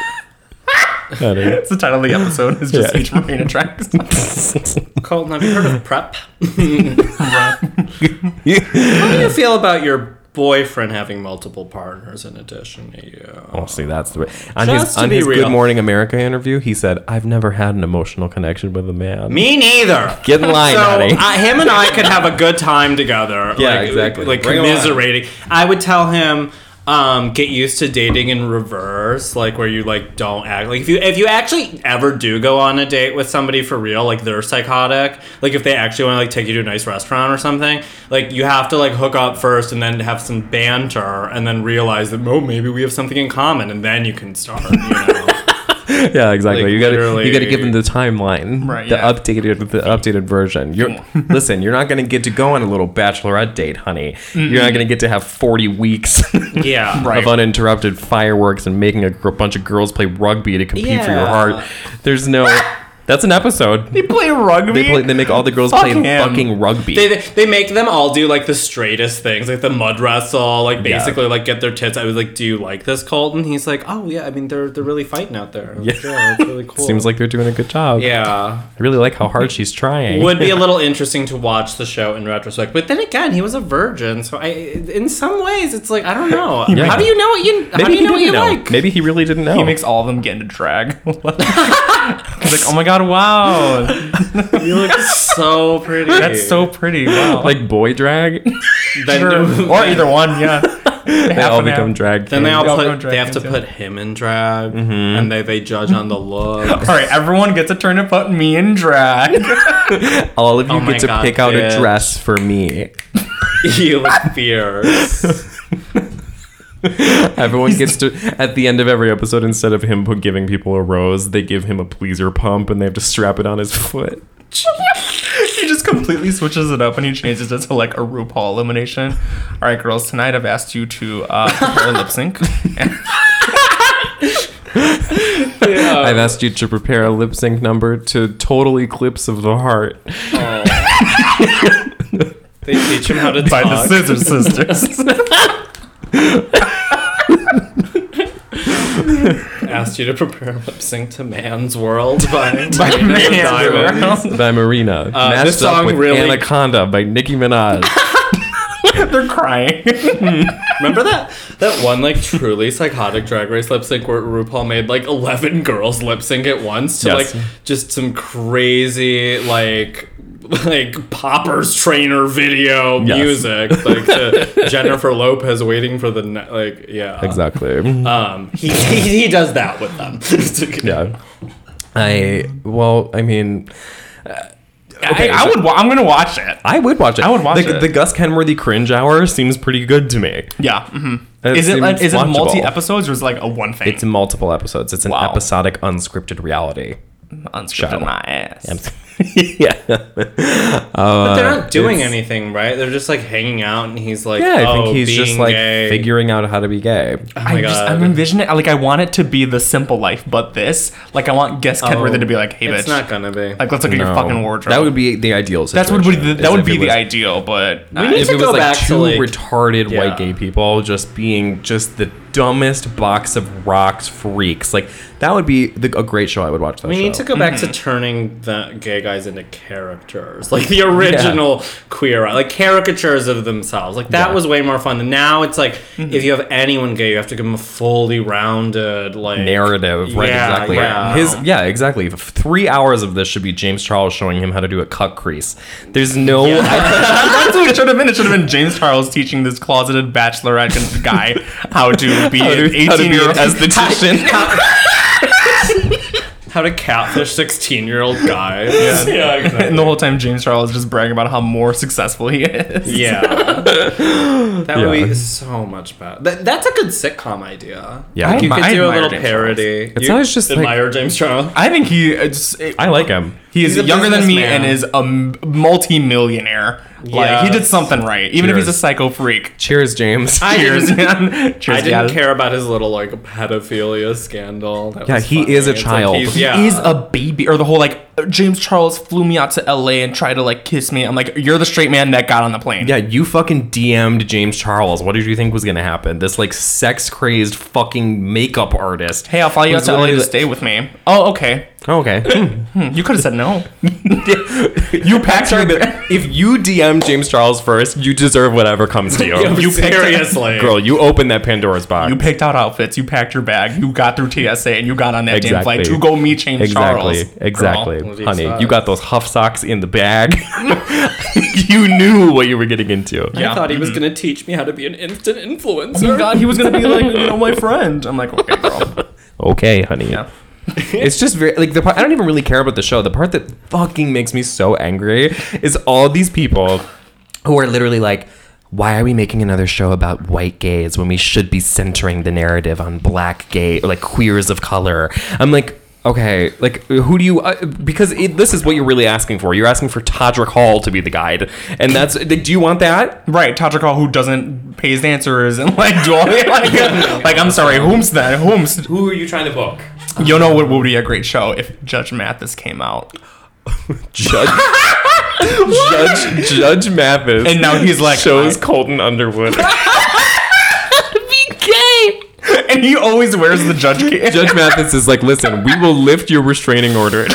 B: That is-
D: That's the title of the episode. Is just
B: Yeah.
D: each Marina tracks.
C: Colton, have you heard of prep? How do you feel about your boyfriend having multiple partners in addition to you?
B: Oh, see, that's the way. On
C: Just
B: his,
C: to
B: on
C: be
B: his
C: real.
B: Good Morning America interview, he said, I've never had an emotional connection with a man.
C: Me neither.
B: Get in line,
C: so
B: honey.
C: uh, him and I could have a good time together.
B: Yeah,
C: like,
B: exactly.
C: Like
B: Bring 'em on.
C: commiserating. I would tell him, um, get used to dating in reverse, like where you like don't act like if you if you actually ever do go on a date with somebody for real, like they're psychotic. Like if they actually want to like take you to a nice restaurant or something, like you have to like hook up first and then have some banter and then realize that oh maybe we have something in common and then you can start. You know?
B: Yeah, exactly.
C: Like,
B: you gotta you gotta
C: literally-
B: give them the timeline,
D: Right,
B: The
D: yeah.
B: updated the updated version. You're listen. You're not gonna get to go on a little bachelorette date, honey. You're not gonna get to have forty weeks
C: yeah,
D: Right.
B: of uninterrupted fireworks and making a gr- bunch of girls play rugby to compete for your
C: Yeah.
B: heart. There's no. that's an episode.
D: They play rugby.
B: They play. They make all the girls
D: Fuck
B: play
D: him.
B: fucking rugby.
C: They, they, they make them all do like the straightest things, like the mud wrestle, like basically like get their tits. I was like, "Do you like this, Colton?" He's like, "Oh yeah, I mean they're they're really fighting out there. Yeah, it's really cool."
B: Seems like they're doing a good job.
C: yeah,
B: I really like how hard she's trying.
C: would be a little interesting to watch the show in retrospect. But then again, he was a virgin, so I in some ways it's like I don't know. How do you know what you? how do
B: Maybe
C: you
B: he
C: know what
B: didn't
C: you
B: know.
C: like?
B: Maybe he really didn't know.
D: He makes all of them get into drag. He's like, oh my god, wow,
C: You look so pretty.
D: that's so pretty. Wow,
B: like boy drag.
C: Then,
D: Sure. or either one, yeah.
B: they all become drag.
C: Then they all
D: They all
C: put.
D: go drag
C: They have to
D: queens,
C: put him in drag,
B: Mm-hmm.
C: and they they judge on the look.
D: All right, everyone gets a turn to put me in drag.
B: All of you
C: Oh my
B: get to
C: God,
B: pick out a
C: bitch.
B: dress for me.
C: you look fierce.
B: Everyone gets to at the end of every episode instead of him put- giving people a rose, they give him a pleaser pump and they have to strap it on his foot.
D: he just completely switches it up and he changes it to like a RuPaul elimination. All right, girls, tonight I've asked you to uh, prepare a lip sync.
B: I've
D: Uh,
B: asked you to prepare a lip sync number to Total Eclipse of the Heart.
C: They teach him how to
D: by
C: talk.
D: the Scissor Sisters.
C: Asked you to prepare a lip sync to "Man's World" by,
D: by
C: Diamond.
D: Man's World.
B: By Marina.
C: Uh,
B: matched
C: this
B: up
C: song
B: with
C: really-
B: Anaconda by Nicki Minaj.
D: They're crying.
C: Remember that that one like truly psychotic Drag Race lip sync where RuPaul made like eleven girls lip sync at once to
B: Yes.
C: like just some crazy like like poppers trainer video
B: Yes.
C: music like to Jennifer Lopez waiting for the ne- like yeah
B: exactly.
D: Uh,
C: um he, he he does that with them
B: Yeah. I well, I mean, Okay,
D: I, I
B: so-
D: would. Wa- I'm gonna watch it.
B: I would watch it.
D: I would watch
B: the,
D: it.
B: The Gus Kenworthy cringe hour seems pretty good to me.
D: Yeah. mhm.
B: It
D: Is it
B: seems
D: like is it
B: watchable.
D: multi episodes or is it like a one thing?
B: It's multiple episodes. It's an
D: Wow.
B: episodic, unscripted reality.
D: unscripted my ass.
B: yeah.
C: but they're not
B: Uh,
C: doing
B: it's-
C: anything right they're just like hanging out and he's like
B: Yeah, I
C: "Oh,
B: think he's just
C: being
B: like
C: gay."
B: figuring out how to be gay.
C: oh my
D: I just,
C: god
D: I'm envisioning like I want it to be the simple life, but this like I want Guess Kenworthy to be like, hey bitch,
C: it's not gonna be
D: like let's look at your
B: No.
D: fucking wardrobe.
B: Oh, That would be the ideal.
D: that's what would be
B: situation,
D: that
B: is
D: would
B: if
D: be
B: it
D: the
B: was-
D: ideal, but
C: We need
B: If
C: to
B: it was
C: go
B: like
C: back to,
B: two
C: like-
B: retarded
C: Yeah.
B: white gay people just being just the dumbest box of rocks freaks, like that would be the, a great show. I would watch that.
C: We
B: show.
C: need to go back
B: mhm.
C: to turning the gay guys into characters, like the original queer, eye- like caricatures of themselves. Like that
B: Yeah. Mm-hmm.
C: was way more fun. And now it's like if you have anyone gay, you have to give them a fully rounded like
B: narrative, right?
C: Yeah,
B: exactly.
C: yeah.
B: His yeah, exactly. F- Three hours of this should be James Charles showing him how to do a cut crease. There's no.
D: That's what it should have been. It should have been James Charles teaching this closeted bachelorette guy how to be
B: How to-
D: an
B: how to
D: 18
B: be
D: year
B: an
D: old
B: esthetician.
C: How to catfish sixteen-year-old guys? Yeah, yeah,
D: And the whole time, James Charles is just bragging about how more successful he is.
C: that
B: Yeah.
C: would be so much better. That, that's a good sitcom idea.
B: Yeah.
C: like you
D: I
C: could
D: admi- I
C: do a
D: admire
C: little
D: James Charles.
C: parody.
B: It's
C: You
B: always just, like-
C: admire James Charles.
D: I think he. It's, it-
B: I like him.
D: he is
C: He's a
D: younger than me
C: businessman.
D: and is a m- multi-millionaire. Like he did
C: Yes.
D: something right, even if he's
B: Cheers.
D: a psycho freak.
B: Cheers, James.
C: I
D: Cheers,
C: didn't-
D: man. Cheers,
C: I didn't
D: guys.
C: care about his little like pedophilia scandal. That
B: yeah,
C: was
B: he
C: funny.
B: is a
C: It's like
B: child.
C: he's-
B: He
C: yeah.
D: He is a baby, or the whole like James Charles flew me out to L.A. and tried to like kiss me. I'm like, you're the straight man that got on the plane.
B: yeah, you fucking DM'd James Charles. What did you think was gonna happen? This like sex crazed fucking makeup artist.
D: Hey, I'll follow you out
B: Who's
D: to LA to
B: literally-
D: stay with me. Oh, okay.
B: Oh, okay. Hmm.
D: Hmm, You could have said no. you packed
B: Sorry,
D: your
B: but if you DM James Charles first, you deserve whatever comes to you.
D: you picked-
C: seriously.
B: Girl, you open that Pandora's box.
D: you picked out outfits. You packed your bag. You got through TSA and you got on that damn
B: Exactly.
D: flight to go meet James
B: exactly.
D: Charles. Girl.
B: Exactly.
C: Bloody
B: honey,
C: socks.
B: you got those huff socks in the bag. you knew what you were getting into.
D: Yeah.
C: I thought he was
B: Mm-hmm.
C: gonna teach me how to be an instant influencer.
D: Oh my god, he was gonna be like, you know, my friend. I'm like, okay, girl.
B: Okay, honey.
D: Yeah.
B: it's just very like the part I don't even really care about the show. The part that fucking makes me so angry is all these people who are literally like, why are we making another show about white gays when we should be centering the narrative on black gay like queers of color? I'm like. Okay, like who do you? Uh, because it, this is what you're really asking for. You're asking for Todrick Hall to be the guide, and that's. Like, do you want that?
D: Right, Tadrakal who doesn't pay his dancers and like do all the like, like I'm sorry, whom's that? Whom's
C: Who are you trying to book?
D: you know what would be a great show if Judge Mathis came out.
B: Judge, Judge, Judge Mathis,
D: And now he's like
B: shows
D: I-
B: Colton Underwood.
D: and he always wears the judge cape.
B: Judge Mathis is like, listen, we will lift your restraining order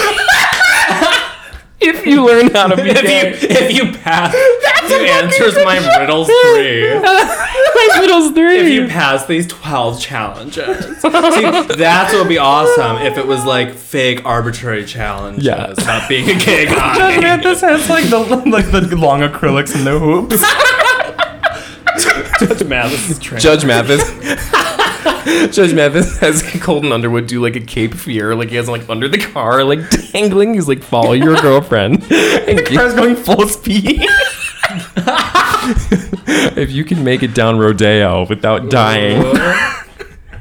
B: if you learn how to be
C: If
B: gay.
C: you if you pass, you answers my riddles three.
B: My riddles
C: If
B: three.
C: you pass these twelve challenges, See, that's what would be awesome. If it was like fake arbitrary challenges,
B: Yeah.
C: not being a gay
D: Judge
C: guy.
D: Mathis has like the like the long acrylics and the hoops.
C: Judge Mathis is trained.
B: Judge Mathis. Judge Mathis has Colton Underwood do like a Cape Fear, like he has like under the car, like dangling. He's like, follow your girlfriend. And you-
D: Car's going full speed.
B: if you can make it down Rodeo without dying,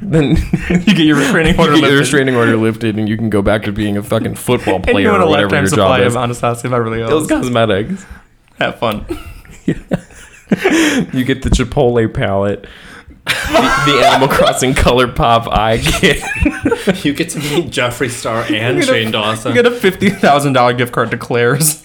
B: then you
D: you get your restraining order
B: get your
D: lifted.
B: restraining order lifted and you can go back to being a fucking football
D: and you
B: player
D: want a
B: or whatever
D: lifetime
B: your
D: supply
B: job
D: of
B: is.
D: Anastasia
B: Those
D: Varilio.
B: cosmetics.
D: Have fun.
B: You get the Chipotle palette, the, the Animal Crossing color pop eye kit.
C: You get to meet Jeffree Star and
D: You get a-
C: Shane Dawson.
D: You get a fifty thousand dollar gift card to Claire's.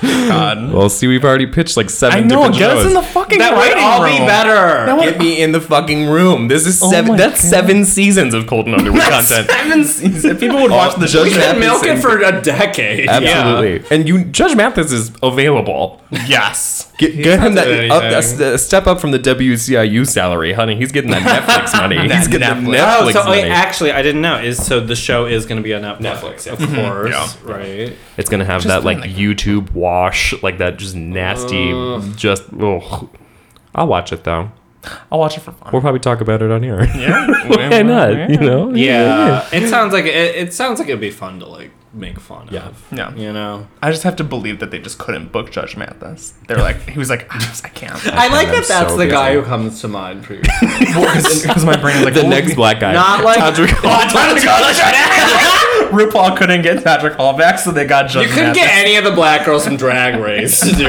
D: God.
B: well, see, we've already pitched like seven
D: I know.
B: different
D: Get us
B: shows.
D: in the fucking
C: that would
D: writing
C: all
D: room.
C: be better.
D: That would- Oh
B: Get me in the fucking room. This is seven.
D: my
B: that's
D: God.
B: seven seasons of Cold and Underwood content.
D: Seven seasons. If people would watch
B: All-
D: the show,
B: Judge
C: We've been
B: Mathis
C: milking
B: and-
C: for a decade.
B: Absolutely. And you, Judge Mathis is available.
D: yes.
B: Get, get him that
C: not doing
B: up, a,
C: anything.
B: a step up from the WCIU salary, honey. He's getting that Netflix money. He's
D: That
B: getting
D: Netflix.
B: that
C: Oh,
B: Netflix
C: so
B: money.
C: wait, actually, I didn't know. Is so the show is going to be on Netflix, Mm-hmm. of course, right?
B: It's gonna have that like
D: kinda
B: YouTube wash, like that just nasty, just. Oh, I'll watch it though.
D: I'll watch it for fun.
B: We'll probably talk about it on here.
D: Yeah.
B: Why not? You know.
C: Yeah, it sounds like it, it sounds like it'd be fun to like make fun
B: Yeah.
C: of.
D: Yeah.
C: you know.
D: I just have to believe that they just couldn't book Judge Mathis. They're like, he was like, "Ah, just- I can't.
C: I like
B: I'm
C: that. That's
B: so
C: the guy
B: busy.
C: who comes to mind for you.
D: Because my brain is like,
B: The
D: "Oh,
B: next black guy.
C: Not like
B: Todrick Hall.
D: RuPaul couldn't get Patrick Hall back, so they got Judge
C: you couldn't
D: Mathis.
C: get any of the black girls from Drag Race to do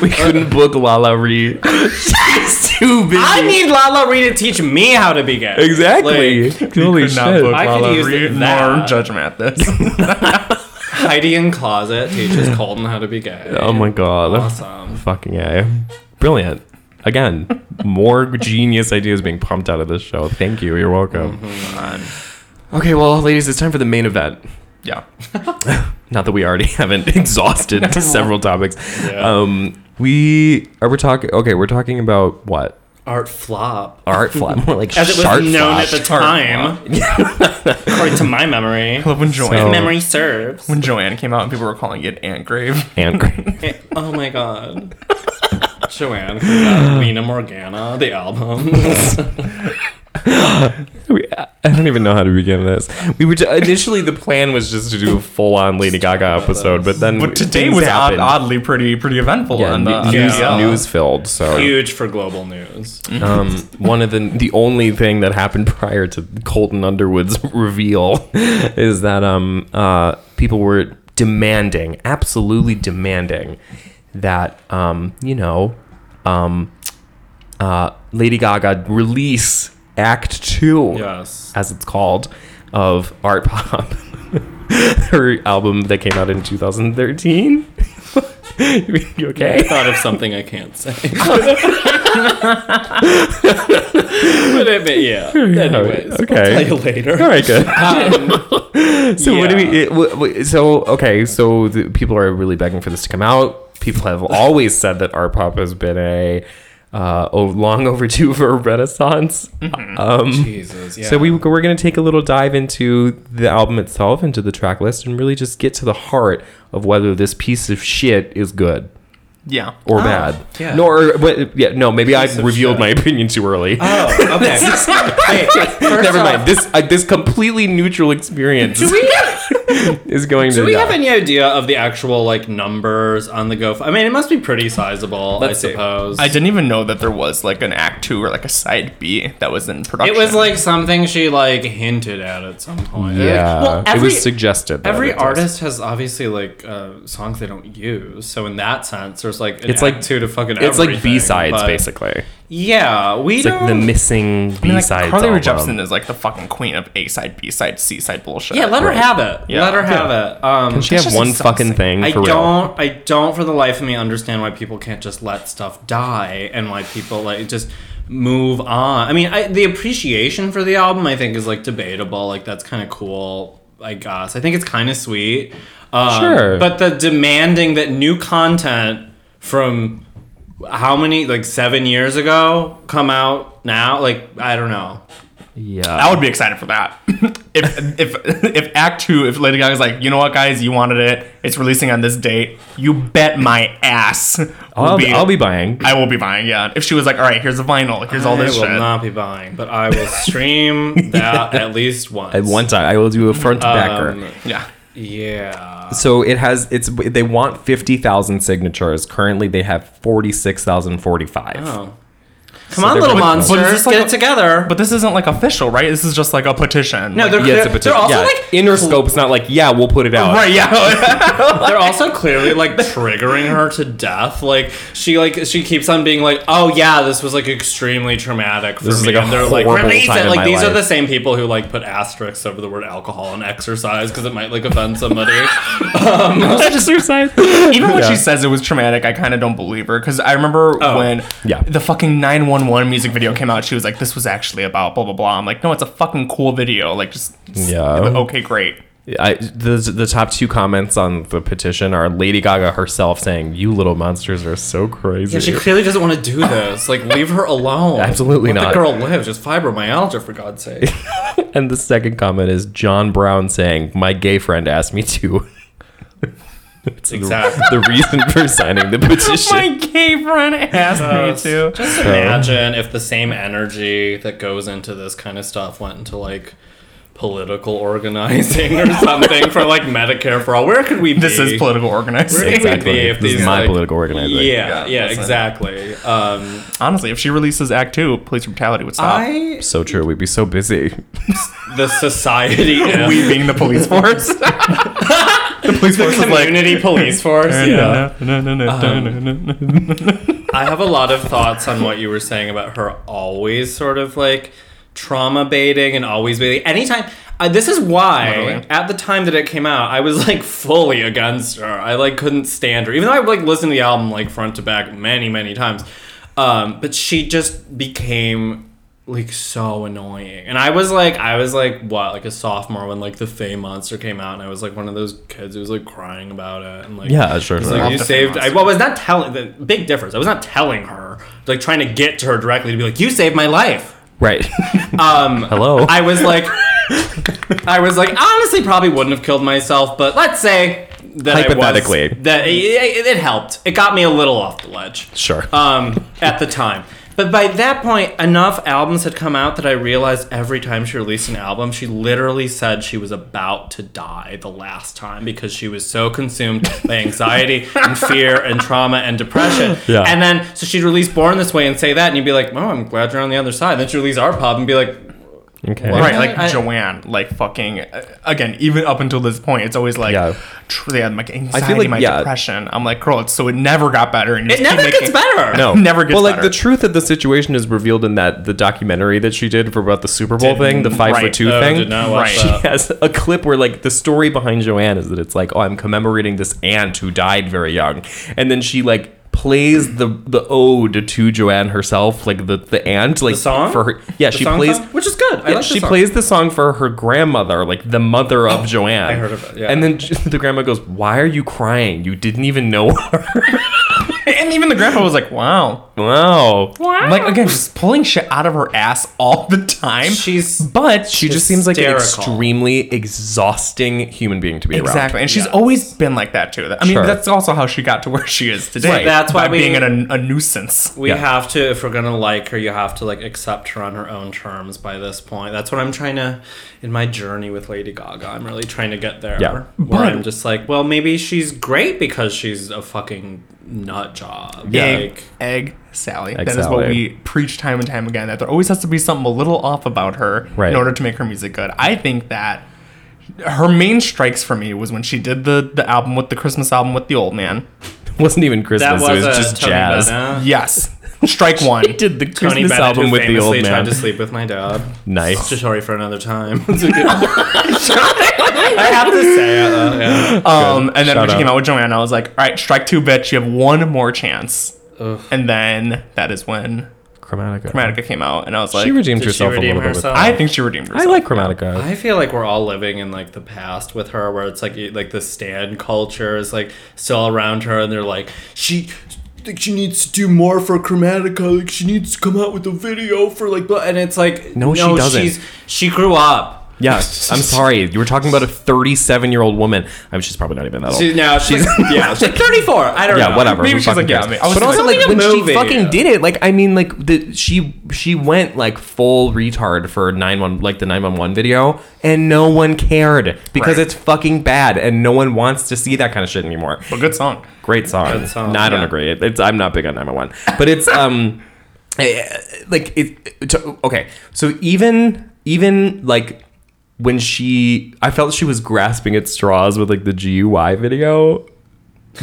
B: we couldn't book Lala Ree. She's too busy.
C: I need Lala Ree to teach me how to be gay.
B: exactly.
C: Like,
B: Holy
D: could not
B: shit.
D: book
C: I could
D: Lala
C: use
D: Reed
C: that.
D: nor Judge Mathis.
C: Heidi in Closet teaches Colton how to be gay.
B: oh my god.
C: Awesome.
B: Fucking a. Brilliant. Again, more genius ideas being pumped out of this show. Thank you. You're welcome.
C: Oh
B: Okay, well, ladies, it's time for the main event.
D: yeah.
B: Not that we already haven't exhausted several topics.
C: Yeah.
B: Um, we are we talking? Okay, we're talking about what
C: Art flop.
B: art flop, more like
C: As it was
B: shark
C: known
B: flop.
C: at the
D: Shark
C: time, according to my memory,
D: But when
B: So-
D: Joanne,
C: memory serves.
D: when Joanne came out and people were calling it Ant Grave.
B: And-
C: Eh, oh my god. Joanne, uh, Lena Morgana, the album.
B: we- I don't even know how to begin this. We were t- initially the plan was just to do a full on Lady Gaga episode, but then
D: But today
B: things
D: was odd,
B: happened.
D: oddly pretty pretty eventful.
B: Yeah,
D: on the,
B: n- news,
C: yeah.
B: news filled. So
C: Huge for global news.
B: um, one of the the only thing that happened prior to Colton Underwood's reveal is that um uh people were demanding, absolutely demanding that um you know um uh Lady Gaga release Act Two
C: Yes.
B: as it's called, of art pop. Her album that came out in 2013. you
C: I
B: okay?
C: thought of something I can't say. but it, may- yeah. Anyways,
B: okay.
C: I'll tell you later.
B: All right, good. so what do
C: Um, yeah.
B: we? It, w- w- so okay, so the, people are really begging for this to come out. People have always said that art pop has been a uh, oh, long overdue for a renaissance. Um,
C: Jesus. Mm-hmm. Yeah.
B: So we we're gonna take a little dive into the album itself, into the track list, and really just get to the heart of whether this piece of shit is good
D: Yeah.
B: or bad.
C: Ah, yeah.
B: No, or, but, yeah, no. Maybe I
C: Piece of
B: revealed
C: shit.
B: my opinion too early.
C: Oh, okay. Wait, first
B: Never
C: off,
B: mind. This uh, this completely neutral experience
C: Do we
B: is going to.
C: Do we
B: die.
C: have any idea of the actual like numbers on the go? I mean, it must be pretty sizable,
B: Let's
C: I
B: see.
C: suppose.
D: I didn't even know that there was like an act two or like a side B that was in production.
C: It was like something she like hinted at at some point.
B: Yeah,
C: Like, well, every,
B: it was suggested. that
C: every
B: it does.
C: artist has obviously like uh, songs they don't use, so in that sense, there's like
B: It's
C: an it's
B: like-
C: like two to fucking.
B: It's like
C: everything,
B: B sides,
C: but-
B: basically.
C: Yeah, we
B: It's like the
C: don't-
B: missing
D: I mean,
B: B
D: like,
B: sides.
D: Carly Rae Jepsen is like the fucking queen of A side, B side, C side bullshit.
C: Yeah, let her
B: Right.
C: have it.
D: Yeah.
C: Let her have it. Um,
B: She have
D: just
B: one
D: exhausting.
B: fucking thing.
C: I
B: for real.
C: don't. I don't, for the life of me, understand why people can't just let stuff die and why people like just move on. I mean, I, the appreciation for the album, I think, is like debatable. Like that's kind of cool. I guess I think it's kind of sweet. Um,
B: Sure.
C: but the demanding that new content from how many like seven years ago come out now, like I don't know.
B: Yeah.
D: I would be excited for that. if if if Act Two, if Lady Gaga's like, you know what, guys, you wanted it, it's releasing on this date. You bet my ass. will
B: I'll, I'll be buying.
D: I will be buying. Yeah. If she was like, all right, here's a vinyl, here's all this
C: I will
D: shit.
C: not be buying, but I will stream that at least once.
B: At one time, I will do a front backer.
C: Um,
D: yeah.
C: yeah.
B: so it has. It's they want fifty thousand signatures. Currently, they have forty six thousand forty five.
C: Oh. Come on,
B: they're
C: little
B: putting- But-
C: monsters,
D: but is this like
C: get
D: a-
C: it together.
D: But this isn't like official, right? This is just like a petition.
C: no,
D: Like,
B: Yeah,
C: they're,
B: it's a
C: clear-
B: petition.
C: they're also
B: yeah.
C: like
B: Interscope's not like yeah, we'll put it out.
D: right. Yeah.
C: they're also clearly like triggering her to death. Like she like she keeps on being like, oh yeah, this was like extremely traumatic for
B: This is,
C: me.
B: like, a
C: and they're like,
B: horrible
C: release
B: time in
C: it.
B: my
C: Like these
B: life.
C: are the same people who like put asterisks over the word alcohol and exercise because it might like offend somebody.
D: Even when
B: Yeah.
D: she says it was traumatic, I kind of don't believe her because I remember
C: Oh.
D: when
B: Yeah.
D: the fucking 911 music video came out, she was like, "This was actually about blah blah blah." I'm like, "No, it's a fucking cool video. Like, just
B: Yeah.
D: okay, great."
B: I, the the top two comments on the petition are Lady Gaga herself saying, "You little monsters are so crazy."
C: yeah, she clearly doesn't want to do this. Like leave her alone.
B: Absolutely
C: Let
B: not.
C: The girl live. Just fibromyalgia for God's sake.
B: And the second comment is John Brown saying, "My gay friend asked me to." It's the-
C: Exactly.
B: The, reason for signing the petition.
D: My gay friend asked
C: Oh,
D: me to.
C: Just imagine if the same energy that goes into this kind of stuff went into like political organizing or something for like Medicare for all. Where could we be?
D: This is political organizing.
C: Exactly. would be if
B: This is
C: these,
B: my
C: like-
B: political organizing.
C: Yeah, yeah,
D: Yeah, listen.
C: exactly. Um,
D: Honestly, if she releases Act Two, police brutality would stop.
C: I
B: So true. We'd be so busy.
C: the society
D: we being the police force. the police
C: the
D: force is like.
C: community police force. Yeah.
D: No, no, no, no, no, no, no, no.
C: I have a lot of thoughts on what you were saying about her always sort of like trauma baiting and always baiting. Anytime. Uh, this is why,
D: Literally.
C: at the time that it came out, I was like fully against her. I like couldn't stand her, even though I like listened to the album like front to back many, many times. Um, but she just became like so annoying. And I was like, I was like, what, like a sophomore when like the Fey Monster came out, and I was like one of those kids who was like crying about it and like
B: Yeah, sure.
C: it's
B: sure.
C: like you
D: the
C: saved.
D: famous.
C: I, well, I was not telling. The big difference. I was not telling her. Like trying to get to her directly to be like, "You saved my life."
B: right.
C: Um,
B: Hello.
C: I was like, I was like, honestly, probably wouldn't have killed myself, but let's say that I was-
B: Hypothetically.
C: that it, it helped. It got me a little off the ledge
B: sure.
C: um, at the time. But by that point, enough albums had come out that I realized every time she released an album, she literally said she was about to die the last time because she was so consumed by anxiety and fear and trauma and depression.
B: Yeah.
C: And then, so she'd release Born This Way and say that, and you'd be like, oh, I'm glad you're on the other side. Then she'd release Our Pop and be like,
B: okay.
D: Right, like
C: I-
D: Joanne, like fucking uh, again. Even up until this point, it's always like,
B: Yeah.
D: tr- yeah, my anxiety,
B: like-
D: my
B: yeah.
D: depression. I'm like, girl, it's, so it never got better. And you
C: it
D: just keep
C: never gets
D: making-
C: better.
B: No.
D: Never gets
B: Well, like
D: better.
B: the truth of the situation is revealed in that the documentary that she did for about the Super Bowl thing,
D: Didn't-
B: the five for
D: right.
B: two
C: Oh,
B: thing.
C: did not watch
D: Right.
C: that.
B: She has a clip where like the story behind Joanne is that it's like, oh, I'm commemorating this aunt who died very young, and then she like plays the the ode to Joanne herself, like the the aunt, like
C: song?
B: for her. Yeah,
C: The
B: she
C: song
B: plays.
C: song? which is good. I
B: Yeah,
C: like the
B: she
C: song.
B: plays the song for her grandmother, like the mother of Joanne.
C: I heard of it, yeah.
B: And then the grandma goes, "Why are you crying? You didn't even know her."
D: and even the grandpa was like, "Wow."
B: Wow.
D: I'm Like again, just pulling shit out of her ass all the time.
C: She's
D: but
B: She just seems like an
C: Hysterical.
B: extremely exhausting human being to be
D: Exactly, and she's
C: Yes.
D: always been like that too. I mean,
B: Sure.
D: that's also how she got to where she is today.
C: Right. That's why
D: by
C: we-
D: being an, a nuisance.
C: We
B: Yeah.
C: have to, if we're gonna like her, you have to like accept her on her own terms by this point. That's what I'm trying to, in my journey with Lady Gaga, I'm really trying to get there.
B: Yeah.
C: Where
D: But-
C: I'm just like, well, maybe she's great because she's a fucking nut job.
B: Yeah.
C: Like,
D: egg Sally. That
B: Egg
D: is
B: Sally.
D: what we preach time and time again. That there always has to be something a little off about her
B: Right.
D: in order to make her music good. I think that her main strikes for me was when she did the the album with the Christmas album with the old man.
B: around. Wasn't even
C: that
B: Christmas.
C: was,
B: it was
C: a
B: just
C: Tony
B: jazz.
C: Bennett.
D: Yes, strike one.
B: He did the Christmas
C: Tony Bennett,
B: album
C: who
B: with the old
C: famously tried
B: man.
C: to sleep with my dad.
B: Nice.
C: Story for another time. It's a good- I have to say it. though, yeah.
D: Um, and then
B: Shout
D: when she
B: out.
D: came out with Joanna, I was like, all right, strike two, bitch. You have one more chance.
C: Ugh.
D: And then that is when
B: Chromatica.
D: Chromatica came out, and I was like,
B: she redeemed
C: Did she
B: herself
C: redeem
B: a little
C: herself?
B: bit.
D: I think she redeemed
B: With,
D: herself.
B: I like Chromatica.
C: I feel like we're all living in like the past with her, where it's like e- like the stand culture is like still around her, and they're like she. Like she needs to do more for Chromatica. Like she needs to come out with a video for like, blah. and it's like
B: No, she doesn't.
C: she grew up.
B: yeah, I'm sorry. You were talking about a 37 year old woman. I mean, she's probably not even that old.
C: She, now she's yeah, she's like 34. I don't know.
B: yeah, whatever.
D: Maybe
B: Who
D: she's
B: fucking
D: like, yeah,
B: cares?
D: I mean, I was
B: but also
C: filming
B: like
C: a
B: when
C: movie.
B: she fucking did it, like I mean, like the she she went like full retard for nine one like the nine one one video, and no one cared because
D: Right.
B: it's fucking bad, and no one wants to see that kind of shit anymore.
D: But good song.
B: Great song.
C: Good song,
B: no, I don't
C: yeah.
B: agree. It- it's I'm not big on nine one one, but it's um eh, like it. To, okay, so even even like. When she, I felt she was grasping at straws with like the GUI video,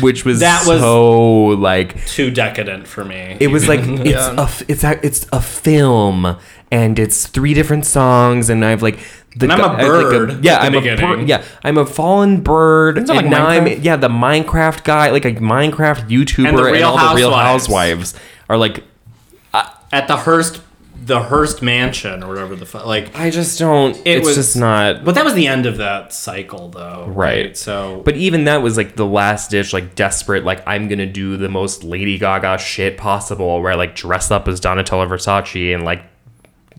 B: which was
C: That was-
B: so like
C: Too decadent for me.
B: it was like it's a f- it's a, it's a film and it's three different songs and I've like the
C: And I'm a
B: I have,
C: bird
B: yeah,
C: at the
B: I'm a
C: beginning.
B: bird, yeah, I'm a fallen bird and
D: that like
B: now I'm
D: Minecraft?
B: yeah, the Minecraft guy, like a Minecraft YouTuber and,
C: And the Real
B: all the real
C: Housewives.
B: housewives are like
C: at the Hearst, the Hearst Mansion or whatever the fuck. Like,
B: I just don't
C: It
B: it's
C: was-
B: just not
C: but that was the end of that cycle, though.
B: Right.
C: So,
B: But even that was like the last ditch, like desperate, like I'm gonna do the most Lady Gaga shit possible, where I like dress up as Donatella Versace and like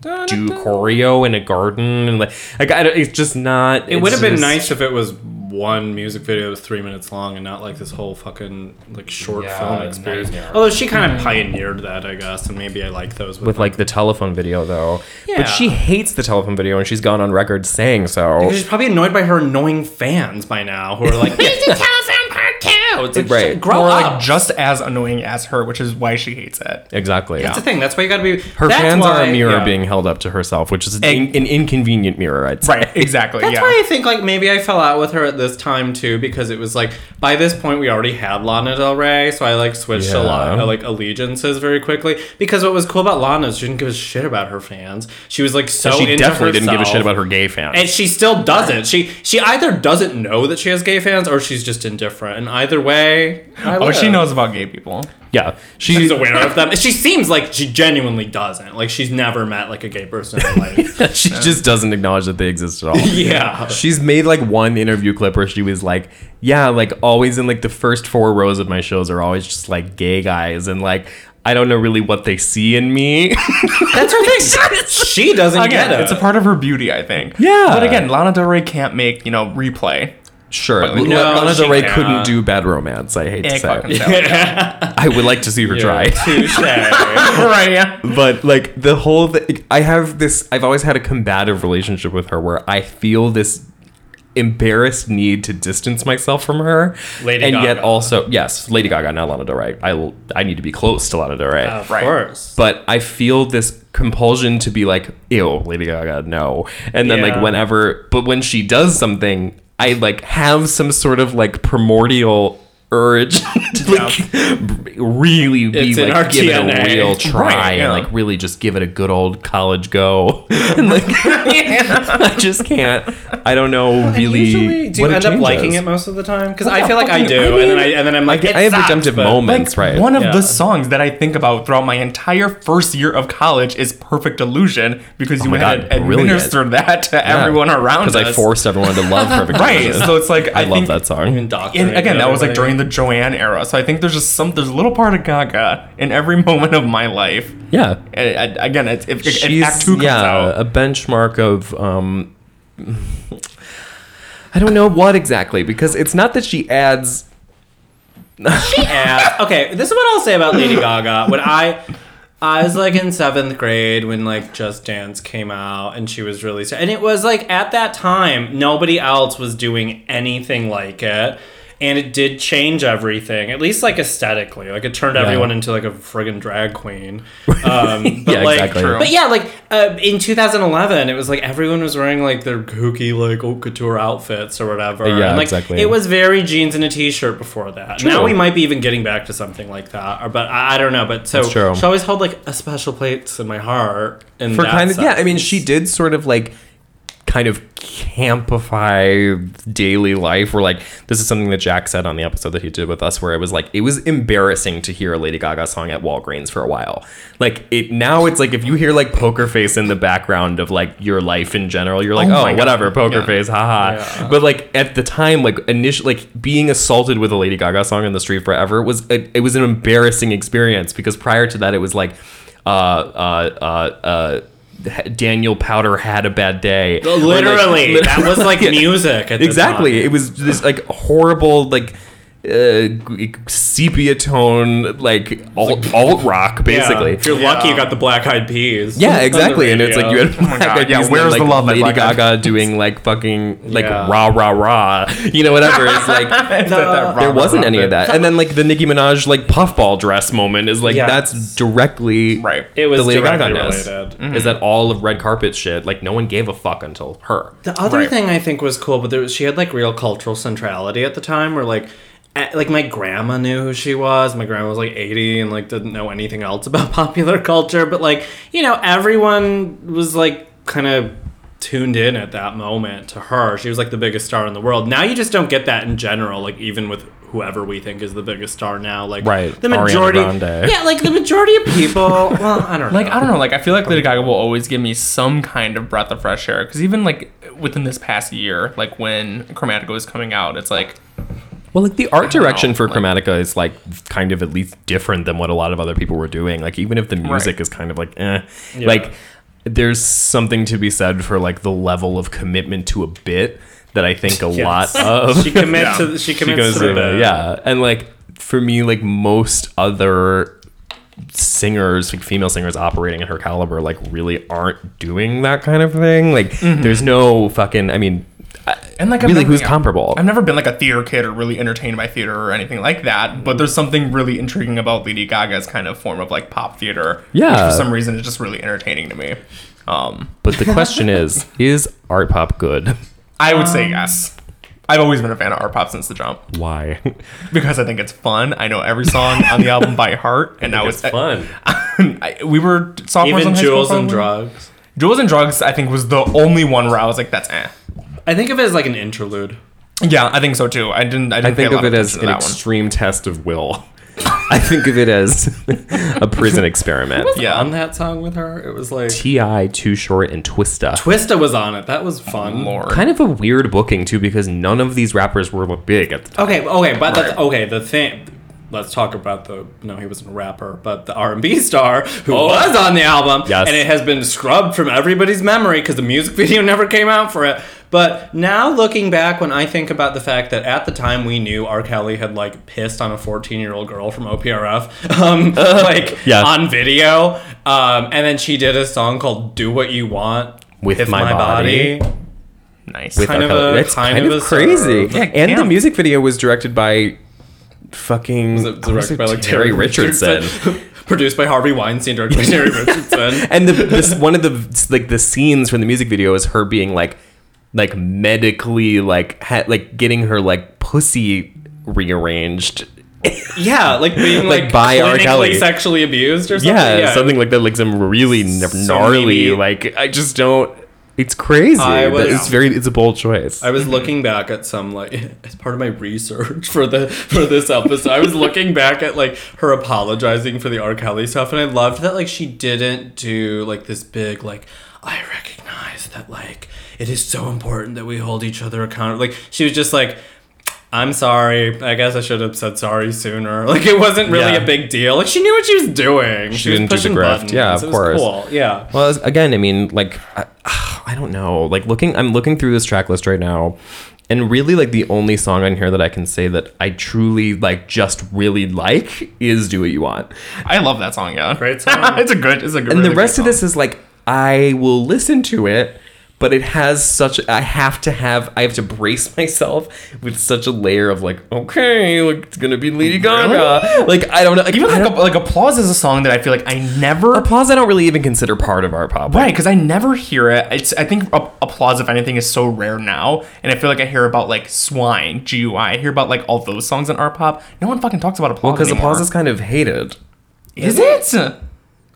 B: do choreo in a garden and like, like I don't, it's just not.
C: It would have been nice if it was one music video that was three minutes long and not like this whole fucking like short
B: Yeah,
C: film
B: nightmare.
C: experience. Although she kind of pioneered that, I guess, and maybe I like those with,
B: with like the telephone video though.
C: Yeah.
B: But she hates the telephone video and she's gone on record saying so.
C: She's probably annoyed by her annoying fans by now who are like, "Here's the telephone part two. It's like,
B: Right.
C: right. grow
D: or
C: up.
D: like just as annoying as her, which is why she hates it.
B: Exactly.
C: that's the thing. That's why you gotta be.
B: Her
C: that's
B: fans are
C: why-
B: a mirror
C: yeah.
B: being held up to herself, which is an,
D: Egg-
B: an inconvenient mirror, I'd say.
D: Right, exactly.
C: That's
D: yeah.
C: why I think like maybe I fell out with her at this time too because it was like by this point we already had Lana Del Rey, so I like switched to
B: Yeah.
C: Lana like allegiances very quickly because what was cool about Lana is she didn't give a shit about her fans. She was like so
B: She
C: into
B: definitely didn't give a
C: herself.
B: shit about her gay fans.
C: And she still doesn't. She she either doesn't know that she has gay fans or she's just indifferent. And either way, I
D: Oh, she
C: live.
D: knows about gay people.
B: yeah.
C: She's aware of them. She seems like she genuinely doesn't. Like she's never met like a gay person in her life.
B: she just doesn't acknowledge that they exist at all.
C: yeah.
B: She's made like one interview clip where she was like, "Yeah, like always in like the first four rows of my shows are always just like gay guys and like I don't know really what they see in me."
C: That's her thing. She doesn't
D: Again,
C: get it.
D: it's a part of her beauty, I think.
B: Yeah.
D: But again, Lana Del Rey can't make, you know, replay.
B: sure, L-
C: no,
B: Lana Del
C: she
B: Rey
C: can't.
B: couldn't do Bad Romance. I hate to
D: Egg
B: say,
D: Eh, fucking
B: it.
D: salad.
B: I would like to see her try.
C: Touche.
D: right, yeah.
B: but like the whole thing, I have this. I've always had a combative relationship with her where I feel this embarrassed need to distance myself from her,
C: Lady
B: and yet
C: Gaga.
B: also yes, Lady Gaga, not Lana Del Rey. I l- I need to be close to Lana Del Rey.
C: Of
D: Right.
C: course.
B: but I feel this compulsion to be like, ew, Lady Gaga, no. And then
C: Yeah.
B: like whenever but when she does something, I like have some sort of like primordial urge to like really be
C: It's in our
B: like give it a
C: DNA.
B: real try
D: Right, yeah.
B: and like really just give it a good old college go. and like I just can't I don't know really
C: Usually, do you
B: what
C: end up
B: changes.
C: liking it most of the time? Because I
D: yeah,
C: feel like I
D: fucking-
C: do,
D: I
C: and then
D: mean,
C: I and then I'm
B: I,
C: like,
B: get-
C: it
B: I have
C: sucks,
B: redemptive
C: but-
B: moments, right?
D: One of
C: Yeah.
D: the songs that I think about throughout my entire first year of college is Perfect Illusion because you
B: Oh my
D: had
B: God,
D: to
B: brilliant.
D: administer that to everyone around us.
B: Because I forced everyone to love Perfect
D: Right,
B: Illusion.
D: so it's like
B: I,
D: I,
B: love
D: think-
B: that song.
C: Indoctrinated
D: And again, that was like
C: everybody.
D: during the Joanne era. So I think there's just some there's a little part of Gaga in every moment of my life.
B: Yeah.
D: And, and again, it's, if, if
B: She's
D: Act Two comes
B: yeah,
D: out,
B: a benchmark of um I don't know what exactly because it's not that she adds
C: And- okay, this is what I'll say about Lady Gaga. When I I was like in seventh grade when like Just Dance came out and she was really and it was like at that time nobody else was doing anything like it. And it did change everything, at least like aesthetically. Like it turned everyone into like a friggin' drag queen. Um, but
B: Yeah,
C: like,
B: exactly. True.
C: But yeah, like uh, in 2011, it was like everyone was wearing like their kooky like haute couture outfits or whatever.
B: Yeah,
C: and, like,
B: exactly.
C: It was very jeans and a t-shirt before that. Now we might be even getting back to something like that, or, but I, I don't know. But so
B: That's true.
C: she always held like a special place in my heart. And
B: for kind of yeah, I mean she did sort of like kind of campify daily life where like this is something that Jack said on the episode that he did with us where it was like it was embarrassing to hear a Lady Gaga song at Walgreens for a while. Like it now it's like if you hear like poker face in the background of like your life in general, you're like,
D: Oh
B: oh,
D: my God.
B: whatever, poker
D: Yeah.
B: face, haha.
C: Yeah.
B: But like at the time, like initial like being assaulted with a Lady Gaga song in the street forever was it, it was an embarrassing experience because prior to that it was like uh uh uh uh Daniel Powder had a bad
D: Oh,
B: day. Or, like,
C: Literally,
B: lit-
C: that was like music. At the
B: exactly.
C: time.
B: It was this like horrible like uh, g- sepia tone like alt, alt rock
C: Yeah.
B: basically.
C: If you're lucky, you got the Black Eyed Peas. On
B: Yeah,
C: the
B: exactly. And it's like you
C: radio.
B: had
D: Oh my God,
B: Black Eyed
D: yeah,
B: Peas and
D: where's
B: then,
D: the
B: like,
D: love at
B: Lady
D: Black Eyed
B: Gaga doing like fucking like
C: Yeah.
B: rah rah rah, you know whatever. It's like there wasn't any of that. And then like the Nicki Minaj like puffball dress moment is like
C: Yes.
B: that's directly
D: Right.
C: It was
B: the Lady Gaga
C: directly
B: ness.
C: related.
D: Mm-hmm.
C: Mm-hmm.
B: Is that all of red carpet shit? Like no one gave a fuck until her.
C: The other
D: Right.
C: thing I think was cool, but there was, she had like real cultural centrality at the time, where like. eh, Like my grandma knew who she was. My grandma was like eighty and like didn't know anything else about popular culture. But like you know, everyone was like kind of tuned in at that moment to her. She was like the biggest star in the world. Now you just don't get that in general. Like even with whoever we think is the biggest star now, like
B: Right,
C: the
B: Ariana
C: majority,
B: Grande.
C: yeah, like the majority of people. Well, I don't know.
D: Like I don't know. Like I feel like Lady Gaga will always give me some kind of breath of fresh air. Because even like within this past year, like when Chromatica was coming out, it's like
B: Well, like the art direction for
D: like-
B: Chromatica is like kind of at least different than what a lot of other people were doing. Like even if the music is kind of like eh, like there's something to be said for like the level of commitment to a bit that I think a lot
C: Yes.
B: of
C: She commits
D: Yeah.
C: to. She
B: she
C: commits
B: goes
C: to the
B: in there,
C: bit.
B: yeah and like for me like most other singers like female singers operating at her caliber like really aren't doing that kind of thing like
C: Mm-hmm.
B: there's no fucking i mean I-
D: and like I've
B: really
D: never-
B: who's comparable
D: I've never been like a theater kid or really entertained by theater or anything like that, but there's something really intriguing about Lady Gaga's kind of form of like pop theater.
B: Yeah.
D: Which for some reason is just really entertaining to me. Um,
B: but the question is is art pop good
D: I would say yes. I've always been a fan of art pop since the jump
B: why
D: because I think it's fun. I know every song on the album by heart, and now it's
B: fun
D: I, we were sophomores in
C: Even
D: high school,
C: Jules and
D: probably.
C: Drugs.
D: Jules and drugs, I think was the only one where I was like, that's eh.
C: I think of it as like an interlude.
D: Yeah, I think so too. I didn't. I,
B: i
D: didn't
B: think
D: pay a
B: of
D: lot
B: it as
D: attention
B: an
D: to that one.
B: extreme test of will i think of it as a prison experiment
D: Yeah.
C: On that song with her, it was like
B: ti too short and twista
C: Twista was on it. That was fun.
D: Lord.
B: kind of a weird booking too because none of these rappers were big at the time.
C: Okay, okay, but that's
D: Right.
C: okay. The thing. Let's talk about the no, he wasn't a rapper, but the R and B star who was on the album,
B: Oh. Yes.
C: and it has been scrubbed from everybody's memory because the music video never came out for it. But now looking back, when I think about the fact that at the time we knew R. Kelly had like pissed on a fourteen-year-old girl from OPRF, um, like
B: Yeah.
C: on video, um, and then she did a song called "Do What You Want"
B: With My Body.
D: nice.
B: with
C: kind
B: R.
C: of
B: Kelly.
C: a-
B: That's
C: kind
B: kind,
C: of
B: of
C: a
B: crazy.
C: serve. Yeah,
B: and the
D: damn.
B: music video was directed by fucking
C: It
B: I wanna
C: was directed
B: say
C: by like
B: Terry Richardson.
C: produced by Harvey Weinstein, directed by Terry Richardson.
B: and the, this one of the like the scenes from the music video is her being like like medically like ha- like getting her like pussy rearranged.
C: Yeah, Uh, like being
B: Like
C: like,
B: by R.
C: clinically
B: Kelly.
C: sexually abused or something.
B: yeah, Uh, something like that. Like some really n
C: So
B: gnarly.
C: maybe-
B: like I just don't. It's crazy.
C: I
B: That
C: was-
B: it's very. It's a bold choice.
C: I was looking back at some like as part of my research for the for this episode. I was looking back at like her apologizing for the R. Kelly stuff, and I loved that like she didn't do like this big like I recognize that like it is so important that we hold each other accountable. Like she was just like I'm sorry. I guess I should have said sorry sooner. Like it wasn't really
B: Yeah.
C: a big deal. Like she knew what she was doing. She, was
B: didn't do the
C: pushing
B: grift.
C: buttons.
B: Yeah, of
C: It was
B: course.
C: Cool. Yeah.
B: Well, as- again, I mean, like, I, I don't know. Like, looking, I'm looking through this track list right now, and really, like, the only song on here that I can say that I truly, like, just really like is "Do What You Want,"
D: I love that song. Yeah,
C: Great song.
D: it's a good. It's a good.
B: and the rest of this is like, I will listen to it, but it has such. I have to have. I have to brace myself with such a layer of like, okay, like, it's gonna be Lady Gaga. Like, I don't know. Like,
D: even
B: I
D: like,
B: don't-
D: a, like applause is a song that I feel like I never
B: applause, I don't really even consider part of our pop.
D: Right, because I never hear it. It's I think a- applause, if anything, is so rare now, and I feel like I hear about like swine, GUI. I hear about like all those songs in R pop. No one fucking talks about applause.
B: because
D: anymore.
B: applause is kind of hated.
D: is it?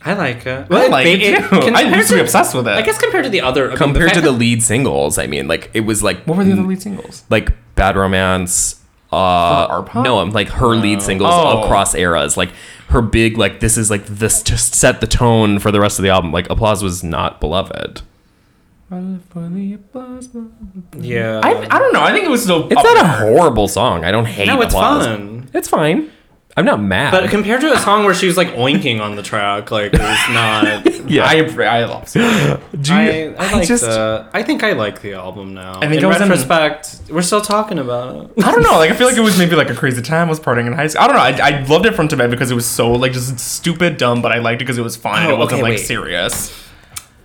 C: I like it.
D: I like it too. I used to be obsessed with it.
C: I guess compared to the other, I mean,
B: compared to
C: fact
B: the lead singles, I mean, like it was like
D: What were the other lead singles?
B: like Bad Romance. Uh,
D: For Arpop?
B: no, I'm like her lead singles
D: Oh.
B: across eras. Like her big, like this is like this to set the tone for the rest of the album. Like applause was not beloved.
C: that- yeah,
D: I, I don't know. I think it was still.
B: It's not a horrible song. I don't hate.
C: no, it's
B: applause.
C: fun.
B: It's fine. I'm not mad.
C: But compared to a song where she was like oinking on the track, like it was not.
B: yeah,
D: I I love.
B: do you-
C: I, I, like
B: just
C: the, I think I like the album now.
D: I think
C: in
D: I was in-
C: retrospect, we're still talking about it.
D: I don't know. Like I feel like it was maybe like a crazy time I was partying in high school. I don't know. I, I loved it from Tibet because it was so like just stupid, dumb, but I liked it because it was fun. and
C: Oh,
D: it wasn't
C: okay,
D: like
C: wait.
D: serious.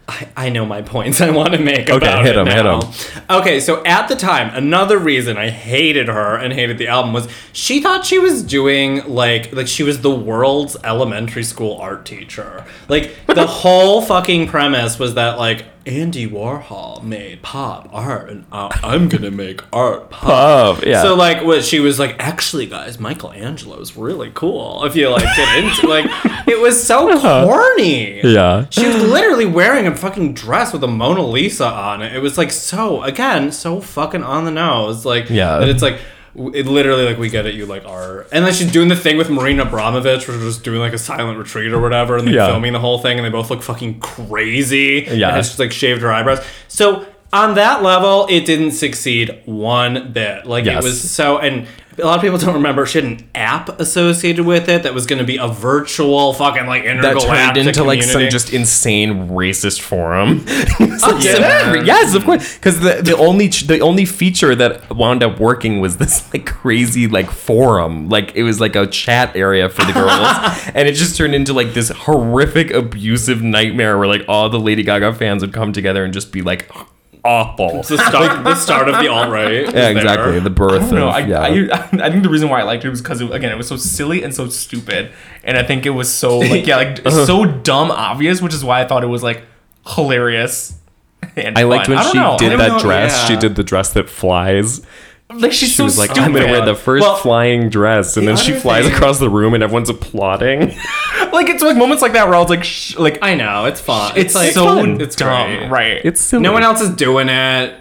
C: I, I know my points I want to make
B: Okay,
C: about
B: hit
C: it
B: 'em, hit
C: now.
B: 'em.
C: Okay, so at the time, another reason I hated her and hated the album was she thought she was doing like like she was the world's elementary school art teacher. Like the whole fucking premise was that like Andy Warhol made pop art and I- I'm gonna make art pop.
B: Pop, Oh, yeah.
C: So like what she was like actually guys Michelangelo's really cool if you like get into like it was so corny.
B: yeah.
C: She was literally wearing a fucking dress with a Mona Lisa on it. It was like so again, so fucking on the nose. Like
B: Yeah.
C: that it's like w- it literally like we get it, you like are and then she's doing the thing with Marina Abramovich, where she's just doing like a silent retreat or whatever, and they're
B: Yeah.
C: filming the whole thing and they both look fucking crazy.
B: Yeah.
C: And she's like shaved her eyebrows. So on that level, it didn't succeed one bit. Like
B: Yes.
C: it was so and a lot of people don't remember she had an app associated with it that was going to be a virtual fucking like
B: That
C: intergalactic
B: turned into like some
C: community.
B: just insane racist forum.
C: yeah.
B: Whatever. Yes, of course. Because the, the only ch- the only feature that wound up working was this like crazy like forum, like it was like a chat area for the girls, and it just turned into like this horrific abusive nightmare where like all the Lady Gaga fans would come together and just be like awful.
C: the start, the start of the alt right.
B: Yeah, exactly. The birth.
D: No,
B: of,
D: I,
B: yeah.
D: I, I think the reason why I liked it was because it, again it was so silly and so stupid, and I think it was so like yeah like
B: Uh-huh.
D: so dumb obvious, which is why I thought it was like hilarious. And
B: I liked
D: fun.
B: when
D: don't
B: she
D: know. I
B: did
D: don't
B: that
D: know.
B: dress.
C: yeah.
B: She did the dress that flies.
D: Like she's
B: She
D: so
B: was like,
D: stupid.
B: "I'm gonna wear the first
C: Well,
B: flying dress," and then she
C: other
B: flies
C: thing-
B: across the room, and everyone's applauding.
D: Like it's like moments like that where I was like, sh- like
C: I know it's fun.
D: it's,
C: It's, like
D: so
C: fun. it's
D: dumb,
C: great.
D: right?
B: It's silly.
C: No one else is doing it.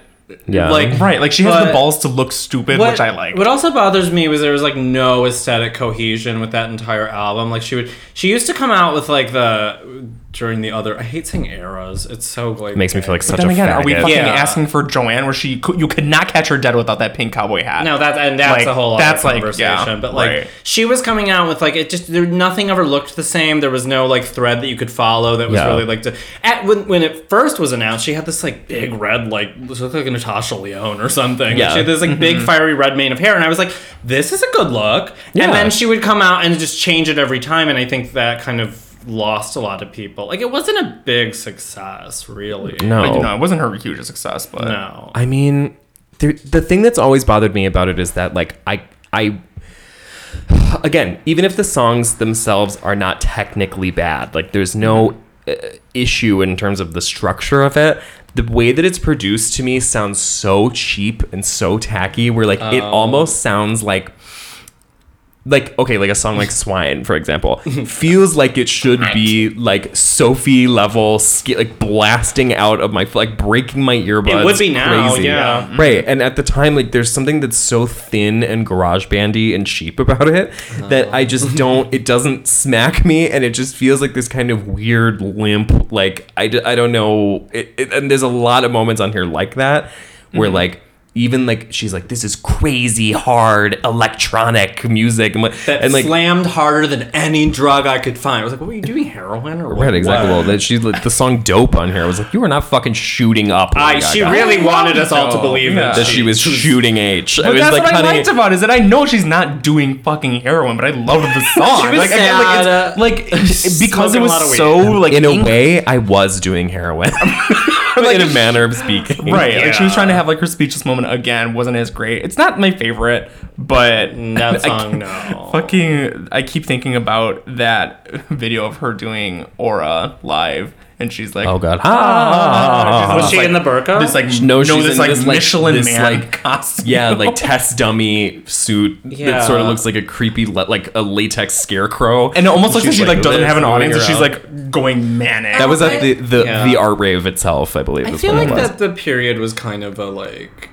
B: Yeah.
C: like,
D: right. Like she has the
C: But-
D: balls to look stupid,
C: What,
D: which I like.
C: What also bothers me was there was like no aesthetic cohesion with that entire album. Like she would, she used to come out with like the during the other. I hate saying eras. It's so like
B: makes me feel like such
D: then
B: a
D: again,
B: faggot.
D: are we fucking
C: Yeah.
D: asking for Joanne? Where she could, you could not catch her dead without that pink cowboy hat.
C: No, that's and that's
D: Like,
C: a whole other
D: that's, like,
C: conversation.
D: yeah,
C: but like
D: right.
C: she was coming out with like it just there nothing ever looked the same. There was no like thread that you could follow that was
B: Yeah.
C: really like to, at when when it first was announced, she had this like big red like she looked like a Natasha Leone or something.
B: Yeah.
C: She had this like
D: Mm-hmm.
C: big fiery red mane of hair and I was like, This is a good look.
B: Yeah.
C: And then she would come out and just change it every time and I think that kind of lost a lot of people. Like it wasn't a big success, really.
B: no.
D: Like, no, it wasn't her huge success, but
C: No.
B: I mean, the, the thing that's always bothered me about it is that like I I again, even if the songs themselves are not technically bad, like there's no uh,
C: Mm-hmm.
B: issue in terms of the structure of it. The way that it's produced to me sounds so cheap and so tacky. Where like
C: Oh.
B: it almost sounds like like okay, like a song like Swine, for example, feels like it should be like Sophie level, sk- like blasting out of my like breaking my earbuds.
C: It would be now,
B: Crazy.
C: yeah.
D: Mm.
B: Right, and at the time, like there's something that's so thin and garage bandy and cheap about it that I
D: Oh.
B: just don't. It doesn't smack me, and it just feels like this kind of weird limp.
D: Mm.
B: Like I, d- I don't know. It, it, and there's a lot of moments on here like that where like. even like she's like, this is crazy hard electronic music, and, like-
C: That
B: and like
C: slammed harder than any drug I could find. I was like, "What are you doing, heroin?" Or what?
B: right exactly.
C: what?
B: Well, that she like, the song "Dope" on here was like, you were not fucking shooting up.
C: I,
B: Lady
C: she
B: Gaga."
C: really wanted us all to
D: No.
C: believe
D: Yeah.
C: that,
B: that she was shooting H. I
D: But
B: was
D: that's
B: like,
D: what I
B: honey,
D: liked about it is that I know she's not doing fucking heroin, but I love the song.
C: She was
D: like, I,
C: sad.
D: feel like, it's, like because it
C: Smoking a lot of
D: was
C: weed.
D: so like
B: in a
D: ink-
B: way, I was doing heroin, in a manner of speaking.
D: right. Like she was
C: Yeah.
D: trying to have like her speechless moment again. wasn't as great. It's not my favorite, but
C: That
D: I
C: song,
D: keep-
C: no.
D: Fucking, I keep thinking about that video of her doing Aura live, and she's like,
B: Oh god. Ah.
C: Was she in the burqa?
D: This like
B: No,
D: no,
B: she's
D: this
B: in
D: like
B: this, like,
D: Michelin
B: this,
D: man
B: like-
D: costume.
B: Yeah, like test dummy suit that
C: Yeah.
B: sort of looks like a creepy, le- like a latex scarecrow,
D: and it almost looks
B: She's
D: like she like doesn't
B: this,
D: have an
B: moving
D: audience, and she's
B: around.
D: like "Oh, going manic.
B: that was at the the,
C: Yeah.
B: the art rave itself, I believe.
C: I
B: is
C: feel
B: when
C: like
B: it was.
C: that the period was kind of a like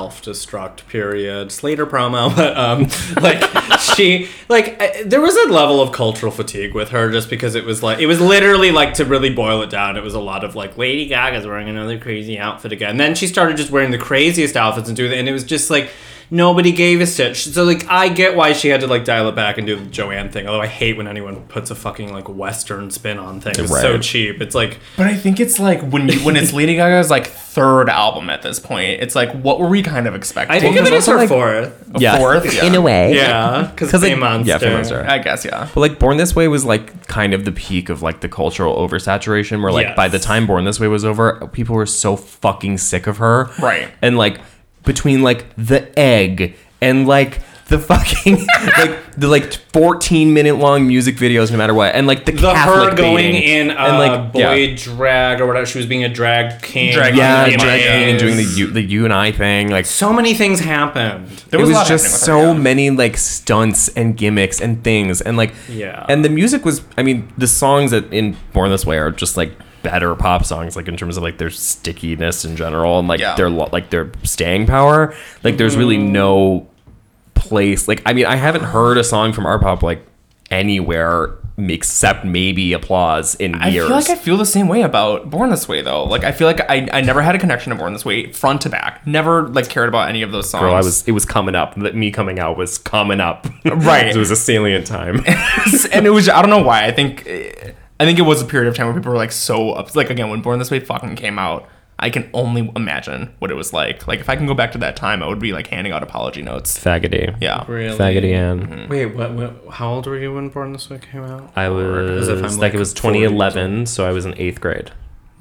C: self-destruct period slater promo but um like she like I, there was a level of cultural fatigue with her just because it was like it was literally like to really boil it down it was a lot of like lady gaga's wearing another crazy outfit again then she started just wearing the craziest outfits and doing and it was just like nobody gave a shit so like i get why she had to like dial it back and do the joanne thing although i hate when anyone puts a fucking like western spin on things it's so
B: Right.
C: cheap it's like
D: But I think it's like when you, when it's Lady Gaga's like third album at this point, it's like what were we kind of expecting?
C: i think of it as her fourth
B: yeah.
D: fourth, yeah.
B: in a way.
C: Yeah, because
B: Because
C: Fame
B: like,
C: Monster.
B: yeah, Fame Monster.
D: I guess yeah.
B: But like Born This Way was like kind of the peak of like the cultural oversaturation where like by the
C: Yes.
B: time Born This Way was over, people were so fucking sick of her.
D: Right.
B: And like between like the egg and like the fucking like the like 14 minute long music videos no matter what and like the,
C: The
B: Catholic
C: her going
B: baiting,
C: in uh,
B: and like
C: boy
B: yeah,
C: drag or whatever. She was being a drag king.
D: Drag
B: yeah
D: Yeah,
B: drag
D: yeah.
B: queen and doing the you, the you and I thing like
C: So many things happened.
D: There
B: it
D: a
B: was
D: lot happening
B: just
D: with her,
B: so
D: yeah.
B: many like stunts and gimmicks and things and like
C: Yeah.
B: and the music was i mean the songs that in born this way are just like better pop songs like in terms of like their stickiness in general and like
D: Yeah.
B: their lo- like their staying power like there's really
D: Mm-hmm.
B: no place like i mean i haven't heard a song from art pop like anywhere except maybe applause in
D: I
B: years
D: feel like I feel the same way about Born This Way though. Like I feel like I, I never had a connection to Born This Way front to back. Never like cared about any of those songs.
B: Girl, I was it was coming up. That Me coming out was coming up.
D: Right.
B: it was a salient time.
D: and it was I don't know why. I think eh, I think it was a period of time where people were like so up. Like again, when Born This Way fucking came out, I can only imagine what it was like. Like if I can go back to that time, I would be like handing out apology notes.
B: Faggoty.
D: Yeah.
C: Really?
B: Faggoty Ann.
C: Wait, what, what? How old were you when Born This Way came out?
B: I was
C: As if I'm,
B: like,
C: like,
B: it was 2011, so I was in eighth grade,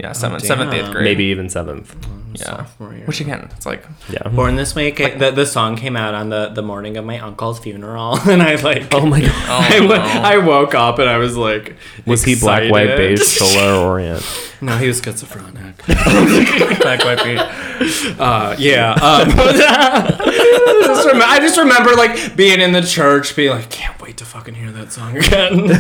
D: Yeah, seventh, seventh, eighth
C: Oh, damn.
D: grade.
B: maybe even seventh.
C: Hmm.
D: Yeah.
C: Sophomore year.
D: Which again, it's like
B: Yeah.
C: Born This Way. Came, the, the song came out on the, the morning of my uncle's funeral, and I like.
B: Oh my god.
C: I, wo- I woke up and I was like,
B: Was he black, white,
C: excited.
B: beige, solar, orient?
C: No, he was schizophrenic.
D: black white beat.
C: Uh, yeah. Um, I just rem- I just remember like being in the church, being like, can't wait to fucking hear that song again.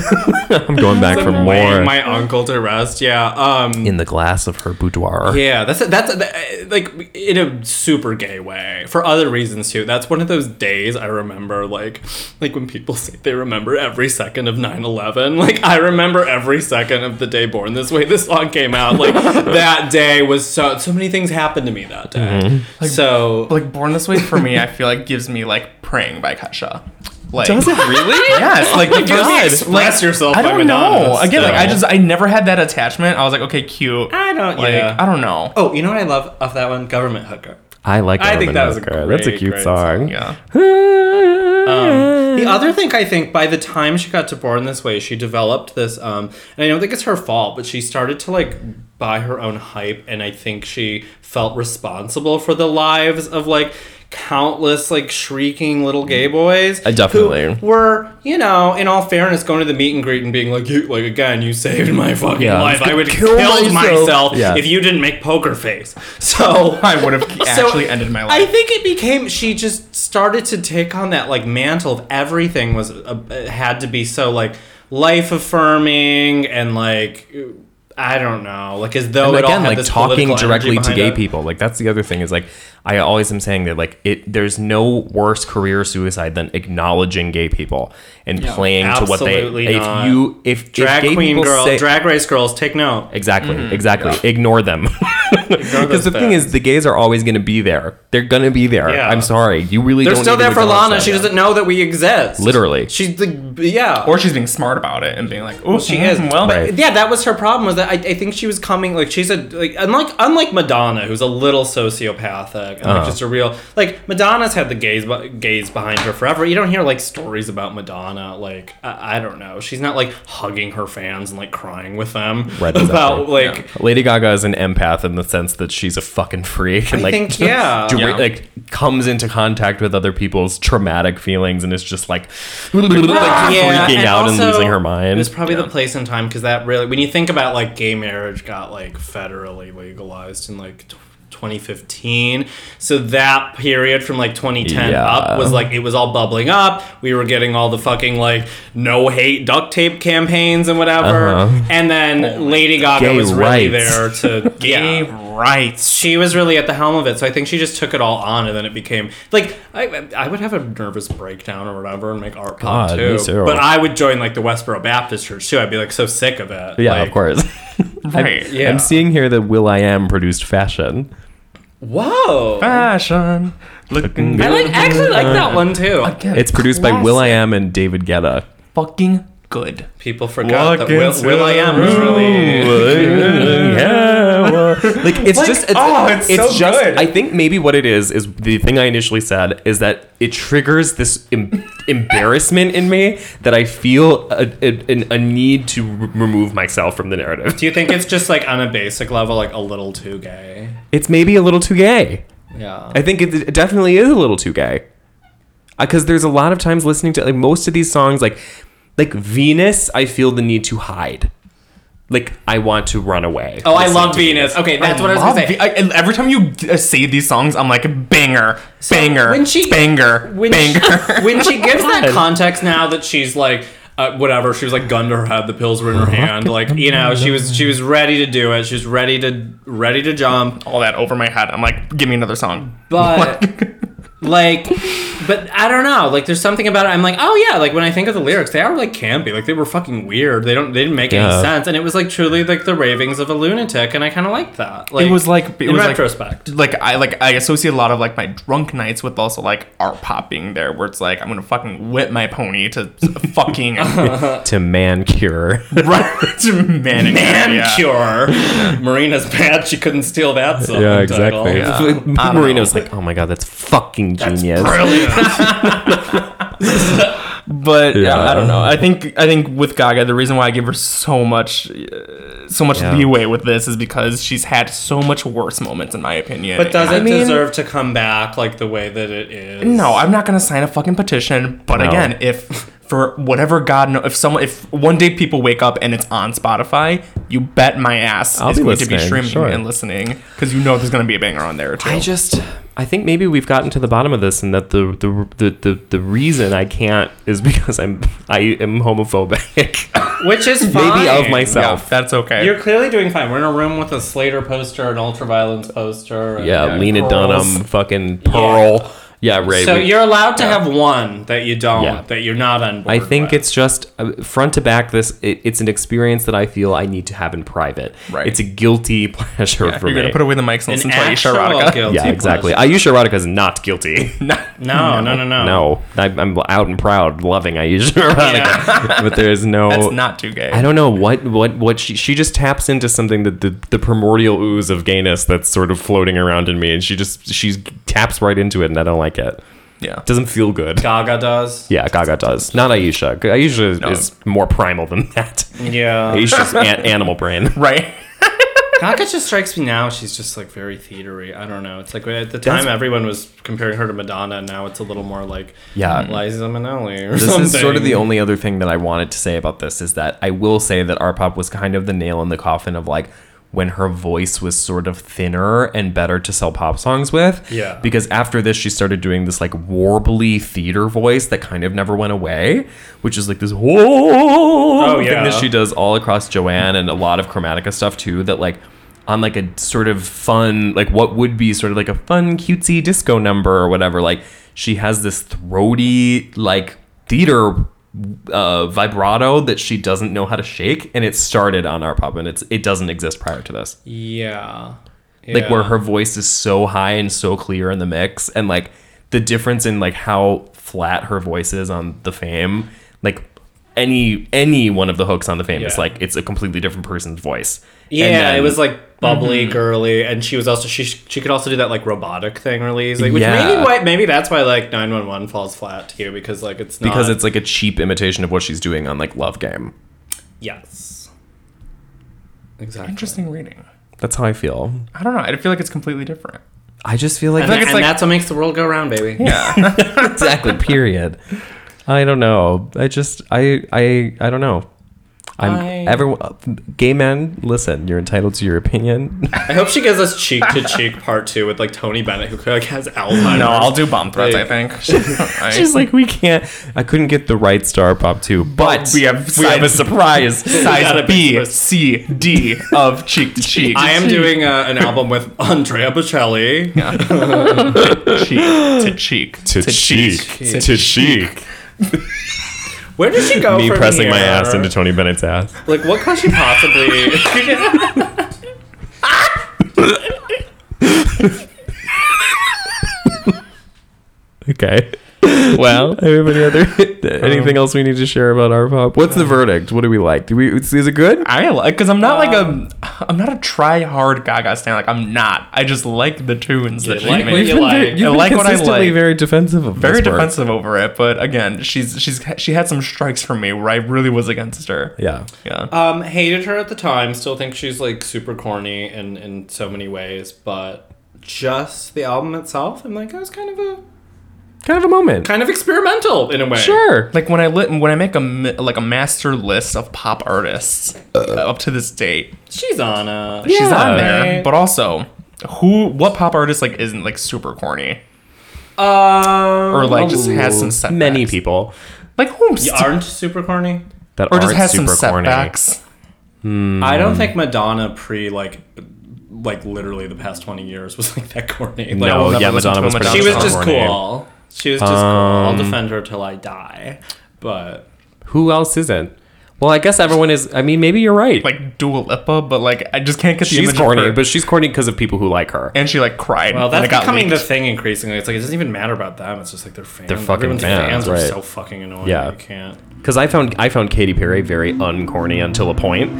B: I'm going back for more.
C: Laying my uncle to rest. Yeah. Um.
B: in the glass of her boudoir.
C: yeah, that's that's uh, like in a super gay way for other reasons too. That's one of those days I remember like like when people say they remember every second of 9/11. Like I remember every second of the day born this way this song came out. Like that day was so so many things happened to me that day. so
D: Like Born This Way for me, I feel like gives me like praying by Kesha. Like
B: Does it Oh really?
D: Yes, like
C: Just
D: it gives me-
C: express yourself.
D: I
C: by
D: don't know.
C: Madonna
D: Again, like I
C: still.
D: just I never had that attachment. I was like, okay, cute.
C: I don't.
D: Like
C: yeah.
D: I don't know.
C: oh, you know what I love of that one? Government hooker.
B: I like.
C: I think
B: Urban
C: that was a
B: Hooker. That's a
C: great,
B: cute
C: great
B: song.
D: Yeah.
C: Um, the other thing I think by the time she got to Born This Way, she developed this, um, and I don't think it's her fault, but she started to like buy her own hype, and I think she felt responsible for the lives of like countless like shrieking little gay boys.
B: I definitely-
C: who were you know, in all fairness, going to the meet and greet and being like, you like again, you saved my fucking
B: Yeah.
C: life. I would
B: Kill
C: kill myself,
B: myself. Yeah.
C: if you didn't make poker face. So
D: I would have
C: So,
D: actually ended my
C: I
D: life.
C: think it became she just started to take on that like mantle of everything was uh, had to be so like life affirming and like I don't know like as
B: And
C: though oh, it all
B: again,
C: had
B: like
C: this
B: talking
C: political energy
B: directly to
C: behind
B: gay
C: it.
B: people, like that's the other thing is like I always am saying that like it there's no worse career suicide than acknowledging gay people and playing to what they
C: absolutely
B: if
C: not.
B: you if if
C: Drag
B: gay
C: queen
B: people
C: girl,
B: say-
C: drag race girls, take note.
B: Exactly. Exactly. Ignore them. Because the thing is, the gays are always going to be there. They're going to be there.
C: Yeah.
B: I'm sorry. You really
C: they're
B: don't
C: still
B: need
C: there
B: to
C: for
B: acknowledge
C: Lana.
B: that.
C: She doesn't know that we exist.
B: Literally.
C: she's the yeah.
D: or she's being smart about it and being like, "Oh,
C: she is.
D: Well,
B: Right.
C: yeah, that was her problem. Was that I, I think she was coming like she's a like unlike unlike Madonna, who's a little sociopathic and like,
B: Uh-huh.
C: just a real like Madonna's had the gaze be- gaze behind her forever. You don't hear like stories about Madonna. Like I, I don't know, she's not like hugging her fans and like crying with them
B: Right,
C: about
B: exactly.
C: like
B: Lady Gaga is an empath in the sense that she's a fucking freak and
C: I
B: like
C: think, yeah.
B: dra-
D: Yeah.
B: like comes into contact with other people's traumatic feelings and is just like, like Ah. freaking
C: and
B: out and
C: also,
B: losing her
C: It
B: mind.
C: was probably
D: Yeah.
C: the place and time because that really, when you think about like gay marriage got like federally legalized in like tw 2015, so that period from like 2010
B: Yeah.
C: up was like it was all bubbling up. We were getting all the fucking like no hate duct tape campaigns and whatever,
B: Uh-huh.
C: and then Lady Gaga
B: Gay
C: was really
B: rights.
C: there to
D: gay
C: yeah
D: rights.
C: she was really at the helm of it. So I think she just took it all on, and then it became like I, I would have a nervous breakdown or whatever and make art pop
B: God,
C: too.
B: me too.
C: But I would join like the Westboro Baptist Church too. I'd be like so sick of it.
B: yeah,
C: Like,
B: of course.
D: Right.
C: Yeah.
B: I'm seeing here that Will I Am produced fashion.
C: Whoa.
D: Fashion looking
C: I
D: good.
C: like actually like that one too.
B: It's produced by Will I Am and David Guetta.
D: Fucking good.
C: People forgot that Will, Will I Am was really.
B: like it's
D: Like,
B: just it's,
D: oh, it's so
B: just
D: good.
B: I think maybe what it is is the thing I initially said is that it triggers this em- embarrassment in me that I feel a, a, a need to r- remove myself from the narrative.
C: Do you think it's just like on a basic level like a little too gay?
B: It's maybe a little too gay.
C: Yeah.
B: I think it, it definitely is a little too gay. Because there's a lot of times listening to like most of these songs, like like Venus, I feel the need to hide. Like I want to run away.
C: Oh, I
B: listening
C: love
B: to Venus.
C: Venus. Okay, that's what I was gonna say.
D: Love the- I- and every time you uh, say these songs, I'm like banger, banger,
C: when she-
D: banger,
C: when
D: banger.
C: She, when she gives that context now that she's like uh, whatever she was like gun to her head the pills were in her
D: Uh-huh.
C: hand like you know she was she was ready to do it she was ready to ready to jump
D: All that over my head. I'm like, give me another song.
C: but like but i don't know like there's something about it i'm like oh yeah like when i think of the lyrics they are like campy like they were fucking weird they don't they didn't make
B: Yeah.
C: any sense and it was like truly like the ravings of a lunatic and i kind of liked that like
D: It was like it
C: in
D: was
C: retrospect
D: Like, like I like I associate a lot of like my drunk nights with also like art pop being there, where it's like I'm gonna fucking whip my pony to fucking
B: to man cure.
D: right to manicure. yeah.
C: manicure marina's bad she couldn't steal that song title.
D: I don't
B: Marino's like, oh my god, that's fucking genius.
D: But yeah.
B: Yeah.
D: I don't know. I think I think with Gaga, the reason why I give her so much, uh, so much
B: Yeah.
D: leeway with this is because she's had so much worse moments, in my opinion.
C: But does
D: I
C: it
D: mean-
C: deserve to come back like the way that it is?
D: No, I'm not gonna sign a fucking petition. But
B: No.
D: again, if for whatever God know, if someone, if one day people wake up and it's on Spotify, you bet my ass
B: I'll
D: it's
B: be
D: going to be
B: listening,
D: streaming
B: sure.
D: and listening because you know there's gonna be a banger on there too.
B: I just, I think maybe we've gotten to the bottom of this, and that the the the the, the reason I can't is because I'm I am homophobic,
C: Which is fine.
B: maybe of
D: yeah,
B: myself.
D: that's okay.
C: You're clearly doing fine. We're in a room with a Slater poster, an Ultraviolence poster. and-
B: Yeah, Lena
D: Pearls.
B: Dunham, fucking Pearl. Yeah, Ray.
C: So
B: we-
C: you're allowed to have one that you don't,
B: Yeah.
C: that you're not on board
B: I think
C: with.
B: it's just uh, front to back. This it, it's an experience that I feel I need to have in private.
D: Right.
B: It's a guilty pleasure
D: Yeah,
B: for
D: you're
B: me.
D: gonna put away the mics and listen
C: an
D: to Aisha
C: actual
D: Erotica.
C: guilty
B: yeah, exactly.
C: pleasure.
B: Ayusha Erotica is not guilty.
C: no, no, no, no,
B: No, I, I'm out and proud, loving Ayesha Erotica, but there is no.
D: That's not too gay.
B: I don't know what what what she she just taps into something that the the primordial ooze of gayness that's sort of floating around in me, and she just she taps right into it, and I don't like it.
D: yeah.
B: Doesn't feel good.
C: Gaga does.
B: Yeah, Gaga does. Not Ayesha. Ayesha is more primal than that.
C: Yeah.
B: Ayesha's an- animal brain.
D: Right.
C: Gaga just strikes me now. She's just like very theatery. I don't know. It's like at the time
B: That's-
C: everyone was comparing her to Madonna, and now it's a little more like
B: Yeah.
C: Liza Minnelli or
B: This
C: something.
B: is sort of the only other thing that I wanted to say about this is that I will say that R pop was kind of the nail in the coffin of like when her voice was sort of thinner and better to sell pop songs with.
C: Yeah.
B: Because after this, she started doing this like warbly theater voice that kind of never went away, which is like this whoa
C: Oh,
B: thing
C: yeah.
B: that she does all across Joanne and a lot of Chromatica stuff too. That like on like a sort of fun, like what would be sort of like a fun cutesy disco number or whatever. Like she has this throaty like theater uh, vibrato that she doesn't know how to shake, and it started on our pop, and it's it doesn't exist prior to this.
C: Yeah.
B: like where
C: Yeah.
B: her voice is so high and so clear in the mix and like the difference in like how flat her voice is on the fame like any any one of the hooks on the fame is
C: Yeah.
B: like it's a completely different person's voice And Mm-hmm.
C: Yeah,
B: then-
C: it was like bubbly, girly, and she was also she she could also do that like robotic thing really easily, which
B: Yeah.
C: maybe why maybe that's why like nine one one falls flat to you because like it's not
B: because it's like a cheap imitation of what she's doing on like love game
C: yes exactly
D: Interesting reading.
B: that's how i feel
D: I don't know. I feel like it's completely different.
B: i just feel like
C: and,
B: that's
D: it's
C: and
D: like-
C: that's what makes the world go round, baby.
D: Yeah.
B: exactly period i don't know i just i i i don't know i'm
C: I-
B: everyone gay men listen you're entitled to your opinion
C: I hope she gives us cheek to cheek part two with like Tony Bennett who like has Alzheimer's.
D: no, I'll do bomb threats. I
C: Like-
D: think. I-
B: She's like, we can't. I couldn't get the right star pop too, but
D: we have
B: we have a
D: size-
B: surprise.
D: size
C: gotta
D: B,
C: be-
D: C, D of cheek to cheek.
C: I am doing uh, an album with Andrea Bocelli.
D: cheek to cheek
B: to cheek.
C: Where does she go?
B: Me
C: from
B: pressing my
C: here?
B: ass into Tony Bennett's ass.
C: Like, what could she possibly?
B: Okay. Well, do we have any
D: Um,
B: other anything else we need to share about our pop? What's the verdict? What do we like? Do we is it good?
D: uh, I like because I'm not like a I'm not a try hard Gaga stan. Like I'm not. I just like the tunes that
C: You
D: she
C: like what
D: made.
C: you like.
B: very-
C: I
B: you've been
D: like what I
B: consistently
D: like.
B: Very defensive of
D: Very
B: this work.
D: defensive over it, but again, she's she's she had some strikes from me where I really was against her.
B: Yeah.
D: Yeah.
C: Um, hated her at the time. Still think she's like super corny in in so many ways, but just the album itself, I'm like, it was kind of a
B: Kind of a moment.
C: kind of experimental in a way.
B: sure.
D: Like when I lit when I make a mi- like a master list of pop artists uh, up to this date,
C: she's on a
D: she's
B: Yeah.
D: on there. But also, who what pop artist like isn't like super corny
C: um,
D: or like just has some setbacks?
B: Many people
D: like who
C: you aren't super corny.
B: that
D: or
B: aren't
D: just has some
B: super corny.
D: setbacks.
C: I don't think Madonna pre like like literally the past twenty years was like that corny. Like,
B: No,
D: never
B: yeah,
D: listen
B: Madonna
D: to
B: was
D: a
B: pretty
C: she
D: Madonna
C: was
D: song.
C: just
B: corny. Um,
C: cool. She was just cool. I'll defend her till I die. But
B: Who else isn't? Well, I guess everyone is. I mean, maybe you're right.
D: like Dua Lipa, but like I just can't get the
B: she's
D: image of
B: corny,
D: her-
B: but she's corny because of people who like her.
D: and she like cried.
C: Well,
D: and
C: Oh, that's
D: it got
C: becoming
D: leaked.
C: the thing increasingly. It's like it doesn't even matter about them. It's just like their fans.
B: They're fucking
C: Everyone's
B: fans, right.
C: fans, are so fucking annoying.
B: Yeah.
C: you can't.
B: Because I found I found Katy Perry very uncorny until a point.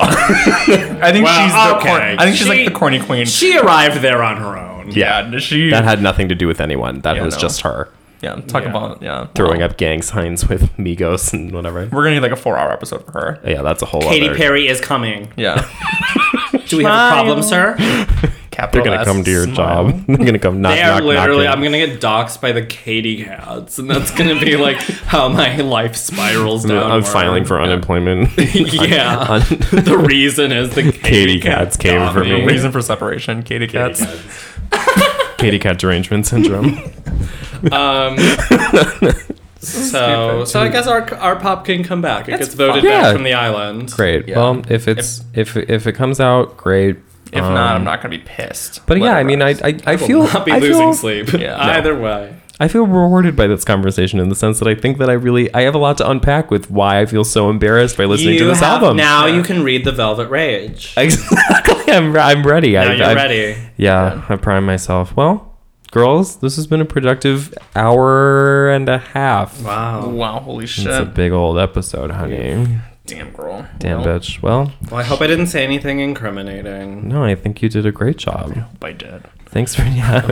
D: I think
C: Well,
D: she's the
C: okay.
D: corny. I think she's like
C: She-
D: the corny queen.
C: She arrived there on her own.
D: yeah, she.
B: That had nothing to do with anyone. That was
D: no.
B: just her
D: yeah, talk
C: Yeah.
D: about yeah.
B: throwing up gang signs with Migos and whatever.
D: We're gonna need like a four-hour episode for her.
B: Yeah, that's a whole
C: Katy
B: other.
C: Perry is coming.
D: Yeah,
C: Do we have a problem, sir?
D: capital.
B: They're gonna
D: S,
B: come to your
D: smile.
B: job. They're gonna come knock
C: They are
B: knock
C: literally.
B: knock.
C: I'm gonna get doxxed by the Katy cats, and that's gonna be like how my life spirals down.
B: I'm filing for unemployment.
C: yeah.
B: on-
C: the reason is the Katy,
B: Katy cats came for
D: The
B: me.
D: reason for separation, Katie Katz.
B: Katy Cat derangement syndrome.
C: Um, so, so I guess our our pop can come back. It gets voted
B: fine. Yeah.
C: back from the island.
B: Great.
D: Yeah.
B: Well, if it's if if, it comes out, great.
D: If not, I'm not gonna be pissed.
B: Um, But yeah, I
D: Whatever.
B: mean, I I, I
C: will
B: feel
C: not be
B: I
C: losing
B: feel,
C: sleep
D: Yeah.
C: either way.
B: I feel rewarded by this conversation in the sense that I think that I really I have a lot to unpack with why I feel so embarrassed by listening to this album.
C: now you can read the Velvet Rage.
B: exactly, I'm, I'm ready.
C: now
B: I,
C: you're
B: I-
C: ready.
B: Yeah, I prime myself. Well, girls, this has been a productive hour and a half.
C: Wow.
D: wow, holy shit,
B: It's a big old episode, honey.
D: damn girl,
B: Damn
D: well,
B: bitch. Well,
C: Well, I hope I didn't say anything incriminating.
B: no, I think you did a great job.
D: I did.
B: Thanks for yeah.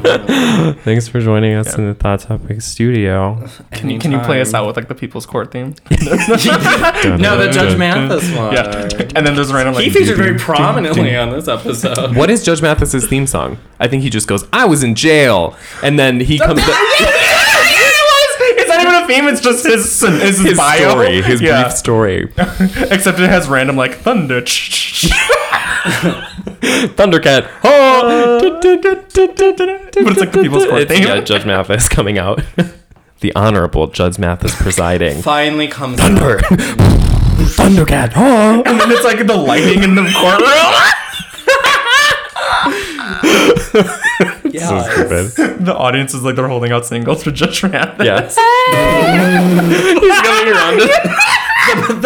B: Thanks for joining us in the Thought Topic studio.
D: Can you, can you play us out with like the People's Court theme?
C: No, the Judge Mathis one.
D: yeah,
B: Uh,
D: and then there's random like
C: He featured very prominently on this episode.
B: What is Judge Mathis's theme song? I think he just goes, "I was in jail," and then he comes.
D: It's not even a theme. It's just his his,
B: his
D: bio.
B: story, his
D: Yeah.
B: brief story.
D: Except it has random like thunder.
B: Thundercat. Oh,
D: But it's like the People's Court
B: It's-
D: theme.
B: yeah, Judge Mathis coming out. the Honorable Judge Mathis presiding.
C: Finally comes
B: Thunder. Thundercat. Oh.
D: and then it's like the lightning in the courtroom.
B: So stupid.
D: the audience is like they're holding out singles for Judge Mathis.
B: Yes. He's going around.
C: the,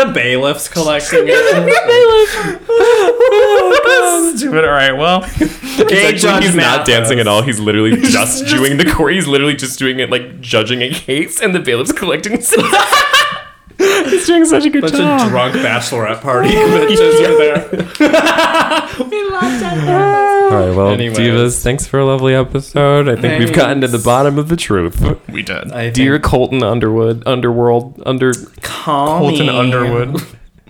C: the bailiffs collecting it.
D: Stupid. All right. Well,
B: It's
C: Judge
B: actually, Oh, he's not
C: Mathis.
B: dancing at all. He's literally just doing the court. He's literally just doing it like judging a case, and the bailiff's collecting. He's doing such a good
C: Bunch
B: job.
C: of drunk bachelorette party bitches are there.
B: All right, well,
C: Anyways.
B: divas, thanks for a lovely episode. I think we've gotten to the
C: Thanks.
B: bottom of the truth.
D: we did.
C: I
B: Dear
C: think-
B: Colton Underwood, Underworld, Under,
C: call
D: Colton
C: me.
D: Underwood.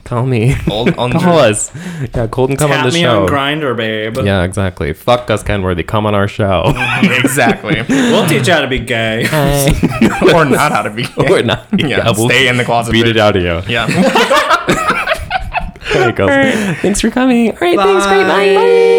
B: call me,
D: Old
B: call
D: Underwood.
B: us. Yeah, Colton, come
C: Tap
B: on the
C: me
B: show.
C: on Grinder, babe.
B: yeah, exactly. Fuck Gus Kenworthy, come on our show.
D: exactly.
C: We'll teach you how to be gay.
D: or not how to be.
B: or not.
D: Yeah, stay in the closet.
B: Beat it
D: bitch.
B: out of you.
D: Yeah.
B: There you go. Thanks for coming. All right, thanks. Great.
C: Bye.
B: Bye.